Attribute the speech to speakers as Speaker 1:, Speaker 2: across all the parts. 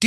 Speaker 1: Do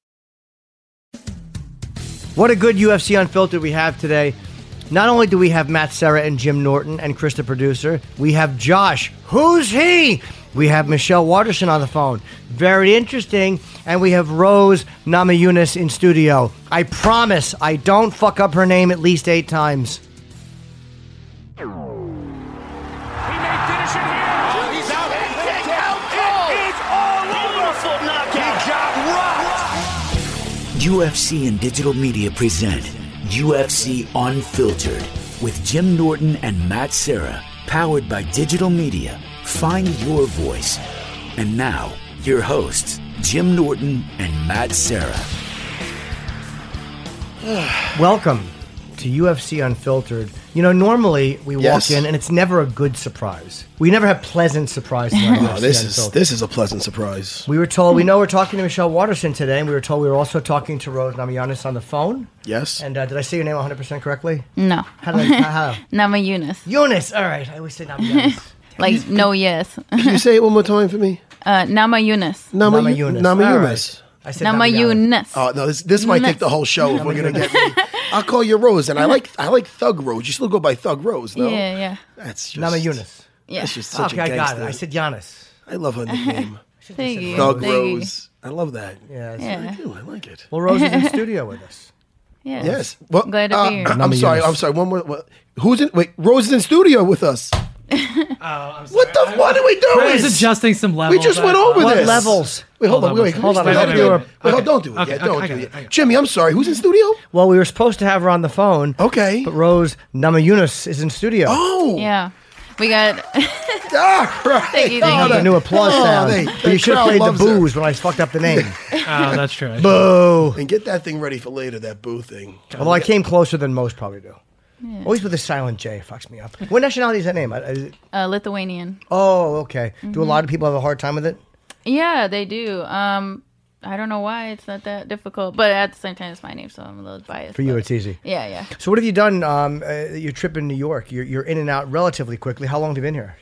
Speaker 2: What a good UFC Unfiltered we have today. Not only do we have Matt Serra and Jim Norton and Chris the producer, we have Josh. Who's he? We have Michelle Waterson on the phone. Very interesting. And we have Rose Namajunas in studio. I promise I don't fuck up her name at least eight times.
Speaker 3: He may finish it here. he's out. It's out.
Speaker 4: Oh,
Speaker 3: It is all Beautiful knockout. He got rocked.
Speaker 5: UFC and digital media present UFC Unfiltered with Jim Norton and Matt Serra, powered by digital media. Find your voice. And now, your hosts, Jim Norton and Matt Serra.
Speaker 2: Welcome to UFC Unfiltered. You know, normally we
Speaker 6: Yes.
Speaker 2: walk in and it's never a good surprise. We never have pleasant surprises. on
Speaker 6: Oh, this
Speaker 2: UFC
Speaker 6: is
Speaker 2: Unfiltered.
Speaker 6: this is a pleasant surprise.
Speaker 2: We were told we know we're talking to Michelle Waterson today, and we were told we were also talking to Rose Namajunas on the phone.
Speaker 6: Yes.
Speaker 2: And uh, did I say your name 100 percent correctly?
Speaker 7: No.
Speaker 2: How did I, how, how?
Speaker 7: Nama Yunus.
Speaker 2: Eunice. All right, I always say Namajunas.
Speaker 7: Like, no, yes.
Speaker 6: Can you say it one more time for me?
Speaker 7: Uh, Nama Yunus.
Speaker 6: Nama,
Speaker 2: Nama Yunus.
Speaker 6: Nama
Speaker 2: All
Speaker 6: Yunus.
Speaker 2: right. I said
Speaker 7: Nama
Speaker 2: Namajunas.
Speaker 7: Yunus.
Speaker 6: Oh no, this, this might take the whole show if we're gonna get. Me. I'll call you Rose, and I like I like Thug Rose. You still go by Thug Rose, no?
Speaker 7: Yeah, yeah.
Speaker 6: That's just
Speaker 2: Nama Yunus.
Speaker 7: Yeah.
Speaker 6: That's just such
Speaker 2: okay,
Speaker 6: a
Speaker 2: I got
Speaker 6: gangster.
Speaker 2: it. I said Giannis.
Speaker 6: I love her nickname,
Speaker 7: Thank you.
Speaker 6: Thug
Speaker 7: Thank you.
Speaker 6: Rose. I love that.
Speaker 2: Yeah. it's-
Speaker 7: Yeah.
Speaker 6: I do. I like it.
Speaker 2: Well, Rose is in studio with us.
Speaker 7: Yes.
Speaker 6: Yes. Well,
Speaker 7: Glad to
Speaker 6: uh,
Speaker 7: be here.
Speaker 6: I'm
Speaker 2: Nama
Speaker 6: sorry.
Speaker 2: Yunus.
Speaker 6: I'm sorry. One more. What, who's in? Wait, Rose is in studio with us.
Speaker 7: Oh,
Speaker 6: What the? What are we doing?
Speaker 4: I was adjusting some
Speaker 6: We
Speaker 4: levels.
Speaker 6: just
Speaker 4: I-
Speaker 6: went over
Speaker 2: What
Speaker 6: this.
Speaker 2: levels?
Speaker 6: Wait, hold,
Speaker 4: Hold
Speaker 6: on.
Speaker 4: on
Speaker 6: Wait,
Speaker 4: one
Speaker 6: wait,
Speaker 4: second.
Speaker 6: hold
Speaker 2: Hold
Speaker 6: on.
Speaker 2: on, I
Speaker 6: Wait,
Speaker 2: thought you were-
Speaker 6: wait, wait, hold- Don't do it
Speaker 4: Okay,
Speaker 6: yet.
Speaker 4: okay,
Speaker 6: Don't do
Speaker 4: I got
Speaker 6: it
Speaker 4: it, I
Speaker 6: yet.
Speaker 4: got it.
Speaker 6: Jimmy, I'm sorry. Who's in studio?
Speaker 2: Well, we were supposed to have her on the phone,
Speaker 6: Okay.
Speaker 2: but Rose Namajunas is in studio.
Speaker 6: Oh,
Speaker 7: Yeah. We got.
Speaker 6: ah, right.
Speaker 7: Thank you,
Speaker 6: Oh,
Speaker 7: thank you.
Speaker 2: The new applause
Speaker 6: oh,
Speaker 2: sound.
Speaker 6: they-
Speaker 2: But
Speaker 6: the
Speaker 2: you should
Speaker 6: crowd
Speaker 2: have played the
Speaker 6: loves her.
Speaker 2: booze when I fucked up the name.
Speaker 4: Oh, that's true.
Speaker 2: Boo.
Speaker 6: And get that thing ready for later, that boo thing.
Speaker 2: Although I came closer than most probably do. Always with a silent J fucks me up. What nationality is that name? I- I-
Speaker 7: Uh, Lithuanian.
Speaker 2: Oh, okay. Do a lot of
Speaker 7: Mm-hmm.
Speaker 2: people have a hard time with it?
Speaker 7: Yeah, they do. Um, I don't know why it's not that difficult, but at the same time, it's my name, so I'm a little biased.
Speaker 2: For you,
Speaker 7: but-
Speaker 2: it's easy.
Speaker 7: Yeah, yeah.
Speaker 2: So, what have you done? Um, uh, your trip in New York, you're, you're in and out relatively quickly. How long have you been here?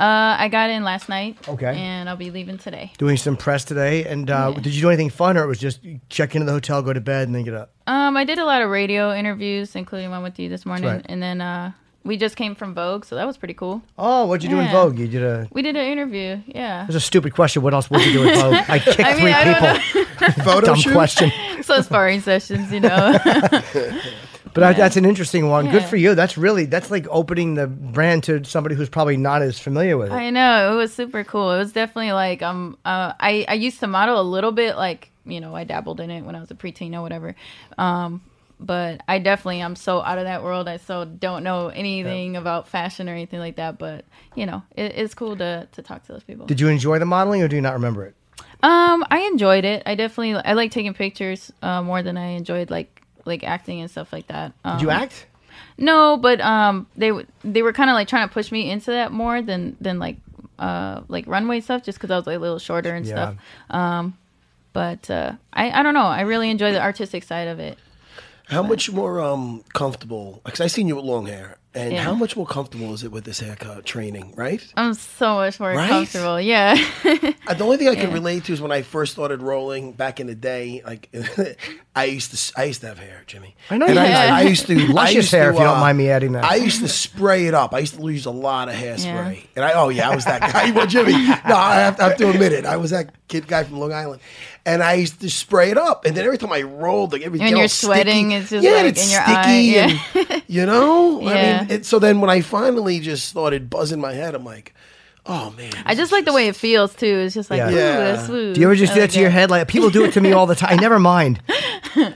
Speaker 7: Uh, I got in last night.
Speaker 2: Okay.
Speaker 7: And I'll be leaving today.
Speaker 2: Doing some press today, and uh, did you do anything fun, or it was just check into the hotel, go to bed, and then get up?
Speaker 7: Um, I did a lot of radio interviews, including one with you this morning,
Speaker 2: right.
Speaker 7: and then uh, we just came from Vogue, so that was pretty cool.
Speaker 2: Oh, what'd you do in
Speaker 7: Yeah.
Speaker 2: Vogue? You did a.
Speaker 7: We did an interview. Yeah.
Speaker 2: That's a stupid question. What else would you do in Vogue? I kicked
Speaker 7: I mean,
Speaker 2: three
Speaker 7: I don't
Speaker 2: people.
Speaker 6: Photo
Speaker 2: Dumb
Speaker 6: shoot?
Speaker 2: question.
Speaker 7: so sparring sessions, you know.
Speaker 2: But I, that's an interesting one. Good
Speaker 7: Yeah.
Speaker 2: for you. That's really that's like opening the brand to somebody who's probably not as familiar with it.
Speaker 7: I know it was super cool. It was definitely like um uh, I I used to model a little bit, like you know I dabbled in it when I was a preteen or whatever. Um, but I definitely I'm so out of that world. I so don't know anything about fashion or anything like that. But you know it, it's cool to to talk to those people.
Speaker 2: Did you enjoy the modeling, or do you not remember it?
Speaker 7: Um, I enjoyed it. I definitely I like taking pictures uh, more than I enjoyed like like acting and stuff like that. Um,
Speaker 2: Did you act?
Speaker 7: No, but um, they w- they were kind of like trying to push me into that more than than like uh like runway stuff, just because I was like a little shorter and stuff. Um, but uh, I I don't know. I really enjoy the artistic side of it.
Speaker 6: How much more um comfortable? Because I seen you with long hair. And
Speaker 7: Yeah.
Speaker 6: how much more comfortable is it with this haircut training, right?
Speaker 7: I'm so much more
Speaker 6: Right?
Speaker 7: comfortable. Yeah.
Speaker 6: Uh, the only thing I can relate to is when I first started rolling back in the day. Like I used to, s- I used to have hair, Jimmy.
Speaker 2: I know
Speaker 6: And
Speaker 2: you
Speaker 6: I,
Speaker 2: did.
Speaker 6: I used to
Speaker 2: Luscious
Speaker 6: I used
Speaker 2: hair,
Speaker 6: to, uh,
Speaker 2: if you don't mind me adding that.
Speaker 6: I used to spray it up. I used to use a lot of hairspray,
Speaker 7: Yeah.
Speaker 6: and I oh yeah, I was that guy. well, Jimmy, no, I have, I have to admit it. I was that kid guy from Long Island, and I used to spray it up. And then every time I rolled, like everything
Speaker 7: When you're
Speaker 6: all sticky.
Speaker 7: sweating, it's just,
Speaker 6: yeah, and
Speaker 7: like,
Speaker 6: it's
Speaker 7: in your
Speaker 6: sticky,
Speaker 7: eye,
Speaker 6: and you know. I
Speaker 7: Yeah.
Speaker 6: mean, it, so then when I finally just started buzzing my head, I'm like, oh man,
Speaker 7: I just like the way it feels too. It's just like,
Speaker 2: Yeah.
Speaker 7: ooh,
Speaker 6: Yeah.
Speaker 7: that's smooth.
Speaker 2: Do you ever just
Speaker 7: I
Speaker 2: do
Speaker 7: like
Speaker 2: that to your head? Like people do it to me all the time. I never mind.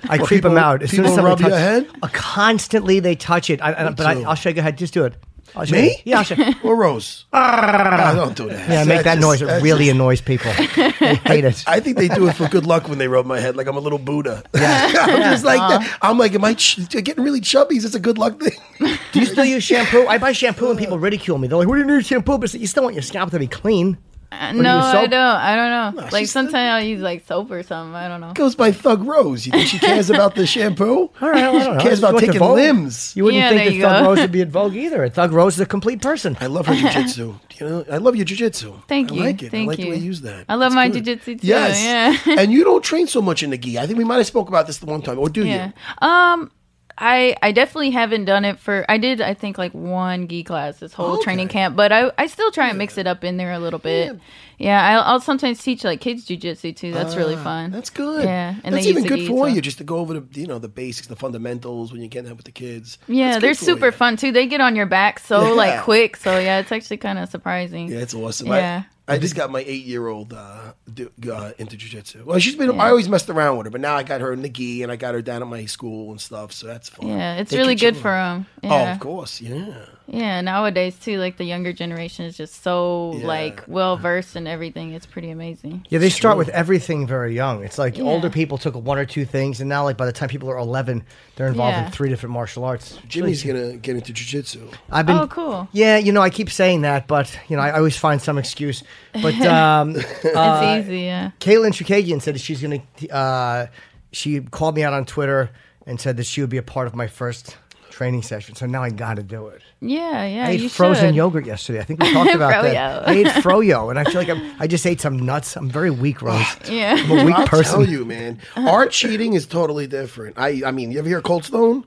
Speaker 2: I creep them
Speaker 6: people-
Speaker 2: out as soon as
Speaker 6: people
Speaker 2: somebody
Speaker 6: rub your
Speaker 2: touches-
Speaker 6: head?
Speaker 2: Uh, constantly, they touch it. I, I, but I,
Speaker 6: too.
Speaker 2: I'll shake your head. Just do it. I'll shake
Speaker 6: Me?
Speaker 2: Yeah, I'll shake. yeah,
Speaker 6: or Rose. Ah, don't do that.
Speaker 2: make that
Speaker 6: just-
Speaker 2: noise. It
Speaker 6: that's
Speaker 2: really
Speaker 6: just-
Speaker 2: annoys people. I hate it.
Speaker 6: I think they do it for good luck when they rub my head, like I'm a little Buddha. I'm just like that. I'm like, am I ch- getting really chubby? Is this a good luck thing?
Speaker 2: do you still use shampoo? I buy shampoo and
Speaker 6: Uh.
Speaker 2: people ridicule me. They're like, "What do you need shampoo?" But you still want your scalp to be clean.
Speaker 7: Uh, no, I
Speaker 2: soap?
Speaker 7: don't. I don't know. like
Speaker 6: she's-
Speaker 7: sometimes I'll use like soap or something. I don't know.
Speaker 6: Goes by Thug Rose. You think she cares about the shampoo?
Speaker 2: All right, well, I don't know.
Speaker 6: cares
Speaker 2: It's what
Speaker 6: about
Speaker 2: the
Speaker 6: taking
Speaker 2: Vogue-
Speaker 6: limbs.
Speaker 2: You wouldn't
Speaker 7: Yeah, there
Speaker 2: think
Speaker 7: you
Speaker 2: that Thug
Speaker 7: go.
Speaker 2: Rose would be in Vogue either. And Thug Rose is a complete person.
Speaker 6: I love her jujitsu. You know, I love your jujitsu.
Speaker 7: Thank you.
Speaker 6: I like it.
Speaker 7: Thank
Speaker 6: I like the
Speaker 7: you.
Speaker 6: way you use that.
Speaker 7: I love
Speaker 6: It's
Speaker 7: my
Speaker 6: good.
Speaker 7: jujitsu too.
Speaker 6: Yes.
Speaker 7: Yeah.
Speaker 6: and you don't train so much in the gi. I think we might have spoke about this the one time, or do
Speaker 7: Yeah.
Speaker 6: you?
Speaker 7: Um, I I definitely haven't done it for. I did I think like one gi class this whole
Speaker 6: Okay.
Speaker 7: training camp, but I I still try and mix it up in there a little bit. Yeah, I'll, I'll sometimes teach like kids jujitsu too. That's really fun.
Speaker 6: Ah, That's good.
Speaker 7: Yeah, and
Speaker 6: that's
Speaker 7: they
Speaker 6: even
Speaker 7: use the
Speaker 6: good
Speaker 7: gi,
Speaker 6: for
Speaker 7: so-
Speaker 6: you, just to go over the you know the basics, the fundamentals when you're getting that with the kids.
Speaker 7: Yeah,
Speaker 6: That's
Speaker 7: they're
Speaker 6: good for
Speaker 7: super
Speaker 6: you.
Speaker 7: fun too. They get on your back so
Speaker 6: Yeah.
Speaker 7: like quick. So yeah, it's actually kind of surprising.
Speaker 6: Yeah, it's awesome.
Speaker 7: Yeah.
Speaker 6: I, I just got my eight year old uh, do- uh, into jujitsu. Well, she's been, I always messed around with her, but now I got her in the gi and I got her down at my school and stuff. So that's fun.
Speaker 7: Yeah, it's
Speaker 6: They
Speaker 7: really
Speaker 6: catch
Speaker 7: good
Speaker 6: on.
Speaker 7: for them. Yeah.
Speaker 6: Oh, of course. Yeah.
Speaker 7: Yeah, nowadays too, like the younger generation is just so
Speaker 6: Yeah.
Speaker 7: like well versed in everything. It's pretty amazing.
Speaker 2: Yeah, they start with everything very young. It's like
Speaker 7: Yeah.
Speaker 2: older people took one or two things, and now like by the time people are eleven, they're involved
Speaker 7: Yeah.
Speaker 2: in three different martial arts.
Speaker 6: Jimmy's going to get into jujitsu.
Speaker 2: I've been.
Speaker 7: Oh, cool.
Speaker 2: Yeah, you know, I keep saying that, but you know, I, I always find some excuse. But um,
Speaker 6: Uh,
Speaker 7: it's easy. Yeah.
Speaker 2: Caitlin Chukagian said that she's going to. Uh, she called me out on Twitter and said that she would be a part of my first training session. So now I got to do it.
Speaker 7: Yeah, yeah.
Speaker 2: I
Speaker 7: you
Speaker 2: ate frozen
Speaker 7: should.
Speaker 2: yogurt yesterday. I think we talked about that.
Speaker 7: Froyo.
Speaker 2: I ate froyo, and I feel like I'm, I just ate some nuts. I'm very weak, Rose.
Speaker 7: Yeah.
Speaker 2: I'm a weak
Speaker 6: I'll tell
Speaker 2: person.
Speaker 6: you, man, our cheating is totally different. I I mean, you ever hear Cold Stone?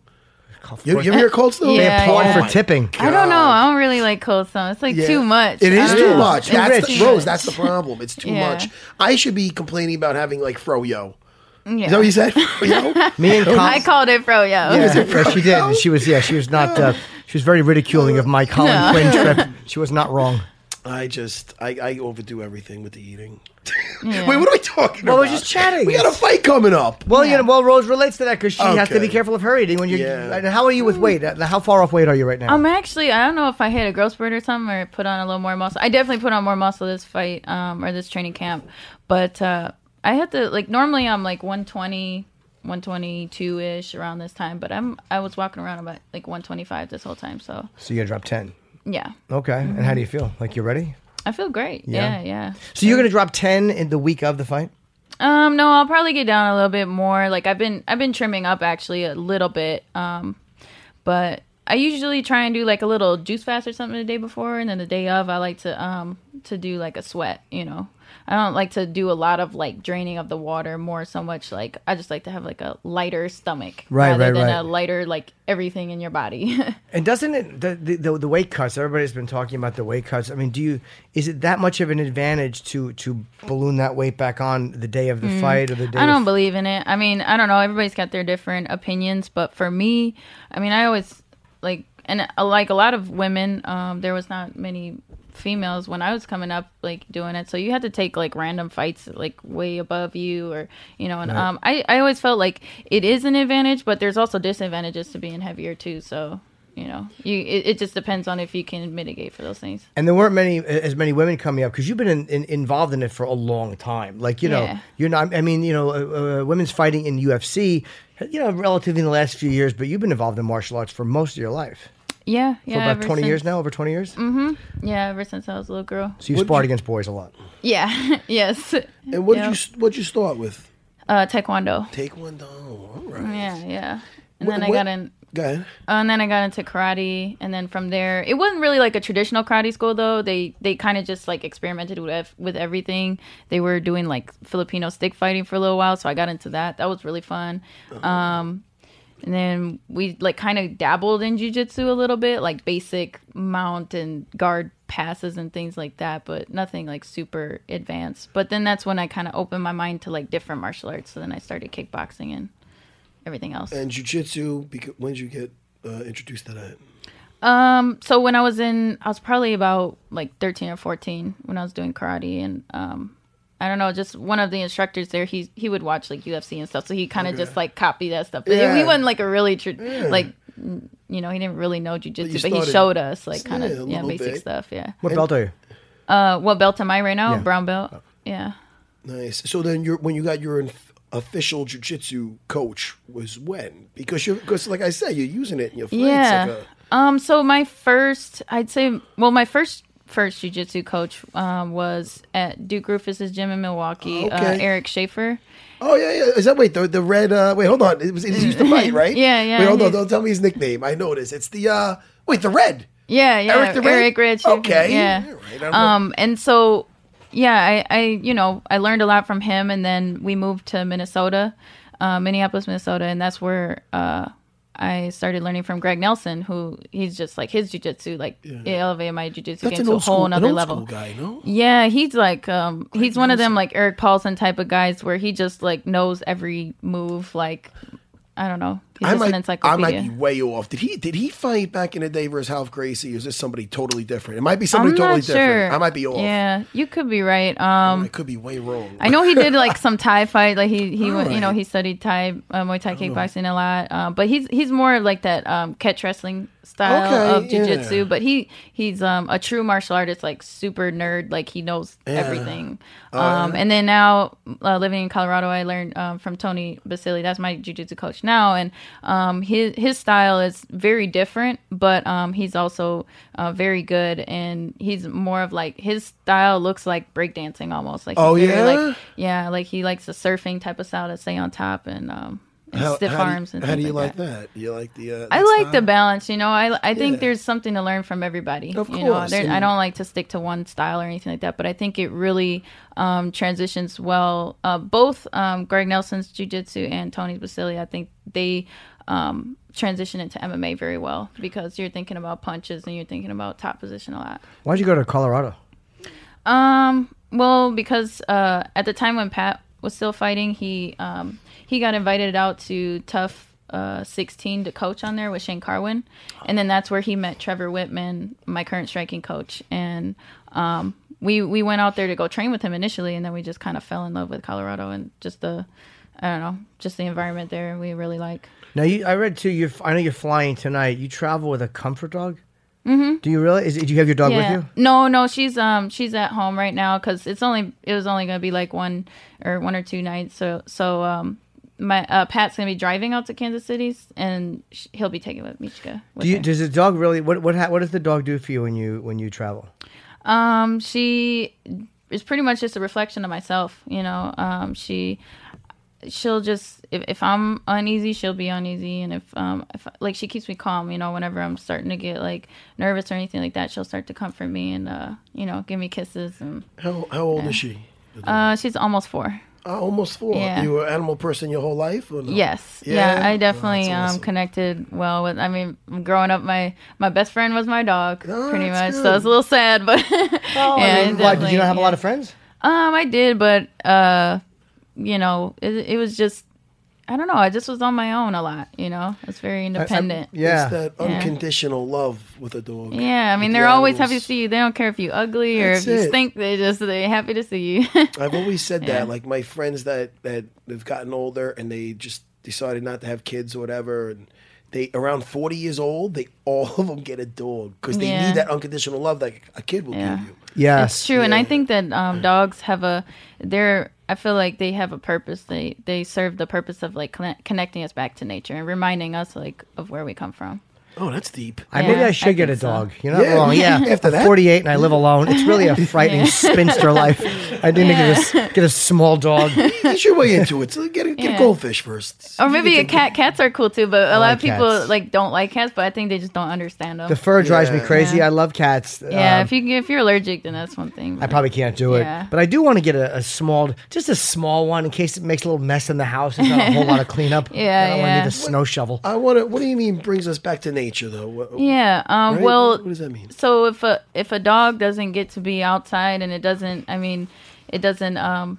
Speaker 6: You, you ever hear Cold Stone?
Speaker 7: They Yeah, applaud yeah.
Speaker 6: Oh
Speaker 2: for
Speaker 6: my
Speaker 2: tipping.
Speaker 7: I don't know. I don't really like cold stone. It's like
Speaker 6: Yeah.
Speaker 7: too much.
Speaker 6: It
Speaker 7: I
Speaker 6: is
Speaker 7: don't
Speaker 6: too
Speaker 7: know.
Speaker 6: much.
Speaker 7: It's
Speaker 6: That's the,
Speaker 7: too
Speaker 6: Rose.
Speaker 7: much.
Speaker 6: That's the problem. It's too
Speaker 7: Yeah.
Speaker 6: much. I should be complaining about having like froyo.
Speaker 7: Yeah.
Speaker 6: Is that what you said? Froyo?
Speaker 2: Me and Colin,
Speaker 7: I called it froyo.
Speaker 2: Yeah, yeah, she did. She was yeah, she was not. Uh, she was very ridiculing of my Colin Quinn trip. She was not wrong.
Speaker 6: I just I, I overdo everything with the eating.
Speaker 7: Yeah.
Speaker 6: Wait, what are we talking
Speaker 2: Well,
Speaker 6: about?
Speaker 2: we're just chatting.
Speaker 6: We got a fight coming up.
Speaker 2: Well, you know, well, Rose relates to that because she has to be
Speaker 6: Okay.
Speaker 2: careful of her eating when you're.
Speaker 6: Yeah.
Speaker 2: And how are you with
Speaker 7: Mm.
Speaker 2: weight? Uh, How far off weight are you right now?
Speaker 7: I'm Um, actually. I don't know if I hit a growth spurt or something, or put on a little more muscle. I definitely put on more muscle this fight, um, or this training camp. But uh, I had to like normally I'm like 120, 122 ish around this time. But I'm I was walking around about like 125 this whole time. So
Speaker 2: so you dropped ten.
Speaker 7: yeah,
Speaker 6: Oh.
Speaker 2: Okay, and how do you
Speaker 7: Mm-hmm.
Speaker 2: feel? Like you're ready?
Speaker 7: I feel great.
Speaker 2: Yeah.
Speaker 7: Yeah, yeah.
Speaker 2: So you're gonna drop ten in the week of the fight.
Speaker 7: Um, no, I'll probably get down a little bit more. Like I've been I've been trimming up actually a little bit. Um, but I usually try and do like a little juice fast or something the day before, and then the day of I like to um to do like a sweat. You know, I don't like to do a lot of like draining of the water more so much. Like I just like to have like a lighter stomach
Speaker 2: Right,
Speaker 7: rather
Speaker 2: right,
Speaker 7: than
Speaker 2: right.
Speaker 7: a lighter like everything in your body.
Speaker 2: And doesn't it the, the the the weight cuts? Everybody's been talking about the weight cuts. I mean, do you is it that much of an advantage to to balloon that weight back on the day of the fight or the day?
Speaker 7: Mm. I don't
Speaker 2: of,
Speaker 7: believe in it. I mean, I don't know. Everybody's got their different opinions, but for me, I mean, I always like and uh, like a lot of women. Um, there was not many females when I was coming up, like doing it. So you had to take like random fights, like way above you, or you know. And um, I I always felt like it is an advantage, but there's also disadvantages to being heavier too. So. You know, you it, it just depends on if you can mitigate for those things.
Speaker 2: And there weren't many as many women coming up because you've been in, in, involved in it for a long time. Like you know,
Speaker 7: Yeah.
Speaker 2: you're not. I mean, you know, uh, uh, women's fighting in UFC, you know, relatively in the last few years, but you've been involved in martial arts for most of your life
Speaker 7: Yeah, yeah.
Speaker 2: for about
Speaker 7: ever
Speaker 2: twenty years
Speaker 7: since- Mm.
Speaker 2: now, over twenty years.
Speaker 7: Yeah, ever since I was a little girl.
Speaker 2: So you sparred against boys a lot.
Speaker 7: Yeah, yes.
Speaker 6: And what
Speaker 7: Yeah.
Speaker 6: did you what you start with?
Speaker 7: uh, taekwondo.
Speaker 6: Taekwondo. All right.
Speaker 7: Yeah, yeah. And
Speaker 6: Wh-
Speaker 7: then I
Speaker 6: what-
Speaker 7: got in. oh,
Speaker 6: Go ahead.
Speaker 7: and then I got into karate, and then from there, it wasn't really like a traditional karate school though. They they kind of just like experimented with ev- with everything. They were doing like Filipino stick fighting for a little while, so I got into that. That was really fun.
Speaker 6: Uh-huh.
Speaker 7: Um, and then we like kind of dabbled in jujitsu a little bit, like basic mount and guard passes and things like that, but nothing like super advanced. But then that's when I kind of opened my mind to like different martial arts. So then I started kickboxing and everything else.
Speaker 6: And jujitsu. becau- When did you get uh, introduced to that?
Speaker 7: Um, so when I was in, I was probably about like 13 or 14 when I was doing karate and, um, I don't know, just one of the instructors there, he, he would watch like UFC and stuff. So he kind of just like copied that stuff. But he- he,
Speaker 6: Yeah.
Speaker 7: wasn't like a really, tr- like, n- you know, he didn't really know
Speaker 6: you
Speaker 7: jujitsu, but, he
Speaker 6: started-
Speaker 7: showed us like kind
Speaker 6: Yeah, a
Speaker 7: of, yeah,
Speaker 6: little
Speaker 7: basic
Speaker 6: bit.
Speaker 7: stuff. Yeah.
Speaker 2: What belt are you?
Speaker 7: Uh, what belt am I right now? Brown belt. Yeah.
Speaker 6: Nice. So then, you're, when you got your inf- official jujitsu coach was when? Because you, because like I said, you're using it in your fights.
Speaker 7: Yeah.
Speaker 6: Like uh, a,
Speaker 7: um. So my first, I'd say, well, my first first jujitsu coach um, was at Duke Rufus's gym in Milwaukee. Uh,
Speaker 6: Okay.
Speaker 7: Eric Schaefer.
Speaker 6: oh yeah, yeah. Is that wait the the red? Uh, wait, hold on. It was it used to fight, right?
Speaker 7: Yeah, yeah,
Speaker 6: Wait, hold on.
Speaker 7: he-
Speaker 6: Don't tell me his nickname. I know this. It's the uh. Wait, the red.
Speaker 7: Yeah, yeah.
Speaker 6: Eric the Red?
Speaker 7: Red Schaefer,
Speaker 6: Okay.
Speaker 7: Yeah.
Speaker 6: All right, I don't know.
Speaker 7: um, and so, yeah, I, I, you know, I learned a lot from him, and then we moved to Minnesota, uh, Minneapolis, Minnesota, and that's where uh, I started learning from Greg Nelson, who he's just like his jujitsu, like it elevated my jujitsu game to a whole
Speaker 6: an
Speaker 7: nother
Speaker 6: old
Speaker 7: level.
Speaker 6: school guy. No.
Speaker 7: Yeah, he's like um he's one of them like Eric Paulson type of guys where he just like knows every move like I don't know. He's
Speaker 6: I
Speaker 7: just an
Speaker 6: might, I
Speaker 7: encyclopedia.
Speaker 6: might be way off. Did he did he fight back in the day versus Half Gracie? Or is this somebody totally different? It might be somebody
Speaker 7: I'm
Speaker 6: totally
Speaker 7: not
Speaker 6: different.
Speaker 7: sure.
Speaker 6: I might be off.
Speaker 7: Yeah, you could be right. Um
Speaker 6: I could be way wrong.
Speaker 7: I know he did like some Thai fight. Like he he went, you know
Speaker 6: Alright.
Speaker 7: he studied Thai uh, Muay Thai kickboxing a lot. Um, but he's he's more of like that um, catch wrestling style
Speaker 6: Okay,
Speaker 7: of jujitsu.
Speaker 6: yeah.
Speaker 7: But he he's um, a true martial artist, like super nerd. Like he knows everything.
Speaker 6: Oh,
Speaker 7: Um, And then now uh, living in Colorado, I learned um, from Tony Basili. That's my jujitsu coach now, and um, his his style is very different. But um, he's also uh, very good, and he's more of like his style looks like breakdancing almost. Like he's
Speaker 6: Oh,
Speaker 7: very, like,
Speaker 6: yeah?
Speaker 7: yeah, like he likes the surfing type of style to stay on top and, um, and stiff
Speaker 6: do you-
Speaker 7: arms and
Speaker 6: how do
Speaker 7: things
Speaker 6: you
Speaker 7: like
Speaker 6: like
Speaker 7: that.
Speaker 6: that? You like the? Uh,
Speaker 7: I
Speaker 6: that's
Speaker 7: like the
Speaker 6: not-
Speaker 7: balance, you know. I I think
Speaker 6: Yeah.
Speaker 7: there's something to learn from everybody.
Speaker 6: Of
Speaker 7: you know,
Speaker 6: course,
Speaker 7: There- I
Speaker 6: and-
Speaker 7: don't like to stick to one style or anything like that, but I think it really um, transitions well. Uh, both um, Greg Nelson's jiu-jitsu and Tony's Basili, I think they um, transition into MMA very well because you're thinking about punches and you're thinking about top position a lot.
Speaker 2: Why'd you go to Colorado?
Speaker 7: Um, well, because uh, at the time when Pat was still fighting, he um, he got invited out to Tough uh, 16 to coach on there with Shane Carwin, and then that's where he met Trevor Whitman, my current striking coach, and um, we we went out there to go train with him initially, and then we just kind of fell in love with Colorado and just the I don't know, just the environment there we really like.
Speaker 2: Now you, I read too. You, I know you're flying tonight. You travel with a comfort dog. Mm-hmm. Do you really? Is, do you have your dog with you?
Speaker 7: No, no, she's um she's at home right now because it's only it was only gonna be like one or one or two nights. So so um my uh, Pat's gonna be driving out to Kansas City and sh- he'll be taking with Michka. With
Speaker 2: Do you?
Speaker 7: her.
Speaker 2: Does the dog really? What what ha- what does the dog do for you when you when you travel?
Speaker 7: um she is pretty much just a reflection of myself. You know um she she'll just if, if I'm uneasy, she'll be uneasy, and if um if like she keeps me calm, you know, whenever I'm starting to get like nervous or anything like that, she'll start to comfort me and uh you know give me kisses and.
Speaker 6: How how old is she?
Speaker 7: Uh, she's almost four.
Speaker 6: Uh, almost four.
Speaker 7: Yeah.
Speaker 6: You were an animal person your whole life? Or no?
Speaker 7: Yes. Yeah,
Speaker 6: Yeah?
Speaker 7: I
Speaker 6: Oh,
Speaker 7: definitely
Speaker 6: that's
Speaker 7: um,
Speaker 6: awesome.
Speaker 7: connected well with. I mean, growing up, my my best friend was my dog,
Speaker 6: Oh,
Speaker 7: pretty much.
Speaker 6: that's
Speaker 7: So
Speaker 6: good.
Speaker 7: it's a little sad, but oh, yeah,
Speaker 2: Why did you not have a lot of friends?
Speaker 7: Um, I did, but uh, you know, it, it was just I don't know. I just was on my own a lot. You know, I was very independent.
Speaker 2: Yeah.
Speaker 6: It's that unconditional love with a dog.
Speaker 7: yeah, I mean,
Speaker 6: With
Speaker 7: they're
Speaker 6: the
Speaker 7: always happy to
Speaker 6: animals.
Speaker 7: see you. They don't care if you ugly or if
Speaker 6: That's
Speaker 7: you
Speaker 6: it.
Speaker 7: stink. They just they're happy to see you.
Speaker 6: I've always said that. Like my friends that that have gotten older and they just decided not to have kids or whatever, and they around forty years old, they all of them get a dog because they
Speaker 7: Yeah.
Speaker 6: need that unconditional love that a kid will
Speaker 7: Yeah.
Speaker 6: give you.
Speaker 2: Yes.
Speaker 7: It's true, and I think that um, dogs have a they're I feel like they have a purpose. They they serve the purpose of like conne- connecting us back to nature and reminding us like of where we come from.
Speaker 6: Oh, that's deep.
Speaker 2: I maybe
Speaker 7: Yeah,
Speaker 2: I should
Speaker 7: I
Speaker 2: get a
Speaker 7: think so.
Speaker 2: dog. You're not
Speaker 6: Yeah,
Speaker 2: wrong. Yeah.
Speaker 6: after
Speaker 2: I'm
Speaker 6: that.
Speaker 2: 48 and I live alone. It's really a frightening spinster life. I need to get a, get a small dog.
Speaker 6: Get your way into it. So get a, get a
Speaker 7: Yeah.
Speaker 6: goldfish first.
Speaker 7: Or maybe a cat. Cats are cool too, but a lot
Speaker 2: like
Speaker 7: of people
Speaker 2: cats.
Speaker 7: like don't like cats. But I think they just don't understand them.
Speaker 2: The fur drives me
Speaker 6: Yeah.
Speaker 2: crazy.
Speaker 7: Yeah.
Speaker 2: I love cats.
Speaker 7: yeah,
Speaker 2: Um,
Speaker 7: if you if you're allergic, then that's one thing.
Speaker 2: I probably can't do it.
Speaker 7: Yeah.
Speaker 2: But I do want to get a, a small, just a small one in case it makes a little mess in the house. There's not a whole lot of cleanup.
Speaker 7: Yeah,
Speaker 2: I don't want to
Speaker 7: yeah.
Speaker 2: need a snow shovel.
Speaker 6: I want to. What do you mean brings us back to nature though? What,
Speaker 7: Yeah. Um,
Speaker 6: Right?
Speaker 7: Well,
Speaker 6: What does that mean?
Speaker 7: So if a if a dog doesn't get to be outside and it doesn't, I mean, it doesn't um,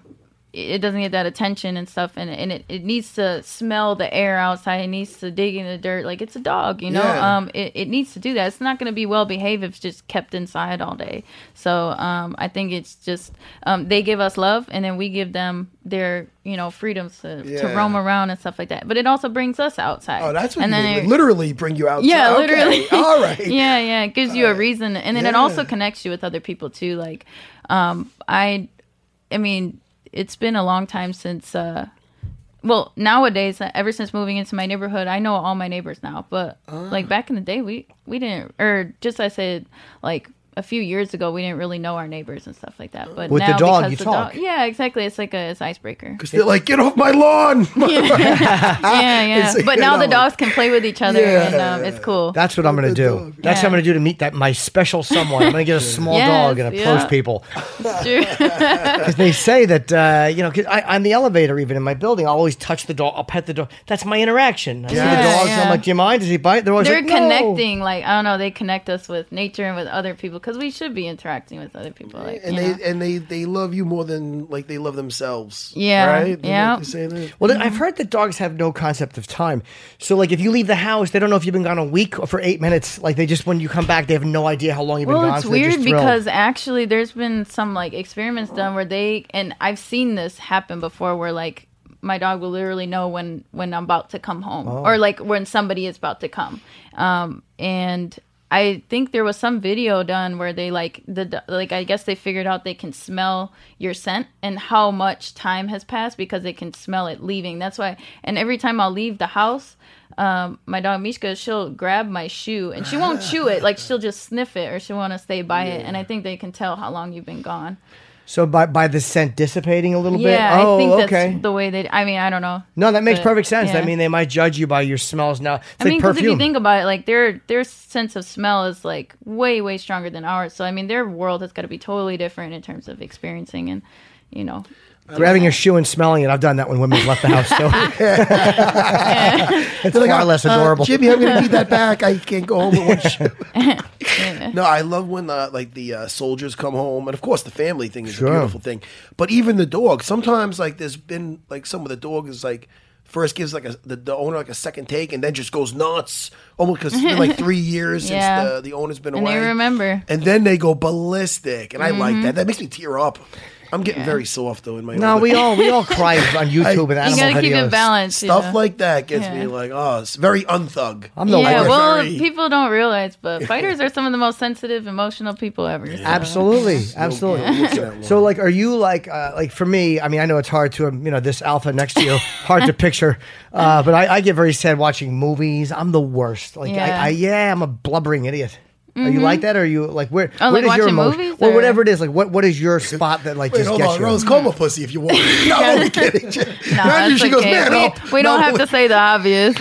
Speaker 7: it doesn't get that attention and stuff, and and it, it needs to smell the air outside. It needs to dig in the dirt like it's a dog, you know.
Speaker 6: Yeah.
Speaker 7: Um, it, it needs to do that. It's not going to be well behaved if it's just kept inside all day. So um, I think it's just um, they give us love, and then we give them their you know freedoms to, to
Speaker 6: Yeah.
Speaker 7: roam around and stuff like that. But it also brings us outside.
Speaker 6: Oh, that's what
Speaker 7: and
Speaker 6: you mean.
Speaker 7: it-
Speaker 6: Literally bring you out.
Speaker 7: yeah,
Speaker 6: Okay.
Speaker 7: literally.
Speaker 6: All right.
Speaker 7: yeah, yeah. It gives you a reason, and then it also
Speaker 6: Yeah.
Speaker 7: connects you with other people too. Like, um, I, I mean, it's been a long time since. Uh, well, nowadays, uh, ever since moving into my neighborhood, I know all my neighbors now. But
Speaker 6: Ah.
Speaker 7: like back in the day, we we didn't, or just I said like a few years ago, we didn't really know our neighbors and stuff like that. But
Speaker 2: With the
Speaker 7: now,
Speaker 2: dog,
Speaker 7: because
Speaker 2: you
Speaker 7: the
Speaker 2: talk.
Speaker 7: yeah, exactly. It's like a it's icebreaker.
Speaker 6: Because they're like, get off my lawn.
Speaker 7: yeah, yeah.
Speaker 6: Ah, It's-
Speaker 7: But
Speaker 6: you
Speaker 7: now the
Speaker 6: know.
Speaker 7: dogs can play with each other,
Speaker 6: Yeah.
Speaker 7: and um, it's cool.
Speaker 2: That's what I'm going to do. That's what I'm
Speaker 7: Yeah.
Speaker 2: going to do to meet that my special someone. I'm going to get a small
Speaker 7: Yes,
Speaker 2: dog and approach
Speaker 7: yeah.
Speaker 2: people.
Speaker 7: true.
Speaker 2: Because they say that, uh, you know, 'cause I, on the elevator, even in my building, I'll always touch the dog. I'll pet the dog. That's my interaction. I see
Speaker 7: Yeah,
Speaker 2: the dogs. and I'm
Speaker 7: yeah.
Speaker 2: like, do you mind? Does he bite? They're always
Speaker 7: they're
Speaker 2: like, "No."
Speaker 7: connecting like i don't know they connect us with nature and with other people because we should be interacting with other people like
Speaker 6: and
Speaker 7: you
Speaker 6: they
Speaker 7: know.
Speaker 6: and they they love you more than like they love themselves.
Speaker 7: Yeah,
Speaker 6: Right. Isn't
Speaker 7: yeah.
Speaker 6: that the saying that?
Speaker 2: Well, then I've heard that dogs have no concept of time. So, like, if you leave the house, they don't know if you've been gone a week or for eight minutes. Like, they just when you come back, they have no idea how long you've been
Speaker 7: well
Speaker 2: gone.
Speaker 7: it's
Speaker 2: so they're
Speaker 7: weird
Speaker 2: just thrilled.
Speaker 7: because actually there's been some like experiments done where they and i've seen this happen before where like my dog will literally know when when i'm about to come home
Speaker 2: Oh.
Speaker 7: or like when somebody is about to come um and I think there was some video done where they like the do- like I guess they figured out they can smell your scent and how much time has passed because they can smell it leaving. That's why and every time I'll leave the house, um, my dog Mishka, she'll grab my shoe and she won't chew it. Like she'll just sniff it or she'll want to stay by it. And I think they can tell how long you've been gone.
Speaker 2: so by by the scent dissipating a little
Speaker 7: Yeah,
Speaker 2: bit. Oh,
Speaker 7: I think that's
Speaker 2: okay.
Speaker 7: the way they. I mean, I don't know.
Speaker 2: no, that makes
Speaker 7: but,
Speaker 2: perfect sense. I
Speaker 7: yeah.
Speaker 2: mean, they might judge you by your smells now. It's
Speaker 7: I
Speaker 2: like
Speaker 7: mean, because if
Speaker 2: perfume.
Speaker 7: you think about it, like their their sense of smell is like way way stronger than ours. So I mean, their world has got to be totally different in terms of experiencing and, you know,
Speaker 2: Grabbing a shoe and smelling it. I've done that when women have left the house. So it's
Speaker 6: They're like,
Speaker 2: far
Speaker 6: "Oh,
Speaker 2: less
Speaker 6: uh,
Speaker 2: adorable.
Speaker 6: Jimmy, I'm gonna need that back. I can't go home with one shoe. no, I love when the like the uh, soldiers come home, and of course the family thing is
Speaker 2: Sure.
Speaker 6: a beautiful thing. But even the dog, sometimes like there's been like some of the dog is like. First gives like a, the, the owner like a second take and then just goes nuts almost because it's been like three years
Speaker 7: Yeah.
Speaker 6: since the, the owner's been
Speaker 7: And
Speaker 6: away.
Speaker 7: they remember.
Speaker 6: and then they go ballistic and I like that. That makes me tear up. I'm getting very soft though in my
Speaker 2: Mm-hmm. no,
Speaker 6: older-
Speaker 2: we all we all cry on YouTube and
Speaker 7: you
Speaker 2: animal
Speaker 7: got to
Speaker 2: videos.
Speaker 7: keep it balanced. you
Speaker 6: stuff
Speaker 7: know?
Speaker 6: like that gets me
Speaker 7: Yeah.
Speaker 6: like oh it's very unthug.
Speaker 2: I'm the
Speaker 7: yeah,
Speaker 2: worst.
Speaker 7: well,
Speaker 6: Very-
Speaker 7: people don't realize, but fighters are some of the most sensitive, emotional people ever. so-
Speaker 2: Absolutely, absolutely. So, like, are you like, uh, like for me? I mean, I know it's hard to, um, you know, this alpha next to you, hard to picture. Uh, but I, I get very sad watching movies. I'm the worst. Like,
Speaker 7: Yeah. Mm-hmm.
Speaker 2: I, I yeah, I'm a blubbering idiot. Are you like that? Or are you like where?
Speaker 7: Oh,
Speaker 2: where
Speaker 7: like
Speaker 2: does your
Speaker 7: watching
Speaker 2: emotion?
Speaker 7: movies,
Speaker 2: well,
Speaker 7: or-
Speaker 2: whatever it is, like what what is your spot that like
Speaker 6: Wait,
Speaker 2: just
Speaker 6: hold
Speaker 2: gets
Speaker 6: on,
Speaker 2: you?
Speaker 6: Rose, call my pussy if you want. No, I'm kidding. No,
Speaker 7: No, that's
Speaker 6: she goes,
Speaker 7: okay.
Speaker 6: man,
Speaker 7: we,
Speaker 6: up.
Speaker 7: we don't
Speaker 6: No,
Speaker 7: have to
Speaker 6: wait."
Speaker 7: say the obvious.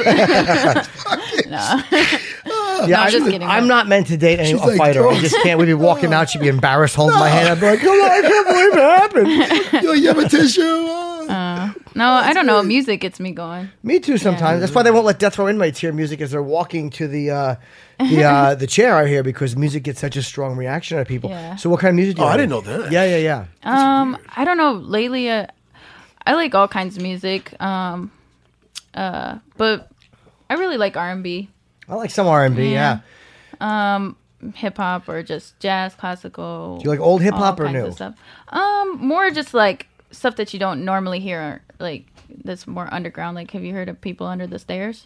Speaker 2: yeah,
Speaker 7: I'm
Speaker 2: I'm,
Speaker 7: just kidding.
Speaker 2: I'm not meant to date any, a
Speaker 6: She's like,
Speaker 2: fighter. I
Speaker 6: Rose.
Speaker 2: just can't. We'd be walking out. She'd be embarrassed, holding my hand. I'd be like, "Come on, I can't believe it happened."
Speaker 6: Yo, you have a tissue. Oh.
Speaker 7: Uh, no, I don't know. Music gets me going.
Speaker 2: Me too. Sometimes that's why they won't let death row inmates hear music as they're walking to the uh, the uh, the chair out here because music gets such a strong reaction out of people.
Speaker 7: Yeah.
Speaker 2: So what kind of music? do you
Speaker 6: Oh, I
Speaker 2: like?
Speaker 6: didn't know that.
Speaker 2: Yeah, yeah, yeah.
Speaker 7: Um, I don't know. Lately, uh, I like all kinds of music. Um, uh, but I really like R and B,
Speaker 2: I like some R and B. Yeah.
Speaker 7: hip hop, or just jazz, classical.
Speaker 2: Do you like old hip hop
Speaker 7: all
Speaker 2: or
Speaker 7: kinds
Speaker 2: new?
Speaker 7: of stuff. Um, more just like stuff that you don't normally hear, like that's more underground. Like, have you heard of People Under the Stairs?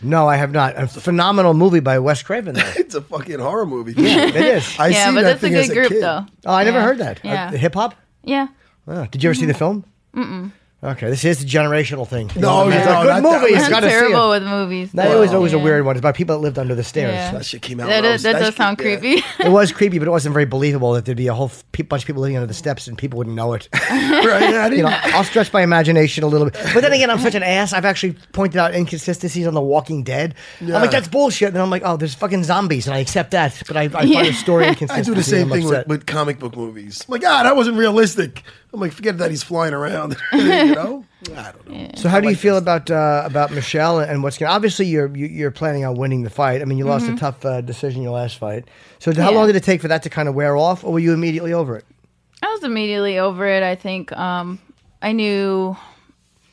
Speaker 2: No, I have not. A phenomenal movie by Wes Craven. Though.
Speaker 6: It's a fucking horror movie.
Speaker 2: it is.
Speaker 6: I
Speaker 7: yeah,
Speaker 6: seen
Speaker 7: but that's a
Speaker 6: that thing
Speaker 7: good
Speaker 6: as
Speaker 7: group
Speaker 6: kid.
Speaker 7: though.
Speaker 2: Oh, I never
Speaker 7: Yeah.
Speaker 2: heard that.
Speaker 7: Yeah,
Speaker 2: hip hop.
Speaker 7: yeah.
Speaker 2: did you ever see the film? Mm. Okay, this is the generational thing. it's a
Speaker 6: No, no,
Speaker 2: good
Speaker 6: not that
Speaker 2: movie.
Speaker 6: one.
Speaker 2: You
Speaker 7: I'm
Speaker 2: gotta see
Speaker 7: terrible
Speaker 2: it.
Speaker 7: with movies.
Speaker 2: That was always a
Speaker 7: Yeah.
Speaker 2: weird one. It's about people that lived under the stairs.
Speaker 7: Yeah.
Speaker 6: That shit came out.
Speaker 7: That,
Speaker 6: when I
Speaker 7: does-
Speaker 6: was-
Speaker 7: that
Speaker 6: that
Speaker 7: does
Speaker 6: shit-
Speaker 7: sound
Speaker 6: yeah.
Speaker 7: creepy.
Speaker 2: It was creepy, but it wasn't very believable that there'd be a whole f- pe- bunch of people living under the steps and people wouldn't know it.
Speaker 6: right? I
Speaker 2: you
Speaker 6: didn't.
Speaker 2: know, I'll stretch my imagination a little bit. But then again, I'm such an ass. I've actually pointed out inconsistencies on The Walking Dead. I'm
Speaker 6: Yeah.
Speaker 2: like, that's bullshit. And then I'm like, oh, there's fucking zombies, and I accept that. But I, I find
Speaker 7: Yeah.
Speaker 2: the story
Speaker 6: I
Speaker 2: inconsistent.
Speaker 6: do the same thing with, with comic book movies. I'm like, ah, that wasn't realistic. I'm like, forget that he's flying around. you know? I don't know.
Speaker 2: So how do you feel about uh, about Michelle and what's going? to Obviously, you're you, you're planning on winning the fight. I mean, you lost a tough uh, decision your last fight. So how
Speaker 7: Mm-hmm. Yeah.
Speaker 2: long did it take for that to kind of wear off, or were you immediately over it?
Speaker 7: I was immediately over it. I think um, I knew,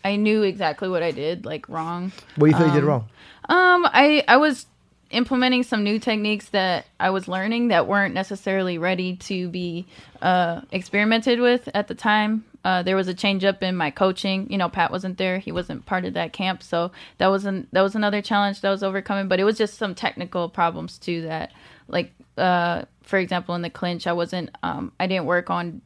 Speaker 7: I knew exactly what I did like wrong.
Speaker 2: What do you feel you did wrong?
Speaker 7: Um, I I was implementing some new techniques that I was learning that weren't necessarily ready to be uh, experimented with at the time. Uh, there was a change up in my coaching. You know, Pat wasn't there; he wasn't part of that camp, so that was an, that was another challenge that was overcoming. But it was just some technical problems too that, like, uh, for example, in the clinch, I wasn't um, I didn't work on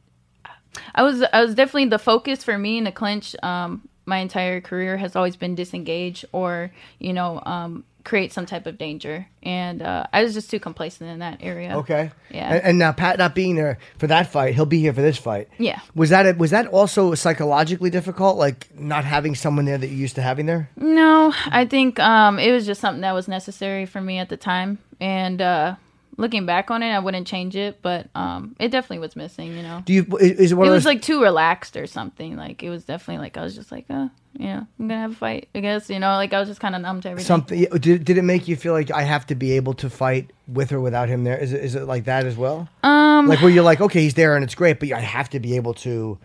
Speaker 7: I was I was definitely the focus for me in the clinch. Um, my entire career has always been disengage or you know um, create some type of danger, and uh, I was just too complacent in that area.
Speaker 2: Okay.
Speaker 7: Yeah.
Speaker 2: And, and now Pat not being there for that fight, he'll be here for this fight.
Speaker 7: Yeah.
Speaker 2: Was that a, was that also psychologically difficult, like not having someone there that you used to having there?
Speaker 7: No, I think um, it was just something that was necessary for me at the time, and uh, looking back on it, I wouldn't change it, but um, it definitely was missing. You know.
Speaker 2: Do you is is it one
Speaker 7: it
Speaker 2: of
Speaker 7: was
Speaker 2: those,
Speaker 7: like too relaxed or something. Like it was definitely like I was just like, uh, yeah, I'm gonna have a fight. I guess you know, like I was just kind of numb to everything.
Speaker 2: something? Did, did it make you feel like I have to be able to fight with or without him there? Is it is it like that as well? Um, like where you're like, okay, he's there and it's great, but I have to be able to.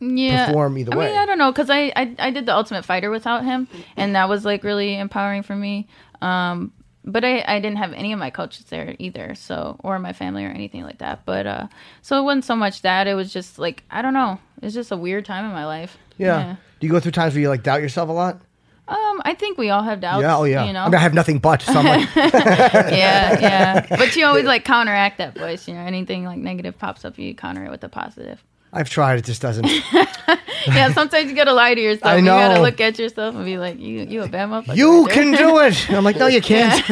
Speaker 7: yeah.
Speaker 2: perform either
Speaker 7: I
Speaker 2: way.
Speaker 7: mean, I don't know because I, I I did the Ultimate Fighter without him, and that was like really empowering for me. Um, but I, I didn't have any of my coaches there either, so or my family or anything like that. But uh, so it wasn't so much that it was just like I don't know. It's just a weird time in my life.
Speaker 2: Yeah. Do you go through times where you like doubt yourself a lot?
Speaker 7: Um, I think we all have doubts.
Speaker 2: yeah. Oh yeah.
Speaker 7: You know.
Speaker 2: I mean, I have nothing but. So I'm like,
Speaker 7: yeah, yeah. But you always like counteract that voice. You know, anything like negative pops up, you counter it with a positive.
Speaker 2: I've tried. It just doesn't.
Speaker 7: Yeah. Sometimes you gotta lie to yourself.
Speaker 2: I
Speaker 7: You
Speaker 2: know.
Speaker 7: gotta look at yourself and be like, you you a bad motherfucker.
Speaker 2: you
Speaker 7: right there.
Speaker 2: can do it. And I'm like, no, you can't.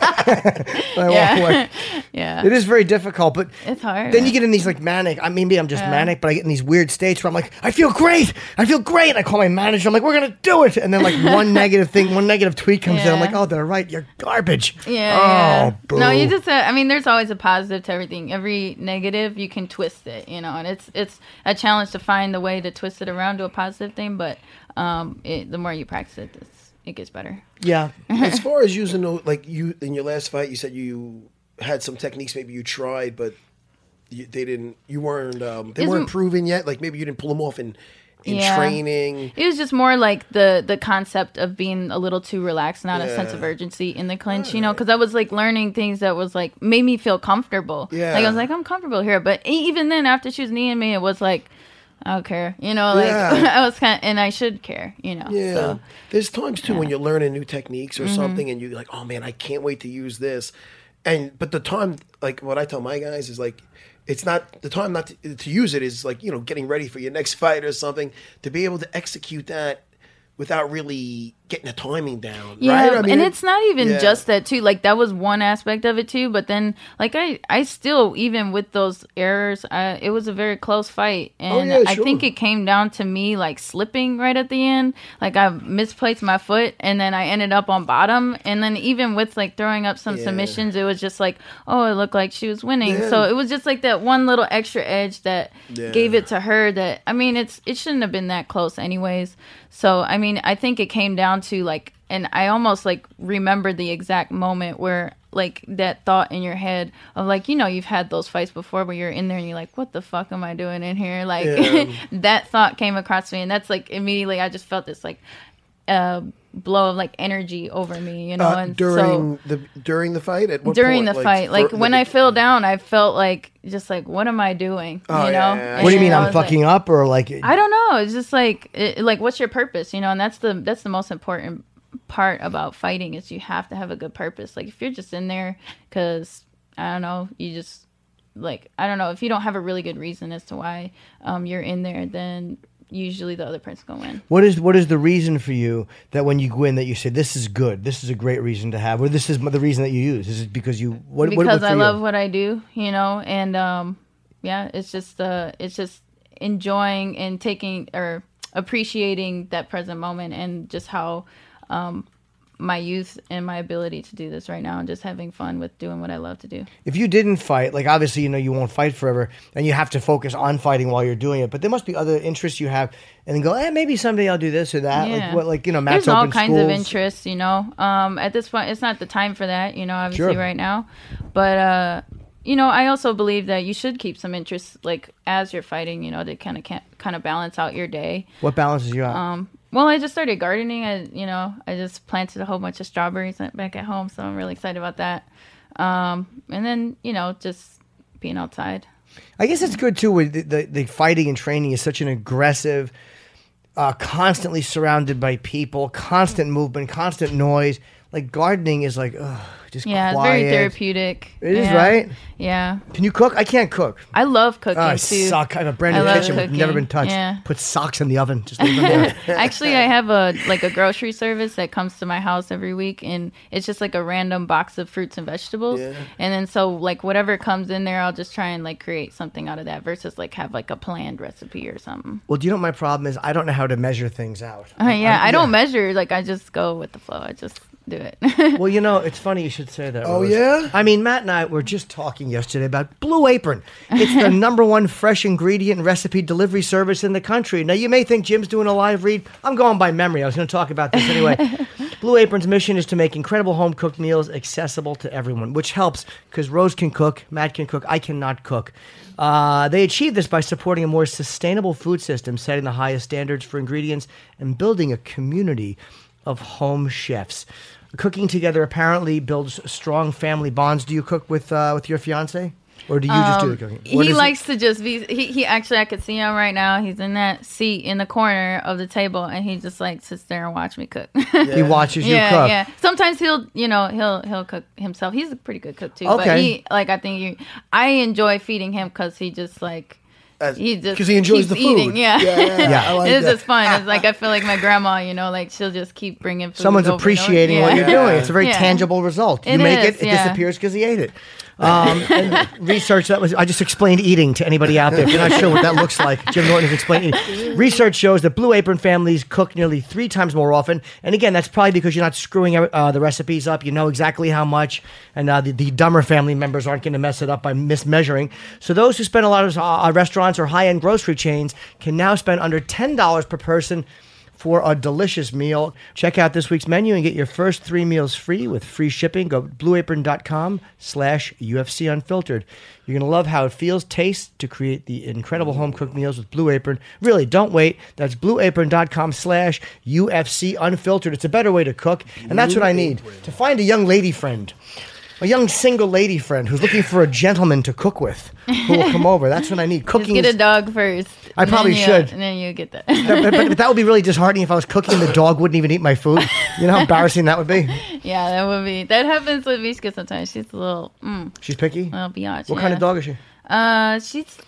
Speaker 2: I walk
Speaker 7: Yeah.
Speaker 2: away.
Speaker 7: yeah.
Speaker 2: It is very difficult, but
Speaker 7: It's hard.
Speaker 2: Then you get in these like manic. I mean, maybe I'm just manic, but I get in these weird states where I'm like, I feel great, I feel great. And I call my manager. I'm like, we're gonna do it. And then like one negative thing, one negative tweet comes in. I'm
Speaker 7: Yeah.
Speaker 2: like, oh, they're right. You're garbage.
Speaker 7: Yeah.
Speaker 2: Oh,
Speaker 7: yeah.
Speaker 2: boo.
Speaker 7: No, you just. Uh, I mean, there's always a positive to everything. Every negative, you can twist it. You know, and it's it's a challenge to find the way to twist it around to a positive thing. But um, it, the more you practice it, it's, it gets better.
Speaker 2: yeah.
Speaker 6: as far as using those, like you in your last fight, you said you had some techniques maybe you tried, but you, they didn't. You weren't. Um, they
Speaker 7: Isn't-
Speaker 6: weren't proven yet. Like maybe you didn't pull them off in in
Speaker 7: Yeah.
Speaker 6: training.
Speaker 7: It was just more like the the concept of being a little too relaxed, not a sense of
Speaker 6: Yeah.
Speaker 7: urgency in the clinch, you know, because I was like learning things that was like made me feel comfortable.
Speaker 6: Yeah.
Speaker 7: like I was like I'm comfortable here, but e- even then, after she was kneeing me, it was like I don't care, you know, like
Speaker 6: Yeah.
Speaker 7: I was kind of, and I should care, you know.
Speaker 6: Yeah.
Speaker 7: so. Mm-hmm.
Speaker 6: There's times too when you're learning new techniques or something and you're like, oh man, I can't wait to use this. And but the time like what I tell my guys is like it's not the time not to, to use it is like, you know, getting ready for your next fight or something to be able to execute that without really getting the timing down.
Speaker 7: Yeah,
Speaker 6: right? I mean,
Speaker 7: and it's not even
Speaker 6: yeah.
Speaker 7: just that too. Like that was one aspect of it too, but then like I, I still even with those errors, I, it was a very close fight, and
Speaker 6: Oh, yeah,
Speaker 7: I think
Speaker 6: sure.
Speaker 7: it came down to me like slipping right at the end. Like I misplaced my foot, and then I ended up on bottom. And then even with like throwing up some
Speaker 6: Yeah.
Speaker 7: submissions, it was just like, oh, it looked like she was winning.
Speaker 6: Yeah.
Speaker 7: So it was just like that one little extra edge that
Speaker 6: Yeah.
Speaker 7: gave it to her. That I mean, it's it shouldn't have been that close anyways. So I mean, I think it came down to like, and I almost like remember the exact moment where like that thought in your head of like you know you've had those fights before where you're in there and you're like what the fuck am i doing in here like that thought came across me and that's like immediately i just felt this like uh blow of like energy over me you know
Speaker 6: Uh,
Speaker 7: and so
Speaker 6: during the during the fight at what
Speaker 7: during
Speaker 6: point?
Speaker 7: the fight like
Speaker 6: for-
Speaker 7: when i fell down i felt like just like what am i doing
Speaker 6: Oh,
Speaker 7: you know
Speaker 6: yeah, yeah, yeah.
Speaker 7: And
Speaker 2: What do you mean?
Speaker 7: I
Speaker 2: I'm
Speaker 7: was like-
Speaker 2: fucking up or like?
Speaker 7: I don't know. It's just like it, like what's your purpose, you know? And that's the that's the most important part about fighting is you have to have a good purpose. Like if you're just in there cuz I don't know, you just like I don't know, if you don't have a really good reason as to why um you're in there, then usually the other person's gonna win.
Speaker 2: What is what is the reason for you that when you win that you say this is good, this is a great reason to have, or this is m- the reason that you use? Is it because you what? what,
Speaker 7: because
Speaker 2: what for
Speaker 7: I
Speaker 2: you?
Speaker 7: love what I do, you know, and um, yeah, it's just uh, it's just enjoying and taking or appreciating that present moment and just how um, my youth and my ability to do this right now and just having fun with doing what I love to do.
Speaker 2: If you didn't fight, like obviously you know you won't fight forever, and you have to focus on fighting while you're doing it. But there must be other interests you have, and then go, eh, maybe someday I'll do this or that. Like
Speaker 7: Yeah.
Speaker 2: what, like you know, Matt's
Speaker 7: There's all
Speaker 2: open
Speaker 7: kinds of
Speaker 2: schools.
Speaker 7: interests, you know. Um, at this point, it's not the time for that, you know. Obviously,
Speaker 2: Sure.
Speaker 7: right now, but uh, you know, I also believe that you should keep some interests, like as you're fighting, you know, to kind of kind of balance out your day.
Speaker 2: What balances you out?
Speaker 7: Um, Well, I just started gardening. I, you know, I just planted a whole bunch of strawberries back at home, so I'm really excited about that. Um, and then, you know, just being outside.
Speaker 2: I guess it's good too. With the, the, the fighting and training is such an aggressive, uh, constantly surrounded by people, constant
Speaker 7: Mm.
Speaker 2: movement, constant noise. Like gardening is like, ugh, just
Speaker 7: Yeah, it's
Speaker 2: quiet.
Speaker 7: very therapeutic.
Speaker 2: It is,
Speaker 7: Yeah.
Speaker 2: right?
Speaker 7: Yeah,
Speaker 2: Can you cook? I can't cook.
Speaker 7: I love cooking
Speaker 2: Oh, I
Speaker 7: too.
Speaker 2: suck. I have a brand
Speaker 7: I
Speaker 2: new
Speaker 7: love
Speaker 2: kitchen, that's
Speaker 7: cooking.
Speaker 2: never been touched.
Speaker 7: Yeah.
Speaker 2: Put socks in the oven. Just leave them there.
Speaker 7: Actually, I have a like a grocery service that comes to my house every week, and it's just like a random box of fruits and vegetables. And then so like whatever comes in there, I'll just try and like create something out of that versus like have like a planned recipe or something.
Speaker 2: well, do you know what my problem is? I don't know how to measure things out.
Speaker 7: Uh, yeah, I don't measure. Like I just go with the flow. I just do it.
Speaker 2: Well, you know, it's funny you should say that.
Speaker 6: Oh,
Speaker 2: Rose.
Speaker 6: yeah?
Speaker 2: I mean, Matt and I were just talking yesterday about Blue Apron. It's the number one fresh ingredient recipe delivery service in the country. Now, you may think Jim's doing a live read. I'm going by memory. I was going to talk about this anyway. Blue Apron's mission is to make incredible home cooked meals accessible to everyone, which helps because Rose can cook, Matt can cook, I cannot cook. Uh, they achieve this by supporting a more sustainable food system, setting the highest standards for ingredients, and building a community of home chefs. Cooking together apparently builds strong family bonds. Do you cook with uh, with your fiance, or do you just do the cooking?
Speaker 7: Um,
Speaker 2: What
Speaker 7: he
Speaker 2: is it-
Speaker 7: likes to just be. He, he actually, I could see him right now. He's in that seat in the corner of the table, and he just like sits there and watch me cook.
Speaker 2: he watches you
Speaker 7: yeah,
Speaker 2: cook.
Speaker 7: yeah. Sometimes he'll, you know, he'll he'll cook himself. He's a pretty good cook too. But
Speaker 2: Okay.
Speaker 7: he, like, I think you, I enjoy feeding him because he just like
Speaker 6: As-
Speaker 7: he just
Speaker 6: 'cause he
Speaker 7: keeps
Speaker 6: enjoys the food.
Speaker 7: Eating. Yeah,
Speaker 6: Yeah, yeah, yeah. I like
Speaker 7: it's
Speaker 6: that.
Speaker 7: just fun. It's like I feel like my grandma. You know, like she'll just keep bringing. Food
Speaker 2: Someone's
Speaker 7: over and over.
Speaker 2: appreciating what
Speaker 7: Yeah.
Speaker 2: you're doing. It's a very
Speaker 7: Yeah.
Speaker 2: tangible result. You
Speaker 7: It
Speaker 2: make
Speaker 7: is,
Speaker 2: it, it
Speaker 7: yeah.
Speaker 2: disappears because he ate it. Um, and research that was I just explained eating to anybody out there. If you're not sure what that looks like, Jim Norton has explained eating. Research shows that Blue Apron families cook nearly three times more often. And again, that's probably because you're not screwing uh, the recipes up. You know exactly how much, and uh, the, the dumber family members aren't going to mess it up by mismeasuring. So those who spend a lot of uh, restaurants or high end grocery chains can now spend under ten dollars per person for a delicious meal. Check out this week's menu and get your first three meals free with free shipping. Go to blueapron.com slash UFC Unfiltered. You're going to love how it feels, tastes to create the incredible home cooked meals with Blue Apron. Really, don't wait. That's blueapron.com slash UFC Unfiltered. It's a better way to cook, and that's what I need to find a young lady friend. A young single lady friend who's looking for a gentleman to cook with, who will come over. That's what I need.
Speaker 7: Just
Speaker 2: Cooking
Speaker 7: get
Speaker 2: is
Speaker 7: a dog first.
Speaker 2: I
Speaker 7: and then
Speaker 2: probably
Speaker 7: you-
Speaker 2: should.
Speaker 7: And then you get that.
Speaker 2: but, but- but that would be really disheartening if I was cooking and the dog wouldn't even eat my food. You know how embarrassing that would be?
Speaker 7: yeah, that would be. That happens with Mishka sometimes. She's a little, mm,
Speaker 2: She's picky.
Speaker 7: little biatch.
Speaker 2: what kind of
Speaker 7: yeah.
Speaker 2: dog is she?
Speaker 7: Uh, she's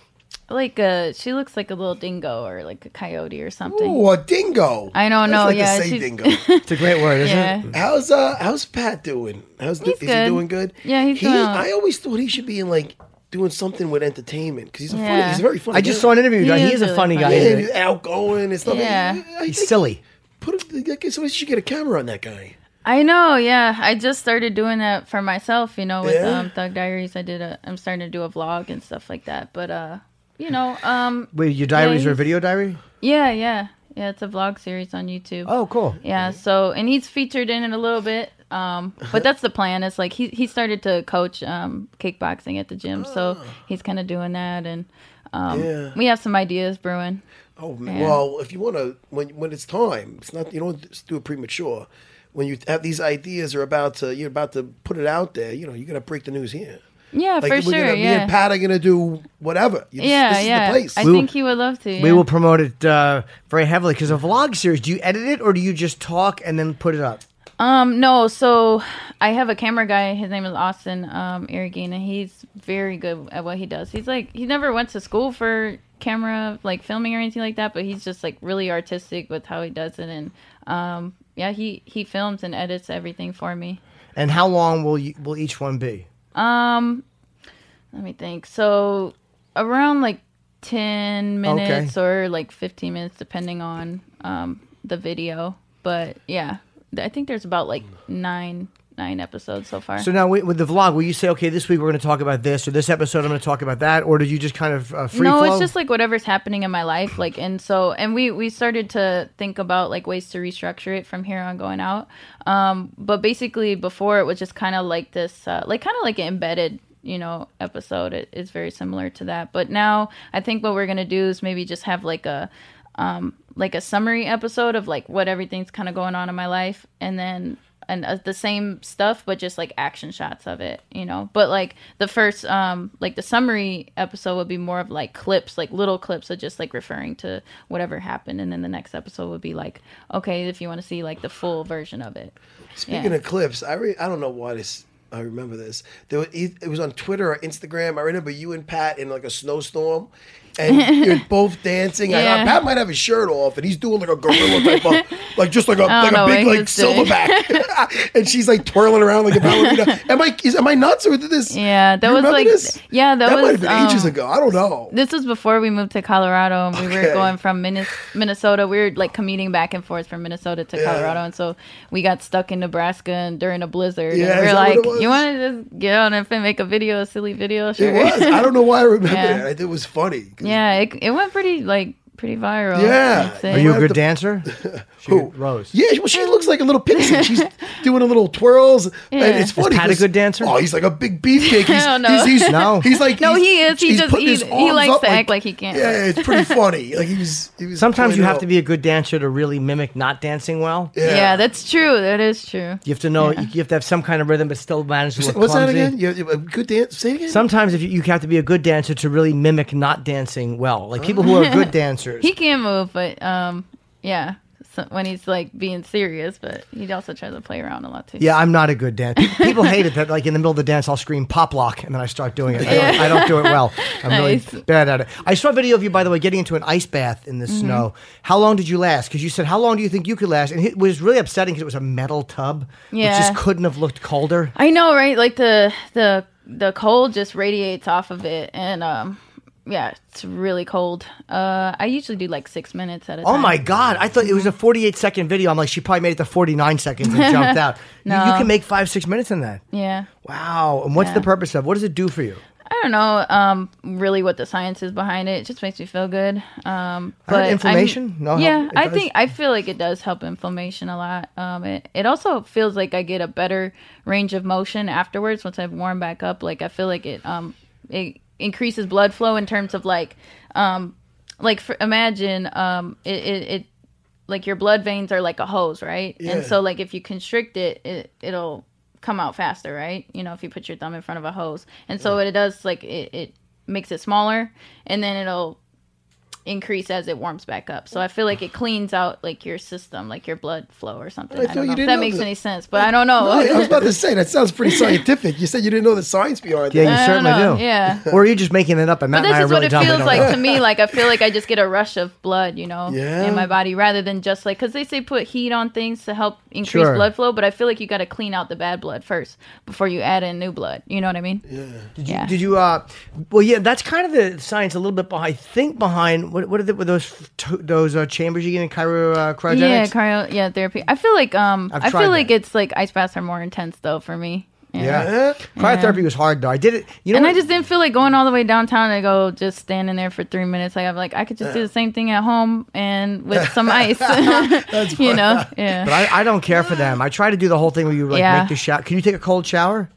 Speaker 7: like a. She looks like a little dingo or like a coyote or something.
Speaker 6: Ooh, a dingo.
Speaker 7: I don't
Speaker 6: That's
Speaker 7: know,
Speaker 6: Like
Speaker 7: yeah,
Speaker 6: a say
Speaker 7: she's-
Speaker 6: dingo.
Speaker 2: It's a great word, isn't
Speaker 7: yeah.
Speaker 2: it?
Speaker 6: How's uh how's Pat doing? How's
Speaker 7: He's
Speaker 6: is he
Speaker 7: good.
Speaker 6: doing good?
Speaker 7: Yeah, he's
Speaker 6: he,
Speaker 7: doing all right.
Speaker 6: I always thought he should be in like doing something with entertainment because he's a funny.
Speaker 7: Yeah.
Speaker 6: He's a very funny.
Speaker 2: I just
Speaker 6: guy.
Speaker 2: saw an interview.
Speaker 7: He
Speaker 2: He, he
Speaker 7: is
Speaker 2: is a
Speaker 7: really
Speaker 2: funny guy.
Speaker 7: funny.
Speaker 6: Yeah,
Speaker 2: Isn't
Speaker 6: he's
Speaker 2: he?
Speaker 6: outgoing and stuff.
Speaker 7: Yeah.
Speaker 6: I- I
Speaker 2: He's
Speaker 6: think-
Speaker 2: silly.
Speaker 6: Put a, like, somebody should get a camera on that guy.
Speaker 7: I know, yeah. I just started doing that for myself, you know, with
Speaker 6: Yeah.
Speaker 7: um, Thug Diaries. I did a, I'm starting to do a vlog and stuff like that. But, uh, you know, um,
Speaker 2: Wait, your diaries
Speaker 7: Yeah,
Speaker 2: are a
Speaker 7: he's-
Speaker 2: video diary?
Speaker 7: yeah, yeah, yeah. It's a vlog series on YouTube.
Speaker 2: Oh, cool.
Speaker 7: yeah. So, and he's featured in it a little bit. Um, but that's the plan. It's like he he started to coach um kickboxing at the gym, so
Speaker 6: Ah.
Speaker 7: he's kind of doing that, and um,
Speaker 6: Yeah.
Speaker 7: we have some ideas brewing.
Speaker 6: Oh man. well, if you want to, when when it's time, it's not you don't just do it premature. When you have these ideas are about to you're about to put it out there, you know you're gonna break the news here.
Speaker 7: Yeah,
Speaker 6: Like
Speaker 7: for
Speaker 6: we're
Speaker 7: sure.
Speaker 6: gonna, me
Speaker 7: yeah,
Speaker 6: and Pat are gonna do whatever. You- this-
Speaker 7: yeah,
Speaker 6: this is the
Speaker 7: yeah.
Speaker 6: place.
Speaker 7: I
Speaker 2: will-
Speaker 7: think he would love to.
Speaker 2: We
Speaker 7: yeah.
Speaker 2: will promote it uh, very heavily because a vlog series. Do you edit it or do you just talk and then put it up?
Speaker 7: Um, no, so I have a camera guy. His name is Austin um, Irrigina. He's very good at what he does. He's like he never went to school for camera like filming or anything like that, but he's just like really artistic with how he does it. And um, yeah, he he films and edits everything for me.
Speaker 2: And how long will you, will each one be?
Speaker 7: Let me think. So around like ten minutes or like fifteen minutes, depending on um, the video. But yeah, th- I think there's about like nine nine episodes so far.
Speaker 2: So now wi- with the vlog, will you say, okay, this week we're going to talk about this, or this episode I'm going to talk about that, or did you just kind of uh, free
Speaker 7: no
Speaker 2: flow?
Speaker 7: it's just like whatever's happening in my life like and so and we we started to think about like ways to restructure it from here on going out um but basically before it was just kind of like this uh, like kind of like an embedded you know episode it, it's very similar to that but now i think what we're gonna do is maybe just have like a um like a summary episode of like what everything's kind of going on in my life and then and uh, the same stuff but just like action shots of it you know but like the first um like the summary episode would be more of like clips like little clips of just like referring to whatever happened and then the next episode would be like okay if you want to see like the full version of it
Speaker 6: Speaking
Speaker 7: Yeah.
Speaker 6: of clips, I re- I don't know why this. I remember this. There was, e, it was on Twitter or Instagram. I remember you and Pat in like a snowstorm, and you're both dancing. And, uh,
Speaker 7: Yeah.
Speaker 6: Pat might have his shirt off, and he's doing like a gorilla type of, like just like a like
Speaker 7: know
Speaker 6: a
Speaker 7: what
Speaker 6: big
Speaker 7: he
Speaker 6: like
Speaker 7: was doing.
Speaker 6: silverback, and she's like twirling around like a ballerina. Am I is, am I nuts with this?
Speaker 7: Yeah, that
Speaker 6: You
Speaker 7: was
Speaker 6: remember
Speaker 7: like-
Speaker 6: this?
Speaker 7: yeah, that
Speaker 6: might
Speaker 7: was,
Speaker 6: have been ages
Speaker 7: um,
Speaker 6: ago. I don't know.
Speaker 7: this was before we moved to Colorado and we
Speaker 6: Okay.
Speaker 7: were going from Minnes- Minnesota. We were like commuting back and forth from Minnesota to Colorado. And so we got stuck in Nebraska and during a blizzard.
Speaker 6: Yeah,
Speaker 7: and we
Speaker 6: is
Speaker 7: were
Speaker 6: that what
Speaker 7: like,
Speaker 6: it was?
Speaker 7: you want to just get on and fin- make a video, a silly video? Sure.
Speaker 6: It was. I don't know why I remember
Speaker 7: Yeah.
Speaker 6: it. It was funny. 'Cause-
Speaker 7: yeah, it, it went pretty, like, pretty viral.
Speaker 6: Yeah.
Speaker 7: I'd say.
Speaker 2: Are you a
Speaker 6: have
Speaker 2: good
Speaker 6: to-
Speaker 2: dancer?
Speaker 6: Who?
Speaker 2: Rose.
Speaker 6: Yeah, well, she looks like a little pixie. She's doing a little twirls, and it's funny.
Speaker 2: Pat a
Speaker 6: 'cause-
Speaker 2: good dancer?
Speaker 6: Oh, he's like a big beefcake. He's,
Speaker 7: don't know.
Speaker 6: He's, he's,
Speaker 2: No.
Speaker 6: he's like
Speaker 7: Oh, No,
Speaker 6: he's-
Speaker 7: he is. He
Speaker 6: he's
Speaker 7: does-
Speaker 6: putting his
Speaker 7: he- he
Speaker 6: arms
Speaker 7: likes
Speaker 6: up
Speaker 7: to act like he can't.
Speaker 6: Yeah, it's pretty funny. Like he was. He was
Speaker 2: Sometimes
Speaker 6: playing
Speaker 2: you
Speaker 6: it
Speaker 2: have
Speaker 6: up.
Speaker 2: to be a good dancer to really mimic not dancing well.
Speaker 7: yeah. that's true. That is true.
Speaker 2: You have to know you have to have some kind of rhythm, but still manage to look
Speaker 6: What's that
Speaker 2: clumsy.
Speaker 6: again? You, you- a good dance. Say it again.
Speaker 2: Sometimes if you, you have to be a good dancer to really mimic not dancing well. Like people who are good
Speaker 7: Uh-huh.
Speaker 2: dancers.
Speaker 7: He can move, but, um, yeah. So when he's like being serious, but he also tries to play around a lot too.
Speaker 2: yeah, I'm not a good dancer. People hate it that like in the middle of the dance I'll scream pop lock and then I start doing it. I don't, I don't do it well. I'm
Speaker 7: Nice. Mm-hmm.
Speaker 2: really bad at it. I saw a video of you by the way getting into an ice bath in the snow. How long did you last? Because you said how long do you think you could last? And it was really upsetting because it was a metal tub, which
Speaker 7: Yeah.
Speaker 2: just couldn't have looked colder.
Speaker 7: I know, right? Like the the the cold just radiates off of it, and um, yeah, it's really cold. Uh, I usually do like six minutes at a time.
Speaker 2: Oh my God! I thought it was a 48 second video. I'm like, she probably made it to 49 seconds and jumped out. You- you,
Speaker 7: No.
Speaker 2: can make five, six minutes in that.
Speaker 7: Yeah,
Speaker 2: Wow! And what's the purpose of? What does it do for you?
Speaker 7: I don't know. Um, really, what the science is behind it? It just makes me feel good. Um,
Speaker 2: I heard
Speaker 7: but I'm-
Speaker 2: inflammation? No help-
Speaker 7: yeah,
Speaker 2: it
Speaker 7: I
Speaker 2: does?
Speaker 7: think I feel like it does help inflammation a lot. Um, it it also feels like I get a better range of motion afterwards once I've warmed back up. Like I feel like it um it increases blood flow in terms of like um like for, imagine um it, it it like your blood veins are like a hose, right? And so like if you constrict it, it it'll come out faster, right? You know, if you put your thumb in front of a hose. And so what it does like it, it makes it smaller and then it'll increase as it warms back up. So I feel like it cleans out like your system, like your blood flow or something. I,
Speaker 6: thought
Speaker 7: don't
Speaker 6: you
Speaker 7: know if
Speaker 6: didn't
Speaker 7: that
Speaker 6: know
Speaker 7: makes
Speaker 6: that.
Speaker 7: any sense, but I don't know.
Speaker 6: Oh, yeah, I was about to say that sounds pretty scientific. You said you didn't know the science behind
Speaker 2: Yeah,
Speaker 6: that.
Speaker 2: you
Speaker 7: I don't
Speaker 2: certainly
Speaker 7: know.
Speaker 2: do.
Speaker 7: Yeah.
Speaker 2: Or are you just making it up? And Matt
Speaker 7: But
Speaker 2: and I
Speaker 7: this
Speaker 2: are
Speaker 7: is what
Speaker 2: really
Speaker 7: it
Speaker 2: dumb. We
Speaker 7: feels
Speaker 2: don't
Speaker 7: like
Speaker 2: know.
Speaker 7: to me. Like I feel like I just get a rush of blood, you know,
Speaker 6: Yeah.
Speaker 7: in my body, rather than just like because they say put heat on things to help increase
Speaker 2: Sure.
Speaker 7: blood flow. But I feel like you got to clean out the bad blood first before you add in new blood. You know what I mean?
Speaker 2: Did you?
Speaker 7: Yeah.
Speaker 2: Did you? Uh, well, yeah, that's kind of the science a little bit behind. I think behind what? What are the, were those f- to, those uh, chambers you get in cryo uh, cryogenics?
Speaker 7: Yeah, cryo, yeah, therapy. I feel like um,
Speaker 2: I've
Speaker 7: I
Speaker 2: tried
Speaker 7: feel like
Speaker 2: that.
Speaker 7: it's like ice baths are more intense though for me. Yeah.
Speaker 2: Yeah. Cryotherapy was hard though. I did it. You know,
Speaker 7: And
Speaker 2: what?
Speaker 7: I just didn't feel like going all the way downtown to go just standing there for three minutes. Like I'm like I could just do the same thing at home and with some ice. you know, yeah.
Speaker 2: But I, I don't care for them. I try to do the whole thing where you like
Speaker 7: Yeah.
Speaker 2: make the shower. Can you take a cold shower?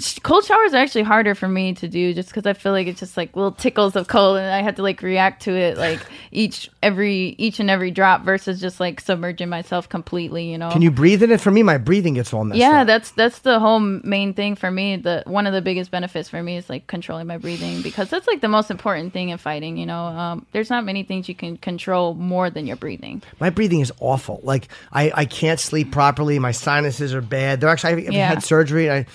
Speaker 7: Sh- cold showers are actually harder for me to do just because I feel like it's just like little tickles of cold and I have to like react to it like each every each and every drop versus just like submerging myself completely. You know.
Speaker 2: Can you breathe in it? For me, my breathing gets all messed
Speaker 7: yeah
Speaker 2: up.
Speaker 7: that's that's the whole main thing for me the one of the biggest benefits for me is like controlling my breathing because that's like the most important thing in fighting you know um, there's not many things you can control more than your breathing
Speaker 2: my breathing is awful. Like I, I can't sleep properly. My sinuses are bad. They're actually I've, I've
Speaker 7: Yeah.
Speaker 2: had surgery. I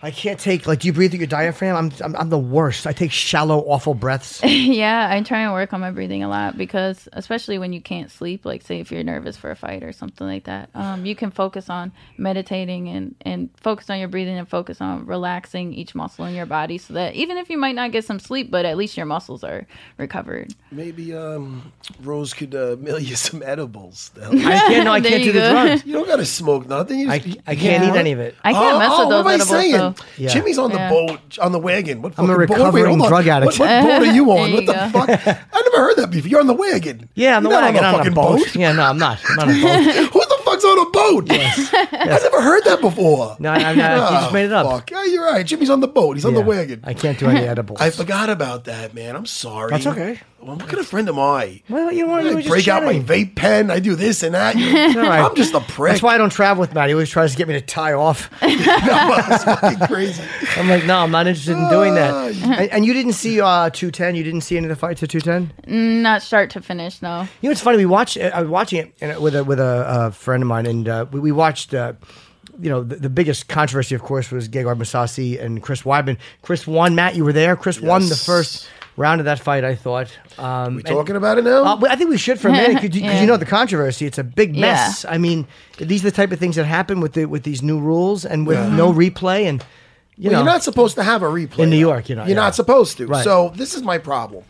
Speaker 2: I can't take like. Do you breathe through your diaphragm? I'm I'm, I'm the worst. I take shallow, awful breaths.
Speaker 7: yeah i try and work on my breathing a lot because especially when you can't sleep like say if you're nervous for a fight or something like that um, you can focus on meditating and and focus on your breathing and focus on relaxing each muscle in your body so that even if you might not get some sleep but at least your muscles are recovered
Speaker 6: Maybe um, Rose could uh, mail you some edibles. to help.
Speaker 2: I can't. No, I
Speaker 7: There
Speaker 2: can't do
Speaker 7: you
Speaker 2: the
Speaker 7: go.
Speaker 2: drugs.
Speaker 6: You don't gotta smoke nothing. You
Speaker 2: I,
Speaker 6: just-
Speaker 2: I can't
Speaker 6: Yeah.
Speaker 2: eat any of it.
Speaker 7: i can't mess with those
Speaker 6: Oh, what am I
Speaker 7: edibles
Speaker 6: saying?
Speaker 7: though.
Speaker 2: Yeah.
Speaker 6: Jimmy's on
Speaker 7: Yeah.
Speaker 6: the boat, on the wagon. What
Speaker 2: I'm a
Speaker 6: fucking boat? Wait,
Speaker 2: recovering
Speaker 6: hold on.
Speaker 2: drug addict.
Speaker 6: What, what boat are you on?
Speaker 7: There
Speaker 6: what
Speaker 7: you
Speaker 6: the
Speaker 7: go.
Speaker 6: fuck? I never heard that before. You're on the wagon.
Speaker 2: Yeah, I'm the
Speaker 6: You're
Speaker 2: one
Speaker 6: not
Speaker 2: I get on
Speaker 6: on a
Speaker 2: a
Speaker 6: fucking
Speaker 2: boat.
Speaker 6: boat.
Speaker 2: Yeah, no, I'm not. I'm not on a boat.
Speaker 6: Who the fuck's on a boat? I never heard that before.
Speaker 2: No, I, I'm not. You just
Speaker 6: Oh,
Speaker 2: made it up.
Speaker 6: Fuck. Yeah, you're right. Jimmy's on the boat. He's on the
Speaker 2: Yeah.
Speaker 6: wagon.
Speaker 2: I can't do any edibles.
Speaker 6: I forgot about that, man. I'm sorry.
Speaker 2: That's okay.
Speaker 6: Well, what kind of friend am I?
Speaker 2: Well, you want
Speaker 6: I
Speaker 2: you were just
Speaker 6: break out my
Speaker 2: chatting.
Speaker 6: vape pen. I do this and that.
Speaker 2: It's all right.
Speaker 6: I'm just a prick.
Speaker 2: That's why I don't travel with Matt. He always tries to get me to tie off.
Speaker 6: That's fucking crazy.
Speaker 2: I'm like, no, I'm not interested in doing that. And, and you didn't see uh, 210. You didn't see any of the fights at 210.
Speaker 7: Not start to finish, no.
Speaker 2: You know, it's funny. We watched. I was watching it and, with a with a uh, friend of mine, and uh, we, we watched. Uh, you know, the, the biggest controversy, of course, was Gegard Mousasi and Chris Weidman. Chris won. Matt, you were there. Chris won the
Speaker 6: Yes.
Speaker 2: first round of that fight. I thought. Um,
Speaker 6: We talking about it now?
Speaker 2: Uh, well, I think we should for a minute because you, 'cause you know the controversy. It's a big
Speaker 7: Yeah.
Speaker 2: mess. I mean, these are the type of things that happen with the, with these new rules and with no replay and you
Speaker 6: Well,
Speaker 2: know
Speaker 6: you're not supposed to have a replay
Speaker 2: In New
Speaker 6: though.
Speaker 2: York, you're not, yeah.
Speaker 6: supposed to.
Speaker 2: Right.
Speaker 6: So this is my problem.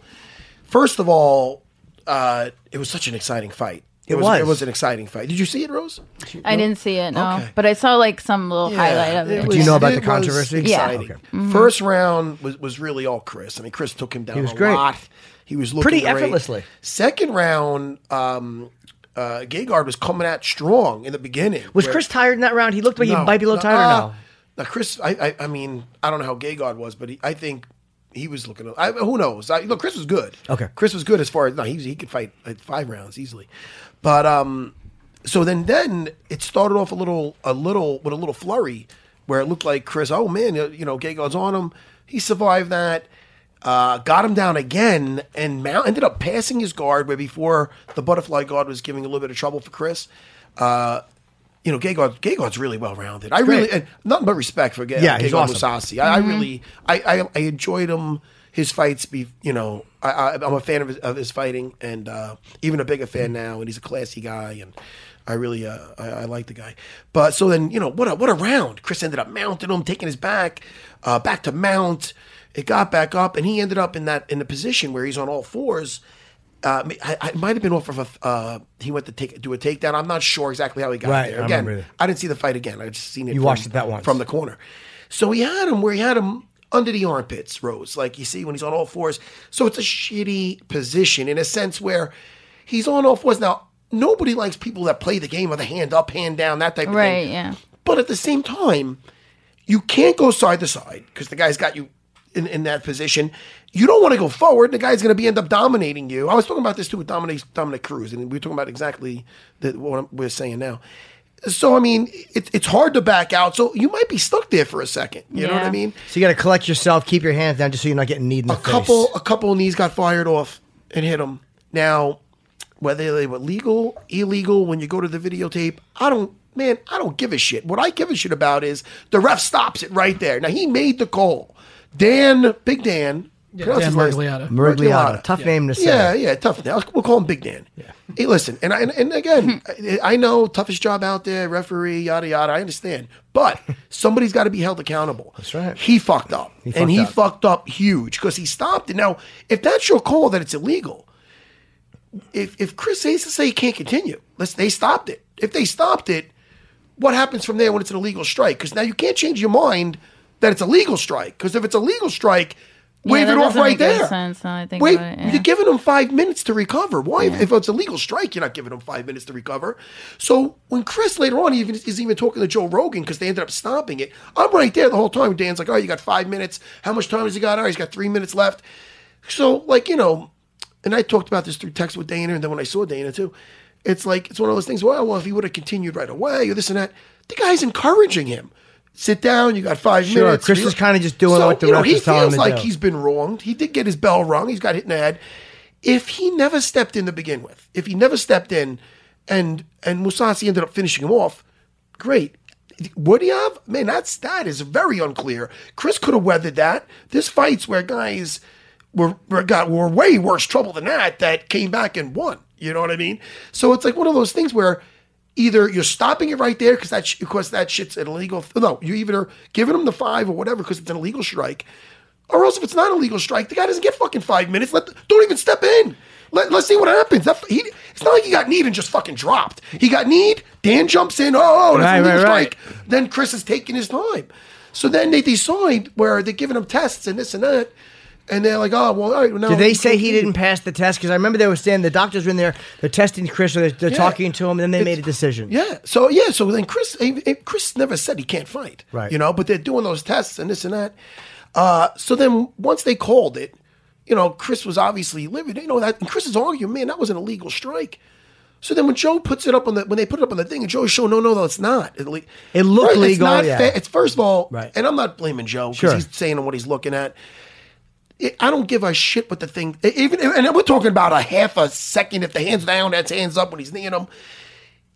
Speaker 6: First of all, uh, it was such an exciting fight. It, was,
Speaker 2: was.
Speaker 6: It was an exciting fight. Did you see it, Rose?
Speaker 7: I didn't see it, no.
Speaker 6: Okay.
Speaker 7: But I saw like some little highlight
Speaker 6: Yeah,
Speaker 7: of it.
Speaker 2: Do you know about the
Speaker 6: it was
Speaker 2: controversy?
Speaker 7: Yeah. Mm-hmm.
Speaker 6: exciting. First round was, was really all Chris. I mean, Chris took him down. He
Speaker 2: was
Speaker 6: a
Speaker 2: great.
Speaker 6: Lot. He was looking
Speaker 2: Pretty
Speaker 6: great.
Speaker 2: effortlessly.
Speaker 6: Second round, um, uh, Gegard was coming out strong in the beginning.
Speaker 2: was
Speaker 6: where-
Speaker 2: Chris tired in that round? He looked like
Speaker 6: No,
Speaker 2: he might be a little
Speaker 6: no,
Speaker 2: tired
Speaker 6: uh,
Speaker 2: or no? Ah.
Speaker 6: Now, Chris, I, I, I mean, I don't know how Gegard was, but he, I think he was looking. I, who knows? I, look, Chris was good.
Speaker 2: Okay.
Speaker 6: Chris was good as far as no, he was- he could fight like five rounds easily, but um, so then then it started off a little a little with a little flurry where it looked like Chris. Oh man, you know, Gegard's on him. He survived that. Uh, got him down again, and Mount ended up passing his guard where before the butterfly guard was giving a little bit of trouble for Chris. Uh, you know, Gegard, Gegard's really well rounded. I really,
Speaker 2: great.
Speaker 6: and nothing but respect for
Speaker 2: Yeah,
Speaker 6: Gegard, yeah,
Speaker 2: he's
Speaker 6: Gegard
Speaker 2: awesome.
Speaker 6: Mousasi. I, I
Speaker 2: Mm-hmm.
Speaker 6: really, I, I, I enjoyed him. His fights, be you know, I, I, I'm a fan of his, of his fighting, and uh, even a bigger
Speaker 2: Mm-hmm.
Speaker 6: fan now. And he's a classy guy, and I really, uh, I, I like the guy. But so then, you know, what a what a round! Chris ended up mounting him, taking his back, uh, back to mount. It got back up, and he ended up in that in the position where he's on all fours, uh, I, I it might have been off of a. Uh, he went to take do a takedown. I'm not sure exactly how he got
Speaker 2: Right, I
Speaker 6: there. Again,
Speaker 2: remember that.
Speaker 6: I, didn't see the fight again. I just seen it.
Speaker 2: You
Speaker 6: from,
Speaker 2: watched it that once.
Speaker 6: from the corner. So he had him where he had him under the armpits, Rose. Like you see when he's on all fours. So it's a shitty position in a sense where he's on all fours. Now nobody likes people that play the game of the hand up, hand down, that type of
Speaker 7: Right,
Speaker 6: thing.
Speaker 7: yeah.
Speaker 6: But at the same time, you can't go side to side because the guy's got you in, in that position. You don't want to go forward. The guy's going to be end up dominating you. I was talking about this too with Dominic Dominic Cruz, and we were talking about exactly the, what I'm- we're saying now. So I mean, it, it's hard to back out. So you might be stuck there for a second. You know what I
Speaker 7: Yeah.
Speaker 6: mean?
Speaker 2: So you got to collect yourself, keep your hands down, just so you're not getting kneed in the
Speaker 6: a
Speaker 2: face.
Speaker 6: couple a couple of knees got fired off and hit him. Now, whether they were legal, illegal, when you go to the videotape, I don't man, I don't give a shit. What I give a shit about is the ref stops it right there. Now he made the call. Dan, Big Dan, pronounce
Speaker 4: Dan
Speaker 6: his last-
Speaker 4: Mergliotta.
Speaker 2: Mergliata, tough name to say.
Speaker 6: yeah, yeah, tough. Now we'll call him Big Dan. Yeah. Hey, listen, and I, and, and again, I, I know toughest job out there, referee, yada yada. I understand, but somebody's got to be held accountable. That's
Speaker 2: right.
Speaker 6: He fucked up,
Speaker 2: fucked
Speaker 6: and he
Speaker 2: up.
Speaker 6: fucked up huge because he stopped it. Now, if that's your call, that it's illegal. If if Chris Hayes to say he can't continue, let's they stopped it. If they stopped it, what happens from there when it's an illegal strike? Because now you can't change your mind that it's a legal strike. Because if it's a legal strike, wave
Speaker 7: that
Speaker 6: it off
Speaker 7: doesn't
Speaker 6: right
Speaker 7: make any
Speaker 6: there.
Speaker 7: sense now I think
Speaker 6: Wait,
Speaker 7: about it, yeah.
Speaker 6: you're giving them five minutes to recover. Why? If- If it's a legal strike, you're not giving them five minutes to recover. So when Chris later on even is even talking to Joe Rogan because they ended up stopping it, I'm right there the whole time. Dan's like, "All right, you got five minutes. How much time has he got? All right, he's got three minutes left." So like you know, and I talked about this through text with Dana, and then when I saw Dana too, it's like it's one of those things. Well, well, if he would have continued right away or this and that, the guy's encouraging him. Sit down. You got five
Speaker 2: Sure,
Speaker 6: minutes.
Speaker 2: Chris
Speaker 6: You-
Speaker 2: is kinda just doing what the
Speaker 6: you know,
Speaker 2: ref
Speaker 6: he
Speaker 2: is telling him
Speaker 6: feels
Speaker 2: to
Speaker 6: like
Speaker 2: do.
Speaker 6: he's been wronged. He did get his bell rung. He's got hit in the head. If he never stepped in to begin with, if he never stepped in, and and Musasi ended up finishing him off, great. Would he have? Man, that's that is very unclear. Chris could have weathered that. This fight's where guys were, were got were way worse trouble than that that came back and won. You know what I mean? So it's like one of those things where either you're stopping it right there because that sh- because that shit's an illegal. No, you either are giving them the five or whatever because it's an illegal strike, or else if it's not a legal strike, the guy doesn't get fucking five minutes. Let the, don't even step in. Let, let's see what happens. That, he, it's not like he got kneed and just fucking dropped. He got kneed. Dan jumps in. Oh, that's
Speaker 2: Right,
Speaker 6: a legal
Speaker 2: right, right.
Speaker 6: strike then Chris is taking his time. So then they decide where they're giving him tests and this and that, and they're like, oh, well, all right. well, Now
Speaker 2: Did they
Speaker 6: you
Speaker 2: say
Speaker 6: can't
Speaker 2: he
Speaker 6: eat.
Speaker 2: didn't pass the test? Because I remember they were saying the doctors were in there, they're testing Chris, or they're, they're
Speaker 6: Yeah.
Speaker 2: talking to him, and then they
Speaker 6: It's-
Speaker 2: made a decision.
Speaker 6: Yeah. So yeah. So then Chris, eh, eh, Chris never said he can't fight.
Speaker 2: Right.
Speaker 6: You know, but they're doing those tests and this and that. Uh, so then once they called it, you know, Chris was obviously livid. You know that, and Chris is arguing, man, that was an illegal strike. So then when Joe puts it up on the when they put it up on the thing, and Joe showing, no, no, no, it's not. It, le-
Speaker 2: It looked
Speaker 6: It's
Speaker 2: legal,
Speaker 6: not
Speaker 2: yeah.
Speaker 6: fair. It's first of all,
Speaker 2: Right.
Speaker 6: and I'm not blaming Joe because
Speaker 2: Sure.
Speaker 6: he's saying what he's looking at. It- I don't give a shit what the thing. e-, Even and we're talking about a half a second. If the hands down, that's hands up when he's kneeing him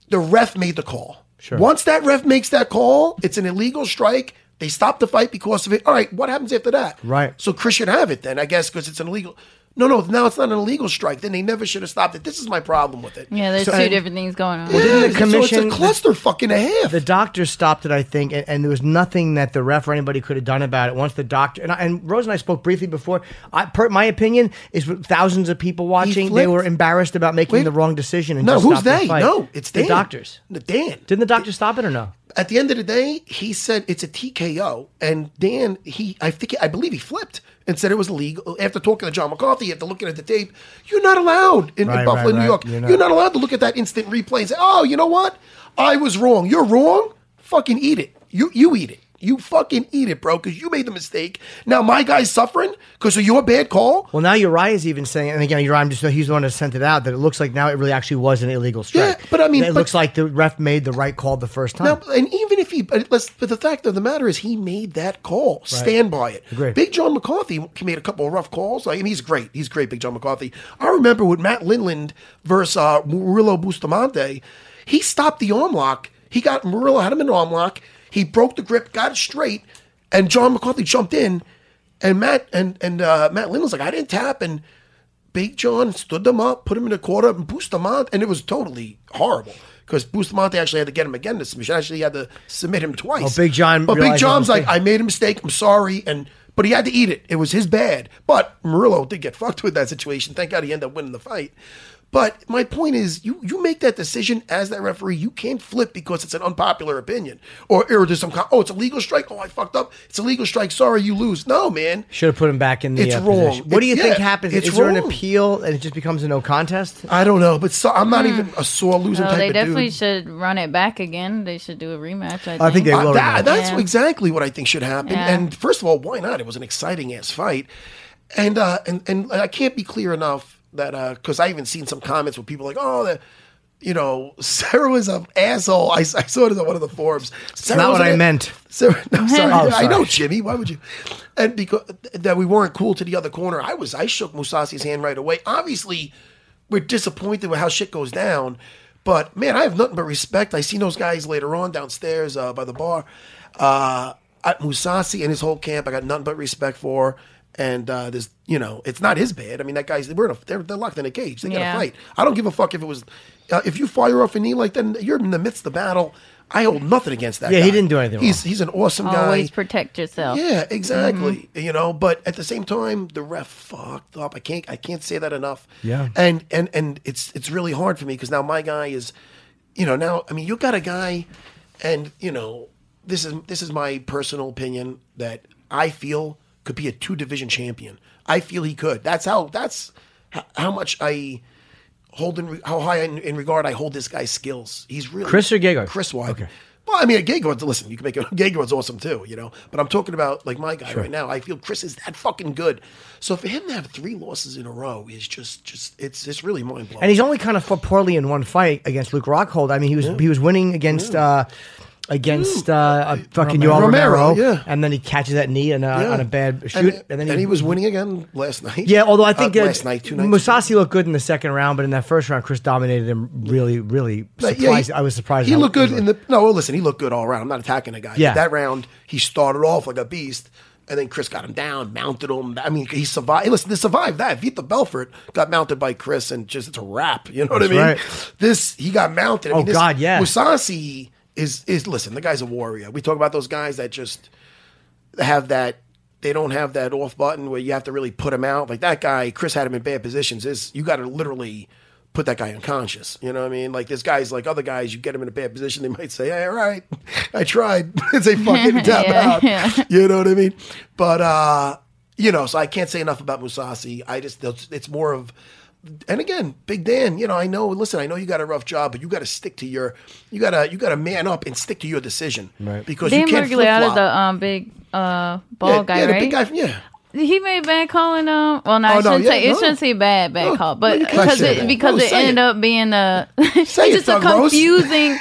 Speaker 6: the ref made the call. Sure. Once that ref makes that call, it's an illegal strike. They stop the fight because of it. All right, what happens after that?
Speaker 2: Right.
Speaker 6: So Chris should have it then, I guess, because it's an illegal. No, no, now it's not an illegal strike. Then they never should have stopped it. This is my problem with it.
Speaker 7: yeah, there's
Speaker 6: So-
Speaker 7: two different things going on.
Speaker 2: Didn't the commission-
Speaker 6: so it's a clusterfuck and a half.
Speaker 2: The doctor stopped it, I think, and, and there was nothing that the ref or anybody could have done about it. Once the doctor and, I, and Rose and I spoke briefly before. I, per, my opinion is, with thousands of people watching, they
Speaker 6: flipped.
Speaker 2: were embarrassed about making
Speaker 6: Wait.
Speaker 2: the wrong decision. And
Speaker 6: no,
Speaker 2: just
Speaker 6: who's
Speaker 2: stopped the
Speaker 6: they?
Speaker 2: fight.
Speaker 6: No, it's
Speaker 2: the
Speaker 6: Dan.
Speaker 2: doctors.
Speaker 6: The Dan.
Speaker 2: Didn't the doctor stop it or no?
Speaker 6: at the end of the day, he said it's a TKO, and Dan he I think I believe he flipped and said it was illegal. After talking to John McCarthy, after looking at the tape, you're not allowed in, in
Speaker 2: Right,
Speaker 6: Buffalo,
Speaker 2: right,
Speaker 6: New
Speaker 2: right.
Speaker 6: York.
Speaker 2: You're
Speaker 6: You're
Speaker 2: not.
Speaker 6: not. allowed to look at that instant replay and say, "Oh, you know what? I was wrong. You're wrong. Fucking eat it. You you eat it. You fucking eat it, bro, because you made the mistake. Now my guy's suffering because of your bad call.
Speaker 2: Well, now Uriah is even saying, and again, Uriah, I'm just he's the one that sent it out that it looks like now it really actually was an illegal strike.
Speaker 6: Yeah, but I mean,
Speaker 2: it
Speaker 6: but-
Speaker 2: looks like the ref made the right call the first time.
Speaker 6: Now, and even if he, but, let's, but the fact of the matter is, he made that call. Stand by it.
Speaker 2: Agreed.
Speaker 6: Big John McCarthy he made a couple of rough calls. Like, and he's great. He's great, Big John McCarthy. I remember with Matt Lindland versus uh, Murillo Bustamante, he stopped the arm lock. He got Murillo had him in an arm lock. He broke the grip, got it straight, and John McCarthy jumped in. And Matt and and uh, Matt Lindland's like, I didn't tap, and Big John stood them up, put him in a quarter, and Bustamante, and it was totally horrible because Bustamante actually had to get him again to submission. Actually, he had to submit him twice.
Speaker 2: Oh, Big John
Speaker 6: but Big
Speaker 2: realized
Speaker 6: John's
Speaker 2: that
Speaker 6: like,
Speaker 2: mistake.
Speaker 6: I made a mistake. I'm sorry, and but he had to eat it. It was his bad. But Murillo did get fucked with that situation. Thank God he ended up winning the fight. But my point is, you you make that decision as that referee. You can't flip because it's an unpopular opinion, or or there's some kind. Oh, it's a legal strike. Oh, I fucked up. It's a legal strike. Sorry, you lose. No, man.
Speaker 2: Should have put him back in the
Speaker 6: It's
Speaker 2: uh,
Speaker 6: wrong.
Speaker 2: position. What do you
Speaker 6: It's-
Speaker 2: think
Speaker 6: yeah,
Speaker 2: happens?
Speaker 6: it's
Speaker 2: Is there an
Speaker 6: wrong.
Speaker 2: appeal and it just becomes a no contest?
Speaker 6: I don't know, but so, I'm not even a sore losing
Speaker 7: So
Speaker 6: type
Speaker 7: Hmm. they
Speaker 6: of
Speaker 7: definitely
Speaker 6: dude.
Speaker 7: should run it back again. They should do a rematch. I think,
Speaker 2: I think they
Speaker 6: Uh,
Speaker 2: will.
Speaker 6: that-
Speaker 2: remember.
Speaker 6: that's
Speaker 7: Yeah.
Speaker 6: exactly what I think should happen.
Speaker 7: Yeah.
Speaker 6: And first of all, why not? It was an exciting ass fight, and uh, and and I can't be clear enough that because I even seen some comments where people are like, oh, the, you know, Sarah was an asshole. I, I saw it on one of the forums. Sarah
Speaker 2: not
Speaker 6: was
Speaker 2: what
Speaker 6: an
Speaker 2: I
Speaker 6: a-
Speaker 2: meant.
Speaker 6: Sarah, no, sorry.
Speaker 2: Oh,
Speaker 6: I know,
Speaker 2: sorry.
Speaker 6: Jimmy. Why would you? And because that we weren't cool to the other corner, I was. I shook Musasi's hand right away. Obviously, we're disappointed with how shit goes down. But man, I have nothing but respect. I seen those guys later on downstairs uh, by the bar. Uh, I- Musasi and his whole camp, I got nothing but respect for. And uh, this, you know, it's not his bad. I mean, that guy's we're in a, they're, they're locked in a cage. They got to
Speaker 7: Yeah.
Speaker 6: fight. I don't give a fuck if it was uh, if you fire off a knee like that, you're in the midst of battle. I hold nothing against that.
Speaker 2: Yeah, he
Speaker 6: guy.
Speaker 2: didn't do anything
Speaker 6: He's he's an awesome guy.
Speaker 7: always protect yourself.
Speaker 6: Yeah, exactly. You know, but at the same time, the ref fucked up. I can't I can't say that enough.
Speaker 2: Yeah.
Speaker 6: And and and it's it's really hard for me because now my guy is, you know, now I mean you got a guy, and you know this is this is my personal opinion that I feel could be a two division champion. I feel he could. That's how. That's h- how much I hold in re- how high in, in regard I hold this guy's skills. He's really
Speaker 2: Chris or Gegard?
Speaker 6: Chris Wyman. Well, I mean, a Gegard's listen. You can make a Gegard's awesome too, you know. But I'm talking about like my guy right now. I feel Chris is that fucking good. So for him to have three losses in a row is just, just it's it's really mind blowing.
Speaker 2: And he's only kind of fought poorly in one fight against Luke Rockhold. I mean, he was he was winning against uh, against uh, uh, fucking Yoel Romero,
Speaker 6: Romero, yeah.
Speaker 2: and then he catches that knee and uh, on a bad shoot, and, then he,
Speaker 6: was winning again last night.
Speaker 2: Yeah, although I think
Speaker 6: uh,
Speaker 2: that
Speaker 6: last night, two nights.
Speaker 2: Musasi looked good in the second round, but in that first round, Chris dominated him really, really.
Speaker 6: But
Speaker 2: Surprised.
Speaker 6: yeah, he-
Speaker 2: I was surprised.
Speaker 6: He
Speaker 2: how-
Speaker 6: looked good in the no. well, Listen, he looked good all around. I'm not attacking a guy.
Speaker 2: Yeah.
Speaker 6: that round he started off like a beast, and then Chris got him down, mounted him. I mean, he survived. Listen, they survived that. Vita Belfort got mounted by Chris, and just it's a wrap. You know what I
Speaker 2: That's
Speaker 6: mean?
Speaker 2: right.
Speaker 6: This he got mounted. I
Speaker 2: Oh,
Speaker 6: mean, this-
Speaker 2: God, yeah.
Speaker 6: Musasi is is listen. The guy's a warrior. We talk about those guys that just have that they don't have that off button where you have to really put him out. Like that guy, Chris had him in bad positions. Is you got to literally put that guy unconscious. You know what I mean? Like this guy's like other guys. You get him in a bad position, they might say, "Hey, all right, I tried." and they fucking tap out. You know what I mean? But uh, you know, so I can't say enough about Musasi. I just it's it's more of. And again, Big Dan, you know, I know. Listen, I know you got a rough job, but you got to stick to your, you gotta, you gotta man up and stick to your decision, right? Because
Speaker 7: Dan
Speaker 6: you can't
Speaker 7: Mergliotta's
Speaker 6: flip-flop.
Speaker 7: the um big uh ball
Speaker 6: yeah,
Speaker 7: guy,
Speaker 6: yeah, the
Speaker 7: right?
Speaker 6: big guy from yeah.
Speaker 7: He made bad calling. Um, well, no,
Speaker 6: Oh,
Speaker 7: I
Speaker 6: no,
Speaker 7: shouldn't
Speaker 6: yeah,
Speaker 7: say it
Speaker 6: no.
Speaker 7: shouldn't say bad bad
Speaker 6: No,
Speaker 7: call,
Speaker 6: no,
Speaker 7: but
Speaker 6: you can't
Speaker 7: because
Speaker 6: say
Speaker 7: it
Speaker 6: that.
Speaker 7: because
Speaker 6: No,
Speaker 7: it
Speaker 6: say
Speaker 7: ended
Speaker 6: it.
Speaker 7: up being a
Speaker 6: Say it,
Speaker 7: just a
Speaker 6: Thug Rose.
Speaker 7: confusing,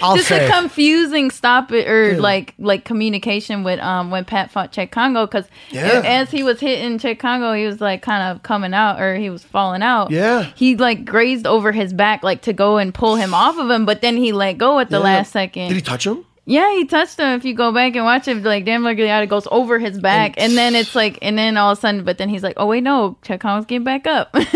Speaker 2: I'll
Speaker 7: just a
Speaker 2: say it.
Speaker 7: confusing stop it or like like communication with um when Pat fought Chet Congo because
Speaker 6: Yeah.
Speaker 7: as he was hitting Chet Congo, he was like kind of coming out or he was falling out.
Speaker 6: Yeah.
Speaker 7: he like grazed over his back like to go and pull him off of him, but then he let go at the
Speaker 6: Yeah.
Speaker 7: last second.
Speaker 6: Did he touch him?
Speaker 7: Yeah, he touched him. If you go back and watch it, like Dan Margliotta goes over his back, and, then it's like, and then all of a sudden, but then he's like, oh wait, no, Chuck Collins get back up,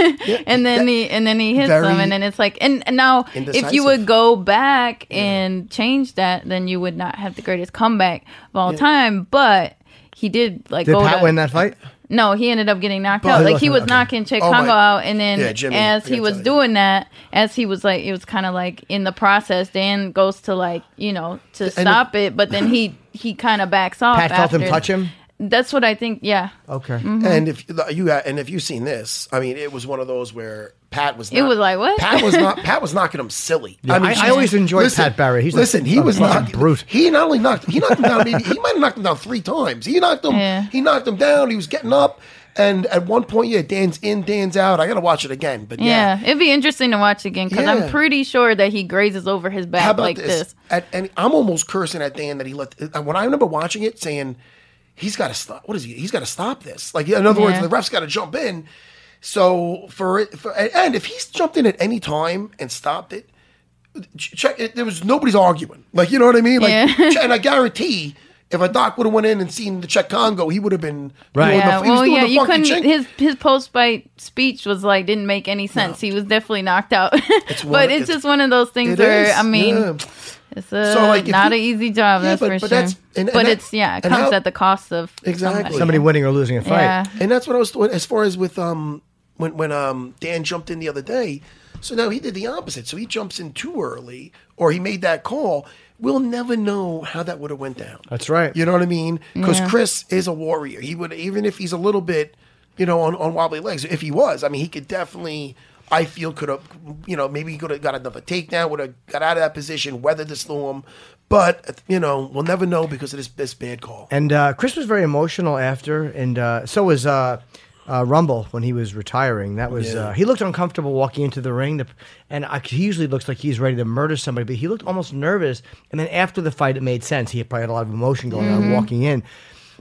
Speaker 7: and then
Speaker 6: that-
Speaker 7: he and then he hits
Speaker 6: very
Speaker 7: him, and then it's like, and, and now if you
Speaker 6: indecisive.
Speaker 7: would go back and change that, then you would not have the greatest comeback of all time. But he did like
Speaker 2: Did
Speaker 7: go
Speaker 2: Pat
Speaker 7: to-
Speaker 2: win that fight?
Speaker 7: no, he ended up getting knocked out. Like he was knocking Chick
Speaker 6: Oh, my-
Speaker 7: Congo out, and then
Speaker 6: Yeah, Jimmy,
Speaker 7: as
Speaker 6: I
Speaker 7: he
Speaker 6: gotta
Speaker 7: was
Speaker 6: tell you.
Speaker 7: doing that, as he was like, it was kind of like in the process. Dan goes to like you know to stop it, but then he he kind of backs off.
Speaker 2: Pat felt him
Speaker 7: after.
Speaker 2: touch him?
Speaker 7: That's what I think. Yeah,
Speaker 6: Oh.
Speaker 2: Okay.
Speaker 7: Mm-hmm.
Speaker 6: And if you got, and if you've seen this, I mean, it was one of those where Pat was.
Speaker 7: It was like, what?
Speaker 6: Pat was not. Pat was knocking him silly.
Speaker 2: Yeah, I- I
Speaker 6: she's-
Speaker 2: always enjoyed Pat Barry. He's a-
Speaker 6: listen, he
Speaker 2: a
Speaker 6: was
Speaker 2: fucking
Speaker 6: not
Speaker 2: brute.
Speaker 6: He not only knocked. He knocked him down. Maybe, he might have knocked him down three times. He knocked him.
Speaker 7: Yeah.
Speaker 6: He knocked him down. He was getting up. And at one point, yeah, Dan's in, Dan's out. I gotta watch it again. But
Speaker 7: yeah. It'd be interesting to watch again because
Speaker 6: Yeah.
Speaker 7: I'm pretty sure that he grazes over his back
Speaker 6: How about
Speaker 7: like
Speaker 6: this?
Speaker 7: this.
Speaker 6: At, and I'm almost cursing at Dan that he let. and When I remember watching it, saying, "He's got to stop. What is he? He's got to stop this." Like in other
Speaker 7: Yeah.
Speaker 6: words, the ref's got to jump in. So for it, for, and- and if he's jumped in at any time and stopped it, ch- check. It, there was nobody's arguing. Like you know what I mean? Like,
Speaker 7: Yeah.
Speaker 6: ch- and I guarantee. If a doc would have went in and seen the Czech Congo, he would have been
Speaker 2: Right.
Speaker 6: doing
Speaker 7: Yeah,
Speaker 6: the- he was
Speaker 7: well,
Speaker 6: doing
Speaker 7: yeah,
Speaker 6: the
Speaker 7: you
Speaker 6: funky
Speaker 7: couldn't.
Speaker 6: chink.
Speaker 7: His his post fight speech was like didn't make any sense. He was definitely knocked out.
Speaker 6: one
Speaker 7: but
Speaker 6: of-
Speaker 7: it's,
Speaker 6: it's-
Speaker 7: just one of those things
Speaker 6: It
Speaker 7: where
Speaker 6: is,
Speaker 7: I mean,
Speaker 6: yeah.
Speaker 7: it's a,
Speaker 6: So, like, if
Speaker 7: not
Speaker 6: you-
Speaker 7: an easy job.
Speaker 6: Yeah,
Speaker 7: that's
Speaker 6: but-
Speaker 7: for
Speaker 6: but
Speaker 7: sure.
Speaker 6: that's- and-
Speaker 7: but
Speaker 6: and that-
Speaker 7: it's yeah, it
Speaker 6: and
Speaker 7: comes
Speaker 6: how-
Speaker 7: at the cost of
Speaker 6: Exactly.
Speaker 2: Somebody winning or losing a fight.
Speaker 7: Yeah.
Speaker 6: And that's what I was doing as far as with um when when um Dan jumped in the other day. So now he did the opposite. So he jumps in too early, or he made that call. We'll never know how that would have went down.
Speaker 2: That's right.
Speaker 6: You know what I mean? Because
Speaker 7: Yeah.
Speaker 6: Chris is a warrior. He would even if he's a little bit, you know, on, on wobbly legs. If he was, I mean, he could definitely. I feel could have, you know, maybe he could have got another takedown, would have got out of that position, weathered the storm. But you know, we'll never know because of this this bad call.
Speaker 2: And uh, Chris was very emotional after, and uh, so was uh, uh, Rumble when he was retiring. That was uh, he looked uncomfortable walking into the ring, the, and I, he usually looks like he's ready to murder somebody, but he looked almost nervous. And then after the fight, it made sense. He had probably had a lot of emotion going on walking in,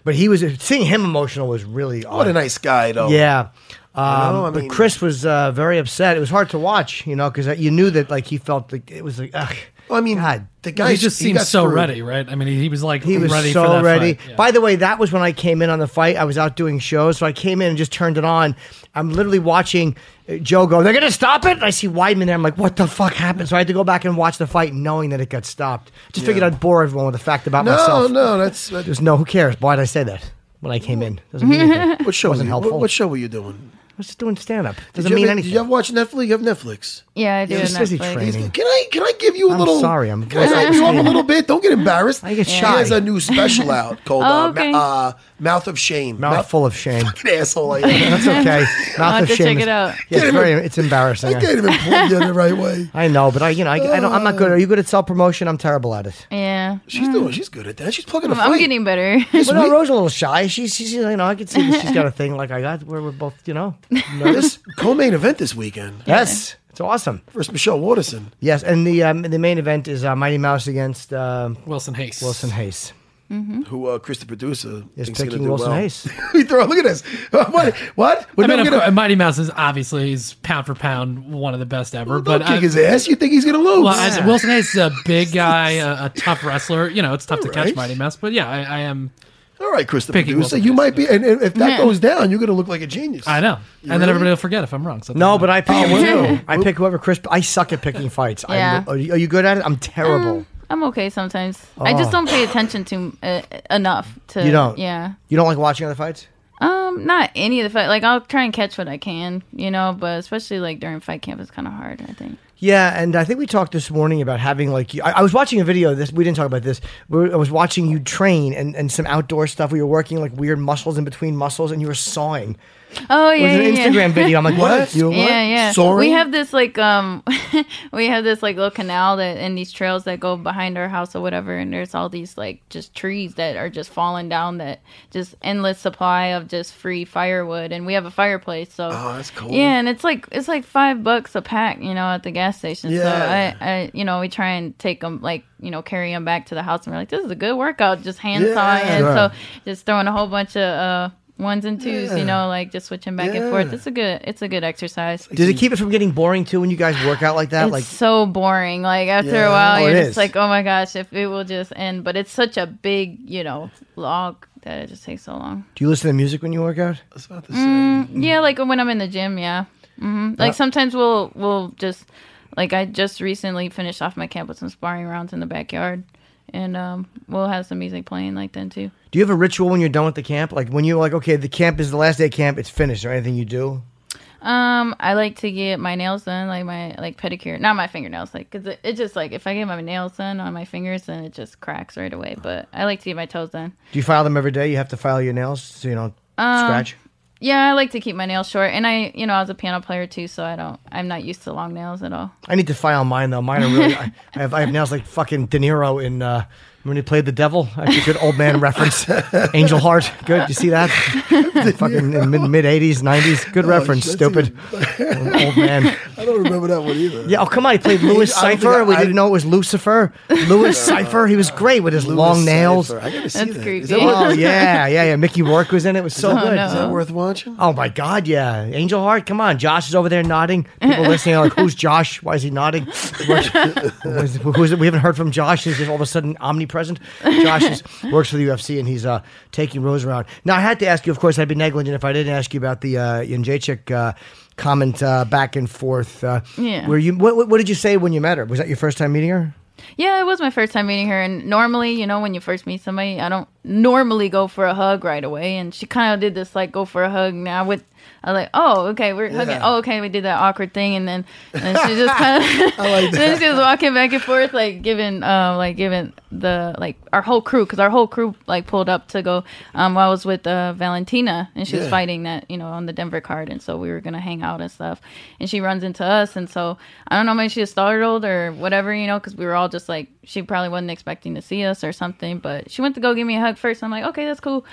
Speaker 2: but he was seeing him emotional was really odd.
Speaker 6: What a nice guy, though.
Speaker 2: Yeah. Um,
Speaker 6: know, Oh. I
Speaker 2: but
Speaker 6: mean-
Speaker 2: Chris was uh, very upset. It was hard to watch, you know, because you knew that like he felt like it was like, ugh.
Speaker 6: Well, I mean,
Speaker 2: God.
Speaker 6: the guy
Speaker 4: He just
Speaker 6: he
Speaker 4: seemed
Speaker 6: got
Speaker 4: so
Speaker 6: screwed.
Speaker 4: ready, right? I mean, he was like
Speaker 2: He was
Speaker 4: ready
Speaker 2: so
Speaker 4: for that
Speaker 2: ready.
Speaker 4: Fight.
Speaker 2: By the way, that was when I came in on the fight. I was out doing shows, so I came in and just turned it on. I'm literally watching uh, Joe go. They're gonna stop it. And I see Weidman there. I'm like, what the fuck happened? So I had to go back and watch the fight, knowing that it got stopped. Just figured I'd bore everyone with a fact about
Speaker 6: No,
Speaker 2: myself.
Speaker 6: no, that's that,
Speaker 2: There's no. Who cares? Why did I say that when I came in? Doesn't mean anything.
Speaker 6: what show
Speaker 2: wasn't
Speaker 6: were you, what-
Speaker 2: helpful.
Speaker 6: What, show were you doing?
Speaker 2: was just doing stand up. Doesn't
Speaker 6: Did you
Speaker 2: mean
Speaker 6: ever,
Speaker 2: anything.
Speaker 6: Did you ever watch Netflix? You have Netflix.
Speaker 7: Yeah, I do.
Speaker 2: It's
Speaker 7: have
Speaker 2: busy
Speaker 7: Netflix.
Speaker 2: training.
Speaker 6: Can I can I give you a
Speaker 2: I'm
Speaker 6: little?
Speaker 2: sorry, I'm-
Speaker 6: can I hype you up a little bit? Don't get embarrassed.
Speaker 2: I get
Speaker 6: She
Speaker 2: shy.
Speaker 6: has a new special out called
Speaker 7: Oh,
Speaker 6: uh, ma-
Speaker 7: okay.
Speaker 6: uh, Mouth of Shame.
Speaker 2: Mouthful of shame.
Speaker 6: Fucking asshole. I am.
Speaker 2: That's okay.
Speaker 7: I'll
Speaker 2: Mouth
Speaker 7: have
Speaker 2: of
Speaker 7: to
Speaker 2: shame.
Speaker 7: check
Speaker 2: is-
Speaker 7: it out.
Speaker 2: Yeah, it's very. It's embarrassing.
Speaker 6: I can't even point you in the right way.
Speaker 2: I know, but I, you know, I, I don't, I'm not
Speaker 6: Oh.
Speaker 2: good. Are you good at self promotion? I'm terrible at it.
Speaker 7: Yeah.
Speaker 6: She's doing. She's good at that. She's plugging a
Speaker 7: Hmm. I'm, I'm
Speaker 6: fight.
Speaker 7: getting better.
Speaker 2: Well, no, Rose a little shy. She's, she's, you know, I can see that she's got a thing like I got where we're both, you know, nervous.
Speaker 6: this co-main event this weekend
Speaker 2: yes, it's awesome.
Speaker 6: versus Michelle Waterson.
Speaker 2: Yes, and the um, the main event is uh, Mighty Mouse against um
Speaker 4: Wilson Hayes.
Speaker 2: Wilson Hayes.
Speaker 7: Hmm?
Speaker 6: who uh, Chris the producer
Speaker 2: Is
Speaker 6: thinks gonna
Speaker 2: picking
Speaker 6: do
Speaker 2: Wilson
Speaker 6: well.
Speaker 2: Hayes.
Speaker 6: we throw. Look at this. what? What? We're
Speaker 4: I mean,
Speaker 6: not
Speaker 4: of
Speaker 6: gonna,
Speaker 4: course, Mighty Mouse is obviously is pound for pound one of the best ever.
Speaker 6: don't
Speaker 4: But
Speaker 6: kick
Speaker 4: I,
Speaker 6: his ass. You think he's gonna lose?
Speaker 4: well, I- Wilson Hayes is a big guy, a, a tough wrestler. You know, it's tough to
Speaker 6: Alright.
Speaker 4: catch Mighty Mouse. But yeah, I, I am.
Speaker 6: All right, Chris the
Speaker 4: Picking
Speaker 6: producer.
Speaker 4: Wilson
Speaker 6: You
Speaker 4: Hayes.
Speaker 6: might be. And, and if that
Speaker 7: Yeah.
Speaker 6: goes down, you're gonna look like a genius.
Speaker 4: I know, and then
Speaker 6: really?
Speaker 4: everybody will forget if I'm wrong. So it
Speaker 2: No,
Speaker 4: doesn't
Speaker 2: but I pick him
Speaker 6: Oh, really?
Speaker 2: too. I pick whoever Chris. I suck at picking fights.
Speaker 7: Yeah.
Speaker 2: I'm, are, you, are you good at it? I'm
Speaker 6: Mm.
Speaker 2: terrible.
Speaker 7: I'm okay sometimes. I just don't pay attention to uh, enough to.
Speaker 2: Ah. You don't?
Speaker 7: Yeah.
Speaker 2: You don't like watching other fights?
Speaker 7: Um, not any of the fight. Like I'll try and catch what I can, you know. But especially like during fight camp, it's kind of hard. I think.
Speaker 2: Yeah, and I think we talked this morning about having like you- I, I was watching a video. This we didn't talk about this. We were- I was watching you train and, and some outdoor stuff. We were working like weird muscles in between muscles, and you were sawing.
Speaker 7: Oh
Speaker 2: It was
Speaker 7: yeah.
Speaker 2: an
Speaker 7: yeah, yeah.
Speaker 2: Instagram video. I'm like, what? You were what?
Speaker 7: Yeah, yeah. We
Speaker 6: Soaring?
Speaker 7: have this like um, we have this like little canal that and these trails that go behind our house or whatever, and there's all these like just trees that are just falling down that just endless supply of just free firewood, and we have a fireplace, so
Speaker 6: Oh, that's cool.
Speaker 7: yeah, and it's like it's like five bucks a pack, you know, at the gas station.
Speaker 6: Yeah.
Speaker 7: So I, I, you know, we try and take them like you know carry them back to the house, and we're like, this is a good workout, just hand
Speaker 6: Yeah.
Speaker 7: sawing, and
Speaker 2: Sure.
Speaker 7: so just throwing a whole bunch of. uh Ones and twos, you know, like just switching back and forth.
Speaker 6: Yeah.
Speaker 7: It's a good, it's a good exercise.
Speaker 2: Does it keep it from getting boring too when you guys work out like that?
Speaker 7: It's
Speaker 2: like
Speaker 7: so boring. Like after
Speaker 6: Yeah.
Speaker 7: a while,
Speaker 2: Oh, it
Speaker 7: you're
Speaker 2: is.
Speaker 7: just like, oh my gosh, if it will just end. But it's such a big, you know, log that it just takes so long.
Speaker 2: Do you listen to music when you work out?
Speaker 6: was about to say.
Speaker 2: Mm.
Speaker 7: Yeah, like when I'm in the gym. Yeah, hmm like sometimes we'll we'll just like I just recently finished off my camp with some sparring rounds in the backyard, and um, we'll have some music playing like then too.
Speaker 2: Do you have a ritual when you're done with the camp? Like when you're like, okay, the camp is the last day of camp, it's finished, or anything you do?
Speaker 7: Um, I like to get my nails done, like my like pedicure, not my fingernails, like because it, it just like if I get my nails done on my fingers, then it just cracks right away. But I like to get my toes done.
Speaker 2: Do you file them every day? You have to file your nails so you don't
Speaker 7: Um,
Speaker 2: scratch.
Speaker 7: Yeah, I like to keep my nails short, and I, you know, I was a piano player too, so I don't, I'm not used to long nails at all.
Speaker 2: I need to file mine though. Mine are really. I, I have I have nails like fucking De Niro in uh, when he played the devil. Actually, good old man reference. Angel Heart. Good. You see that? fucking in mid mid eighties, nineties. Good
Speaker 6: Oh,
Speaker 2: reference.
Speaker 6: that's
Speaker 2: Stupid. old man.
Speaker 6: I don't remember that one either.
Speaker 2: Yeah. Oh come on. He played Louis
Speaker 6: I don't think
Speaker 2: Cipher.
Speaker 6: I-
Speaker 2: We
Speaker 6: I-
Speaker 2: didn't know it was Lucifer. Louis Cipher. He was great with his
Speaker 6: Louis
Speaker 2: long nails.
Speaker 6: Cypher. I gotta see
Speaker 7: That's
Speaker 6: that.
Speaker 7: creepy. Oh,
Speaker 6: Is that,
Speaker 2: Oh yeah, yeah, yeah. Mickey Rourke was in it. It was so good.
Speaker 6: is that worth watching?
Speaker 2: Oh my God, yeah. Angel Heart, come on. Josh is over there nodding. People listening are like, who's Josh? Why is he nodding? Where's- who's- who's- we haven't heard from Josh. He's just all of a sudden omnipresent. Josh is, works for the UFC and he's uh, taking Rose around. Now, I had to ask you, of course, I'd be negligent if I didn't ask you about the uh, Jędrzejczyk uh, comment uh, back and forth. Uh,
Speaker 7: Yeah.
Speaker 2: Where you, what, what- what did you say when you met her? Was that your first time meeting her?
Speaker 7: Yeah, it was my first time meeting her, and normally, you know, when you first meet somebody, I don't normally go for a hug right away, and she kind of did this like go for a hug. Now with, I was like, oh, okay, we're hugging. Oh, okay, we did that awkward thing, and then and she just kind of then she was walking back and forth, like giving, um, like giving the like our whole crew, because our whole crew like pulled up to go. Um, I was with uh, Valentina, and she was
Speaker 6: Yeah.
Speaker 7: fighting that you know on the Denver card, and so we were gonna hang out and stuff. And she runs into us, and so I don't know, maybe she was startled or whatever, you know, because we were all just like she probably wasn't expecting to see us or something. But she went to go give me a hug first. And I'm like, okay, that's cool.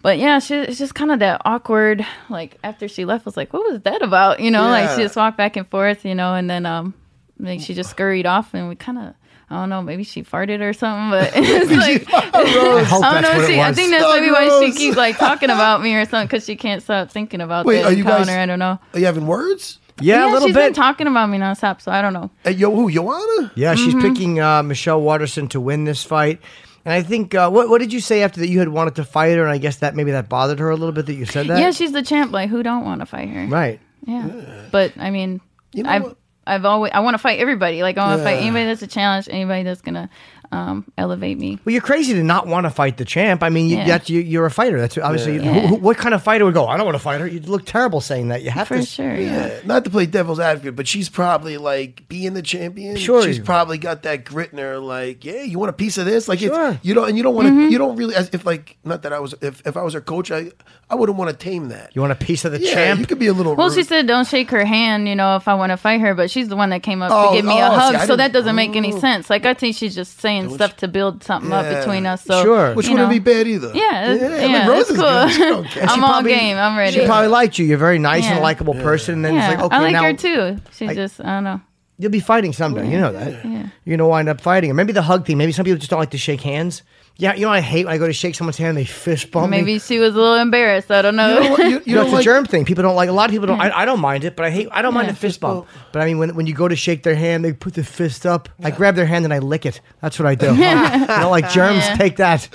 Speaker 7: But yeah, she, it's just kind of that awkward. Like after she left, I was like, what was that about? You know, like she
Speaker 6: Yeah.
Speaker 7: just walked back and forth, you know, and then um, like she just scurried off, and we kind of. I don't know. Maybe she farted or something, but it's like
Speaker 2: I hope
Speaker 7: I don't
Speaker 2: that's
Speaker 7: know.
Speaker 2: what it
Speaker 7: She, I
Speaker 2: was.
Speaker 7: think that's
Speaker 6: Oh,
Speaker 7: maybe why she
Speaker 6: gross.
Speaker 7: keeps like talking about me or something because she can't stop thinking about
Speaker 6: Wait,
Speaker 7: that
Speaker 6: are you guys-
Speaker 7: encounter. I don't know.
Speaker 6: Are you having words?
Speaker 2: yeah, a
Speaker 7: yeah,
Speaker 2: little
Speaker 7: she's
Speaker 2: bit.
Speaker 7: been talking about me nonstop, so I don't know.
Speaker 6: Hey, yo, who? Joanna?
Speaker 2: Yeah, she's
Speaker 7: Mm-hmm.
Speaker 2: picking uh, Michelle Watterson to win this fight. And I think uh, what what did you say after that you had wanted to fight her, and I guess that maybe that bothered her a little bit that you said that.
Speaker 7: yeah, she's the champ. Like, who don't want to fight her?
Speaker 2: right.
Speaker 7: Yeah. But I mean,
Speaker 6: know
Speaker 7: I've
Speaker 6: what?
Speaker 7: I've always I want to fight everybody. Like I want to fight
Speaker 6: Yeah.
Speaker 7: anybody that's a challenge, anybody that's gonna um, elevate me.
Speaker 2: Well, you're crazy to not want to fight the champ. I mean, you,
Speaker 7: Yeah.
Speaker 2: that's you, you're a fighter. That's obviously Who, who, what kind of fighter would go. I don't want to fight her. You'd look terrible saying that. You have
Speaker 7: For
Speaker 2: to.
Speaker 7: sure, yeah.
Speaker 6: Not to play devil's advocate, but she's probably like being the champion.
Speaker 2: Sure.
Speaker 6: she's probably got that grit in her. Like, yeah, you want a piece of this? Like,
Speaker 2: Sure.
Speaker 6: it's, you don't, and you don't want to.
Speaker 7: Mm-hmm.
Speaker 6: You don't really. As if like, not that I was. If, if I was her coach, I I wouldn't want to tame that.
Speaker 2: You want a piece of the
Speaker 6: yeah,
Speaker 2: champ?
Speaker 6: you could be a little.
Speaker 7: Well,
Speaker 6: rude.
Speaker 7: she said don't shake her hand, you know, if I want to fight her, but she's the one that came up
Speaker 6: Oh,
Speaker 7: to give me
Speaker 6: oh,
Speaker 7: a
Speaker 6: see,
Speaker 7: hug,
Speaker 6: I
Speaker 7: so that
Speaker 6: didn't-
Speaker 7: doesn't make any sense. Like I think she's just saying stuff to build something
Speaker 6: Yeah.
Speaker 7: up between us. So
Speaker 2: Sure.
Speaker 6: which
Speaker 7: you
Speaker 6: wouldn't
Speaker 7: know.
Speaker 6: be bad either.
Speaker 7: Yeah,
Speaker 6: yeah,
Speaker 7: yeah,
Speaker 6: like,
Speaker 7: yeah
Speaker 6: Rose
Speaker 7: it's
Speaker 6: is
Speaker 7: cool.
Speaker 6: good. She don't care.
Speaker 7: I'm
Speaker 6: She
Speaker 7: all
Speaker 6: probably-
Speaker 7: game. I'm ready.
Speaker 2: She probably liked you. You're a very nice and
Speaker 7: Yeah.
Speaker 2: likable person. And then
Speaker 7: yeah,
Speaker 2: it's like, okay,
Speaker 7: I like
Speaker 2: now
Speaker 7: her too. She just, I don't know.
Speaker 2: you'll be fighting someday. You know that. You're gonna wind up fighting. Or maybe the hug thing. Maybe some people just don't like to shake hands. Yeah, you know what I hate when I go to shake someone's hand and they fist bump me.
Speaker 7: Maybe she was a little embarrassed. I don't know.
Speaker 6: You know what? You-
Speaker 2: You
Speaker 6: you
Speaker 2: know,
Speaker 6: don't
Speaker 2: it's a
Speaker 6: like-
Speaker 2: germ thing. People don't like. A lot of people don't. I, I don't mind it, but I hate. I don't mind
Speaker 7: Yeah.
Speaker 2: a fist bump. But I mean, when, when you go to shake their hand, they put the fist up. I grab their hand and I lick it. That's what I do. I don't like germs.
Speaker 7: Yeah.
Speaker 2: Take that.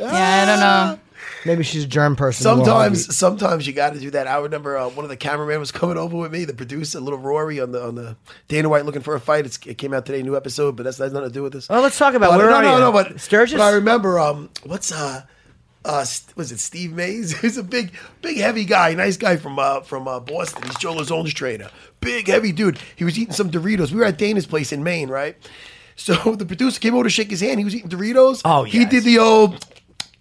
Speaker 7: yeah, I don't know.
Speaker 2: Maybe she's a germ person. who won't hug you.
Speaker 6: Sometimes, sometimes you got to do that. I remember uh, one of the cameramen was coming over with me, the producer, little Rory on the on the Dana White looking for a fight. It's, it came out today, new episode, but that's, that's nothing to do with this.
Speaker 2: Well, let's talk about-
Speaker 6: But,
Speaker 2: where
Speaker 6: no,
Speaker 2: are
Speaker 6: no,
Speaker 2: you?
Speaker 6: no. But
Speaker 2: Sturgis?
Speaker 6: But I remember um, what's uh, uh, St- was it Steve Mays? He's a big, big, heavy guy, nice guy from uh, from uh, Boston. He's Joe Lazone's trainer, big, heavy dude. He was eating some Doritos. We were at Dana's place in Maine, right? So the producer came over to shake his hand. He was eating Doritos.
Speaker 2: Oh,
Speaker 6: he
Speaker 2: yes.
Speaker 6: did the old.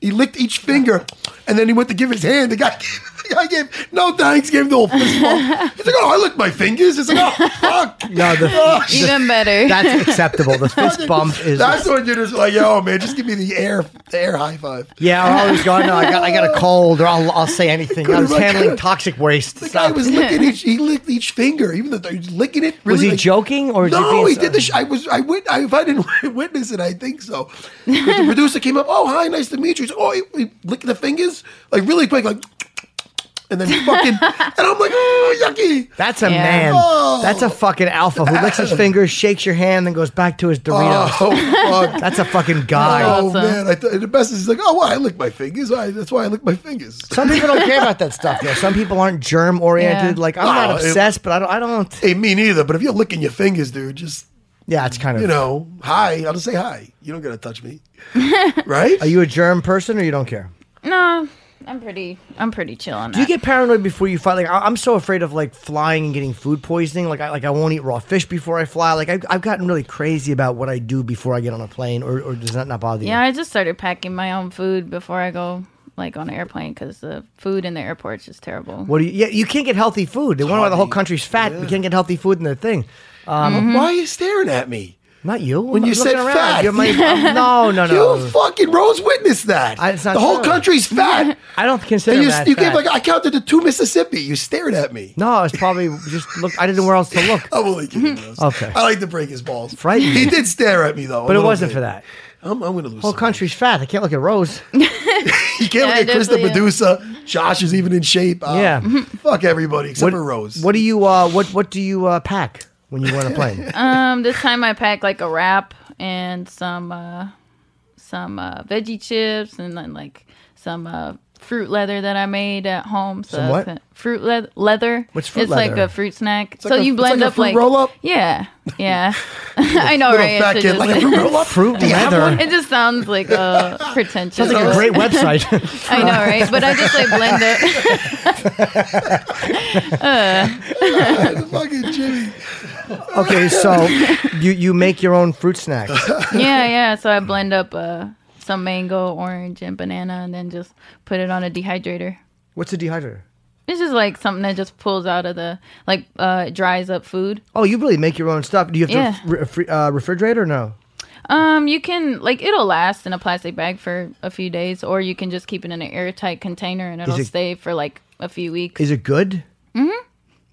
Speaker 6: He licked each finger, and then he went to give his hand. The guy gave, the guy gave no thanks, gave him the whole fist bump. He's like, oh, I licked my fingers. It's like, oh, fuck.
Speaker 2: No, the,
Speaker 7: Even better.
Speaker 2: that's acceptable. The fist bump is.
Speaker 6: That's when you're just like, yo, man, just give me the air, the air high five.
Speaker 2: yeah, oh, I always go. No, I got, I got a cold, or I'll, I'll say anything. I was handling toxic waste.
Speaker 6: The guy
Speaker 2: Stop.
Speaker 6: was licking each. He licked each finger, even though he was licking it. Really,
Speaker 2: Was he
Speaker 6: like-
Speaker 2: joking, or is he
Speaker 6: no?
Speaker 2: being
Speaker 6: He did the. Sh- I was. I went. I, if I didn't witness it, I think so. 'Cause the producer came up. Oh, hi, nice to meet you. He's, oh, he, he licked the fingers like really quick, like, and then he fucking. and I'm like, oh, yucky.
Speaker 2: That's a
Speaker 7: Yeah.
Speaker 2: man.
Speaker 6: Oh.
Speaker 2: That's a fucking alpha who licks his fingers, shakes your hand, then goes back to his Doritos.
Speaker 6: Oh, fuck.
Speaker 2: That's a fucking guy.
Speaker 6: Oh
Speaker 7: Awesome.
Speaker 6: man, I th- the best is like, oh, well, I lick my fingers. I, that's why I lick my fingers.
Speaker 2: Some people don't care about that stuff though. Some people aren't germ oriented.
Speaker 7: Yeah.
Speaker 2: Like I'm
Speaker 6: No,
Speaker 2: not
Speaker 6: it-
Speaker 2: obsessed, but I don't. I don't.
Speaker 6: Hey, me neither. But if you're licking your fingers, dude, just
Speaker 2: Yeah, it's kind of.
Speaker 6: you know, hi. I'll just say hi. You don't gotta touch me, right?
Speaker 2: Are you a germ person or you don't care?
Speaker 7: no, I'm pretty. I'm pretty chill on
Speaker 2: Do you
Speaker 7: that.
Speaker 2: get paranoid before you fight? Like I, I'm so afraid of like flying and getting food poisoning. Like I like I won't eat raw fish before I fly. Like I've, I've gotten really crazy about what I do before I get on a plane. Or, or does that not bother you?
Speaker 7: yeah, I just started packing my own food before I go like on an airplane because the food in the airport's just terrible.
Speaker 2: What do you? Yeah, you can't get healthy food. They wonder why the whole country's fat. We can't get healthy food in their thing. Hmm?
Speaker 6: Why are you staring at me?
Speaker 2: Not you.
Speaker 6: When
Speaker 2: I'm
Speaker 6: you
Speaker 2: looking
Speaker 6: said
Speaker 2: around.
Speaker 6: fat.
Speaker 2: You're my, I'm- no, no, no.
Speaker 6: You fucking Rose witnessed that.
Speaker 2: I- it's not
Speaker 6: the whole
Speaker 2: true.
Speaker 6: country's fat.
Speaker 2: I don't consider
Speaker 6: and you,
Speaker 2: that
Speaker 6: you
Speaker 2: fat.
Speaker 6: gave like I counted to two Mississippi. You stared at me.
Speaker 2: no, it's probably just look. I didn't know where else to look.
Speaker 6: I'm only kidding. Rose.
Speaker 2: Mm-hmm. Okay.
Speaker 6: I like to break his balls.
Speaker 2: Frightening.
Speaker 6: He did stare at me though, a
Speaker 2: But it
Speaker 6: little
Speaker 2: wasn't
Speaker 6: bit.
Speaker 2: for that.
Speaker 6: I'm, I'm gonna
Speaker 2: Whole
Speaker 6: lose. some weight.
Speaker 2: country's fat. I can't look at Rose.
Speaker 6: You can't
Speaker 7: Yeah,
Speaker 6: look at Chris the
Speaker 7: definitely,
Speaker 6: producer. Josh is even in shape. Uh,
Speaker 2: Yeah.
Speaker 6: Fuck everybody except for Rose.
Speaker 2: What do you? Uh, what What do you uh, pack when you go on a plane?
Speaker 7: Um, this time I packed like a wrap and some uh, some uh, veggie chips and then like some uh, fruit leather that I made at home. So
Speaker 2: Some
Speaker 7: that's
Speaker 2: what?
Speaker 7: it. fruit le- leather.
Speaker 2: What's fruit
Speaker 7: it's
Speaker 2: leather?
Speaker 7: like a fruit snack. so
Speaker 6: like a-
Speaker 7: you
Speaker 6: it's like
Speaker 7: blend
Speaker 6: a
Speaker 7: up
Speaker 6: fruit
Speaker 7: like
Speaker 6: roll-up?
Speaker 7: Yeah, yeah. I know,
Speaker 6: Little
Speaker 7: right?
Speaker 6: fat
Speaker 7: It's
Speaker 6: kid
Speaker 7: just-
Speaker 6: like a roll up.
Speaker 2: Fruit leather.
Speaker 7: It just sounds like uh, pretentious.
Speaker 2: Sounds like a great website.
Speaker 7: I know, right? But I just like blend it.
Speaker 6: fucking Jimmy.
Speaker 2: okay, so you you make your own fruit snacks.
Speaker 7: yeah, yeah. So I blend up uh, some mango, orange, and banana, and then just put it on a dehydrator.
Speaker 2: What's a dehydrator?
Speaker 7: This is like something that just pulls out of the like uh, it dries up food.
Speaker 2: Oh, you really make your own stuff. Do you have
Speaker 7: Yeah.
Speaker 2: to re- fr- uh, refrigerator? or No.
Speaker 7: Um, you can like it'll last in a plastic bag for a few days, or you can just keep it in an airtight container and it'll
Speaker 2: it-
Speaker 7: stay for like a few weeks.
Speaker 2: Is it good?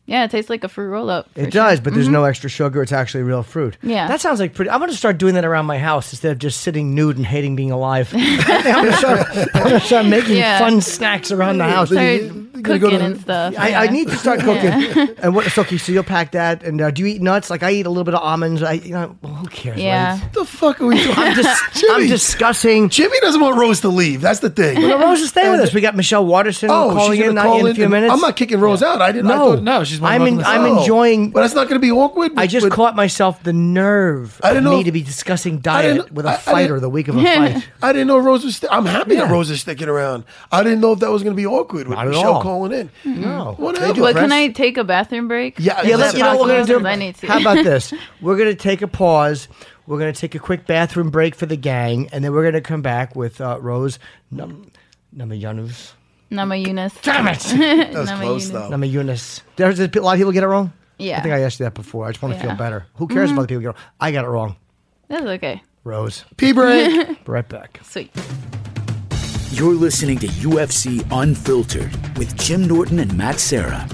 Speaker 7: yeah, it tastes like a fruit roll up.
Speaker 2: It does, but there's no extra sugar. It's actually real fruit.
Speaker 7: Yeah.
Speaker 2: That sounds like pretty. I'm going to start doing that around my house instead of just sitting nude and hating being alive. I'm going to start, I'm gonna start making
Speaker 7: Yeah.
Speaker 2: fun snacks around the house.
Speaker 7: Started
Speaker 2: gonna go to
Speaker 7: cooking and
Speaker 2: the-
Speaker 7: stuff.
Speaker 2: I, I
Speaker 7: yeah.
Speaker 2: need to start cooking. And what? So, okay, so you'll pack that. And uh, do you eat nuts? Like I eat a little bit of almonds. I, you know, well, who cares?
Speaker 7: Yeah.
Speaker 6: the fuck are we doing?
Speaker 2: I'm just, I'm
Speaker 6: Jimmy.
Speaker 2: discussing.
Speaker 6: Jimmy doesn't want Rose to leave. That's the thing. Oh,
Speaker 2: No, Rose is staying with us. We got Michelle Waterson calling in,
Speaker 6: gonna
Speaker 2: not in a few
Speaker 6: and-
Speaker 2: minutes.
Speaker 6: I'm not kicking Rose out. I didn't. I
Speaker 2: No,
Speaker 6: thought-
Speaker 4: No, she's.
Speaker 2: I'm in-
Speaker 4: welcome to
Speaker 2: I'm
Speaker 4: the-
Speaker 6: Oh.
Speaker 2: enjoying-
Speaker 6: But that's not going to be awkward.
Speaker 2: I just
Speaker 6: but-
Speaker 2: caught myself the nerve.
Speaker 6: I didn't know
Speaker 2: me
Speaker 6: if-
Speaker 2: to be discussing
Speaker 6: didn't-
Speaker 2: diet with a
Speaker 6: I- I
Speaker 2: fighter
Speaker 6: didn't-
Speaker 2: the week of a fight.
Speaker 6: I didn't know Rose was. St- I'm happy that
Speaker 2: Yeah.
Speaker 6: Rose is sticking around. I didn't know if that was going to be awkward with
Speaker 2: Not at
Speaker 6: Michelle
Speaker 2: all.
Speaker 6: calling in.
Speaker 2: No.
Speaker 6: Whatever.
Speaker 2: They do
Speaker 7: But
Speaker 2: press-
Speaker 7: can I take a bathroom break?
Speaker 6: Yeah,
Speaker 2: Oh. Yeah,
Speaker 6: yeah.
Speaker 2: let,
Speaker 6: Let's,
Speaker 2: you know what we're gonna do.
Speaker 7: I need to.
Speaker 2: How about this? We're gonna take a pause. We're gonna take a quick bathroom break for the gang, and then we're gonna come back with uh, Rose Nam- Namayanus.
Speaker 7: Nama Yunus.
Speaker 2: Damn it,
Speaker 6: that was close though.
Speaker 2: Namayanus. There's a lot of people get it wrong.
Speaker 7: Yeah.
Speaker 2: I think I asked you that before. I just want to
Speaker 7: Yeah. Mm-hmm.
Speaker 2: feel better. Who cares about the people get it wrong? I got it wrong.
Speaker 7: That's okay.
Speaker 2: Rose,
Speaker 6: Pee break.
Speaker 2: be right back.
Speaker 7: Sweet.
Speaker 5: You're listening to UFC Unfiltered with Jim Norton and Matt Sarah.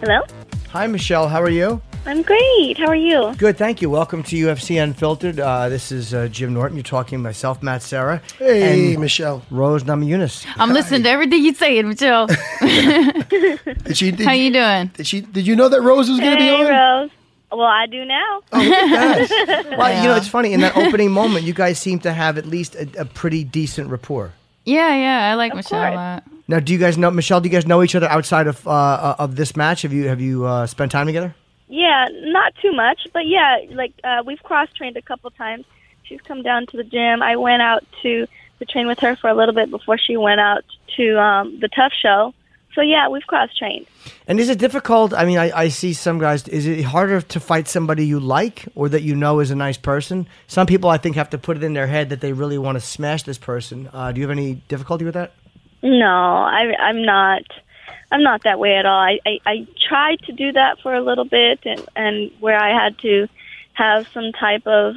Speaker 8: Hello?
Speaker 2: Hi, Michelle. How are you?
Speaker 8: I'm great. How are you?
Speaker 2: Good, thank you. Welcome to UFC Unfiltered. Uh, this is uh, Jim Norton. You're talking to myself, Matt Sarah,
Speaker 6: hey,
Speaker 2: and
Speaker 6: Michelle.
Speaker 2: Rose Namajunas.
Speaker 7: I'm listening to everything you say, Michelle.
Speaker 6: Did she? Did,
Speaker 7: How you doing?
Speaker 6: did she? Did you know that Rose was going to be
Speaker 8: Hey,
Speaker 6: on?
Speaker 8: Rose. Well, I do now.
Speaker 2: Well, you know,
Speaker 7: Yeah.
Speaker 2: it's funny. In that opening moment, you guys seem to have at least a, a pretty decent rapport.
Speaker 7: Yeah, yeah. I like Michelle
Speaker 8: course.
Speaker 7: a lot.
Speaker 2: Now, do you guys know Michelle? Do you guys know each other outside of uh, uh, of this match? Have you have you uh, spent time together?
Speaker 8: Yeah, not too much, but yeah, like uh, we've cross trained a couple times. She's come down to the gym. I went out to to train with her for a little bit before she went out to um, the Tough Show. So yeah, we've cross trained.
Speaker 2: And is it difficult? I mean, I, I see some guys. Is it harder to fight somebody you like or that you know is a nice person? Some people, I think, have to put it in their head that they really want to smash this person. Uh, do you have any difficulty with that?
Speaker 8: No, I, I'm not. I'm not that way at all. I, I, I tried to do that for a little bit, and, and where I had to have some type of,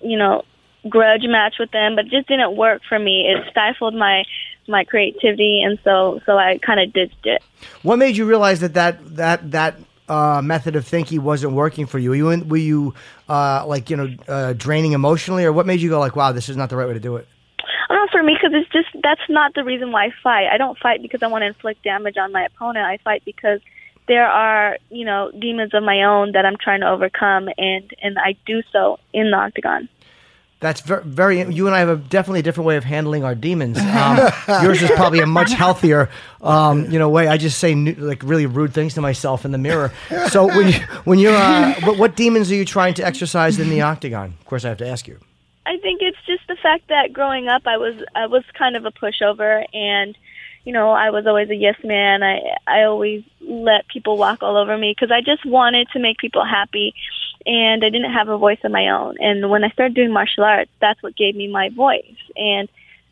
Speaker 8: you know, grudge match with them, but it just didn't work for me. It stifled my my creativity, and so so I kind of ditched it.
Speaker 2: What made you realize that that that that uh, method of thinking wasn't working for you? Were you in, were you uh, like you know uh, draining emotionally, or what made you go like, wow, this is not the right way to do it?
Speaker 8: I don't know for me because it's just that's not the reason why I fight. I don't fight because I want to inflict damage on my opponent. I fight because there are you know demons of my own that I'm trying to overcome, and and I do so in the octagon.
Speaker 2: That's very, very. You and I have a definitely a different way of handling our demons. Um, yours is probably a much healthier, um, you know, way. I just say nu- like really rude things to myself in the mirror. So when you, when you're, uh, what, what demons are you trying to exercise in the octagon? Of course, I have to ask you.
Speaker 8: I think it's just the fact that growing up, I was I was kind of a pushover, and you know, I was always a yes man. I I always let people walk all over me because I just wanted to make people happy, and I didn't have a voice of my own. And when I started doing martial arts, that's what gave me my voice. And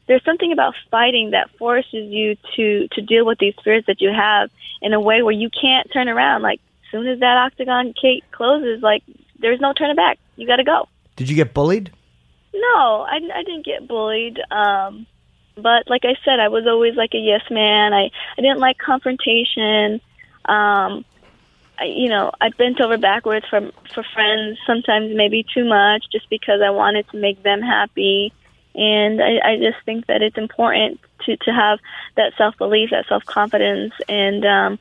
Speaker 8: there's something about fighting that forces you to to deal with these fears that you have in a way where you can't turn around. Like soon as that octagon gate closes, like there's no turning back. You got to go.
Speaker 2: Did you get bullied?
Speaker 8: No, I, I didn't get bullied. Um, but like I said, I was always like a yes man. I, I didn't like confrontation. Um, I, you know, I bent over backwards for for friends. Sometimes maybe too much, just because I wanted to make them happy. And I, I just think that it's important to to have that self belief, that self confidence, and um,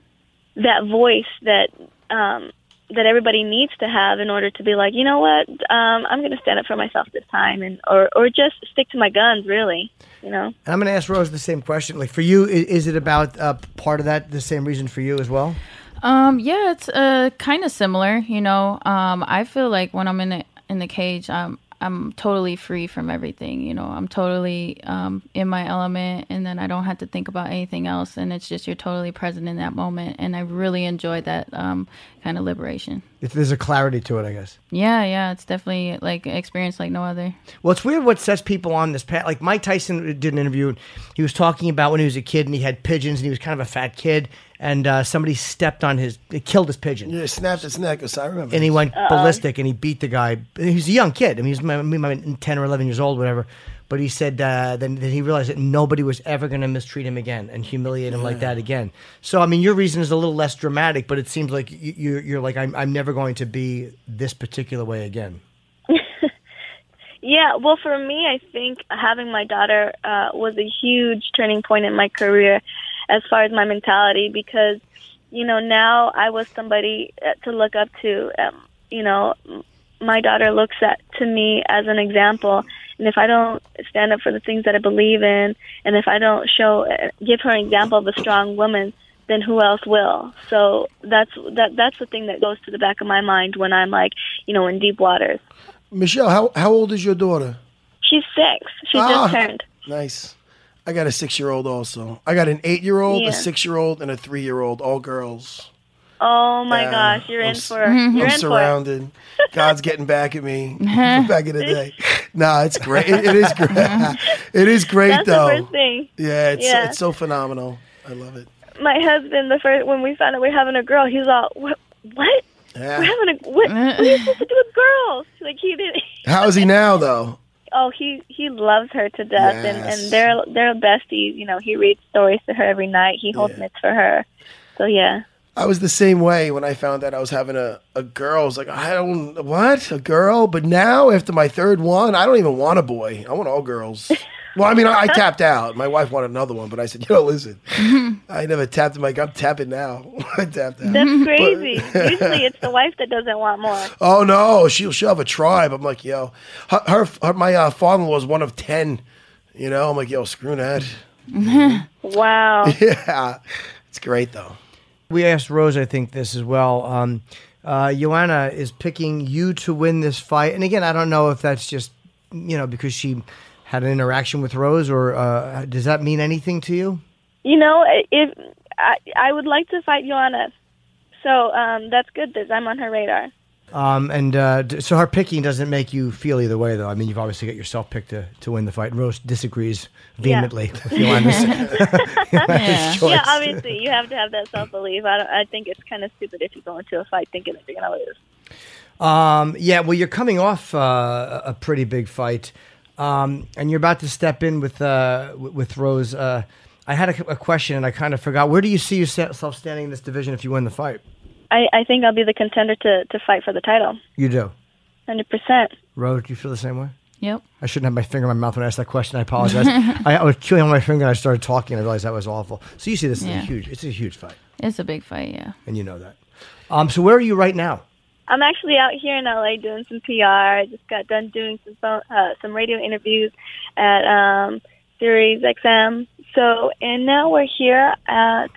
Speaker 8: that voice that um, that everybody needs to have in order to be like, you know what, um, I'm going to stand up for myself this time, and or or just stick to my guns, really. You know,
Speaker 2: And I'm going to ask Rose the same question. Like for you, is, is it about uh, part of that the same reason for you as well?
Speaker 7: Um, yeah, it's uh kind of similar. You know, um, I feel like when I'm in the in the cage, um, I'm totally free from everything. You know, I'm totally um in my element, and then I don't have to think about anything else. And it's just you're totally present in that moment, and I really enjoy that um kind of liberation.
Speaker 2: If there's a clarity to it, I guess.
Speaker 7: Yeah, yeah, it's definitely like an experience like no other.
Speaker 2: Well, it's weird what sets people on this path. Like Mike Tyson did an interview. And he was talking about when he was a kid and he had pigeons and he was kind of a fat kid. And uh, somebody stepped on his, it killed his pigeon.
Speaker 6: Yeah, snapped its neck. I remember.
Speaker 2: And he went ballistic and he beat the guy. He was a young kid. I mean, he was my, me- my 10 or 11 years old, whatever. But he said uh, then, then he realized that nobody was ever going to mistreat him again and humiliate him like that again. So, I mean, your reason is a little less dramatic, but it seems like you, you're, you're like, I'm, I'm never going to be this particular way again.
Speaker 8: Yeah, well, for me, I think having my daughter uh, was a huge turning point in my career as far as my mentality because, you know, now I was somebody uh, to look up to. Um, you know, m- my daughter looks at to me as an example. And if I don't stand up for the things that I believe in, and if I don't show, uh, give her an example of a strong woman, then who else will? So that's that. That's the thing that goes to the back of my mind when I'm like, you know, in deep waters.
Speaker 6: Michelle, how how old is your daughter?
Speaker 8: She's six. She
Speaker 6: Ah.
Speaker 8: just turned.
Speaker 6: Nice. I got a six year old also. I got an eight year old,
Speaker 8: Yeah.
Speaker 6: a six year old, and a three year old, all girls.
Speaker 8: Oh my
Speaker 6: Yeah,
Speaker 8: gosh, you're
Speaker 6: Um, I'm
Speaker 8: in
Speaker 6: s-
Speaker 8: for you're
Speaker 6: I'm
Speaker 8: in
Speaker 6: surrounded. God's getting back at me from back in the day. Nah, it's great. It- it is great. it is
Speaker 8: for it.
Speaker 6: great
Speaker 8: That's
Speaker 6: though.
Speaker 8: the first thing.
Speaker 6: Yeah, it's
Speaker 8: Yeah.
Speaker 6: it's so phenomenal. I love it.
Speaker 8: My husband, the first when we found out we're having a girl, he's all what? What? We're
Speaker 6: Yeah.
Speaker 8: having a what? What are you supposed to do with girls? Like he did.
Speaker 6: How is he now though?
Speaker 8: Oh, he he loves her to death, and
Speaker 6: Yes.
Speaker 8: and they're they're besties. You know, he reads stories to her every night. He holds
Speaker 6: Yeah.
Speaker 8: mitts for her. So yeah.
Speaker 6: I was the same way when I found out I was having a, a girl. I was like, I don't what a girl. But now after my third one, I don't even want a boy. I want all girls. Well, I mean, I, I tapped out. My wife wanted another one, but I said, you know, listen, I never tapped. I'm like, I'm tapping now. I tapped out.
Speaker 8: That's crazy. Usually, it's the wife that doesn't want more.
Speaker 6: Oh no, she'll she'll have a tribe. I'm like, yo, her, her, her my uh, father-in-law is one of ten. You know, I'm like, yo, screw that. Oh,
Speaker 8: Wow.
Speaker 6: Yeah, it's great though.
Speaker 2: We asked Rose, I think, this as well. Um, uh, Joanna is picking you to win this fight. And again, I don't know if that's just, you know, because she had an interaction with Rose or uh, does that mean anything to you?
Speaker 8: You know, if I, I would like to fight Joanna, so um, that's good that I'm on her radar.
Speaker 2: Um, and uh, d- so her picking doesn't make you feel either way, though. I mean, you've obviously got yourself picked to, to win the fight. Rose disagrees vehemently with Joanna's, Joanna's choice.
Speaker 8: Yeah, obviously you have to have that self belief. I don't, I think it's kind of stupid if you go into a fight thinking that you're gonna lose.
Speaker 2: Um, yeah, well, you're coming off uh, a- a pretty big fight, um, and you're about to step in with uh, w- with Rose. Uh, I had a, a question and I kind of forgot. Where do you see yourself standing in this division if you win the fight?
Speaker 8: I, I think I'll be the contender to to fight for the title,
Speaker 2: You do,
Speaker 8: hundred percent.
Speaker 2: Rose. Do you feel the same way?
Speaker 7: Yep.
Speaker 2: I shouldn't have my finger in my mouth when I asked that question. I apologize. I, I was chewing on my finger and I started talking. And I realized that was awful. So you see, this is a
Speaker 7: Yeah.
Speaker 2: huge. It's a huge fight,
Speaker 7: It's a big fight, yeah.
Speaker 2: and you know that. Um, so where are you right now?
Speaker 8: I'm actually out here in LA doing some PR. I just got done doing some phone, uh, some radio interviews at um, Series XM. So and now we're here at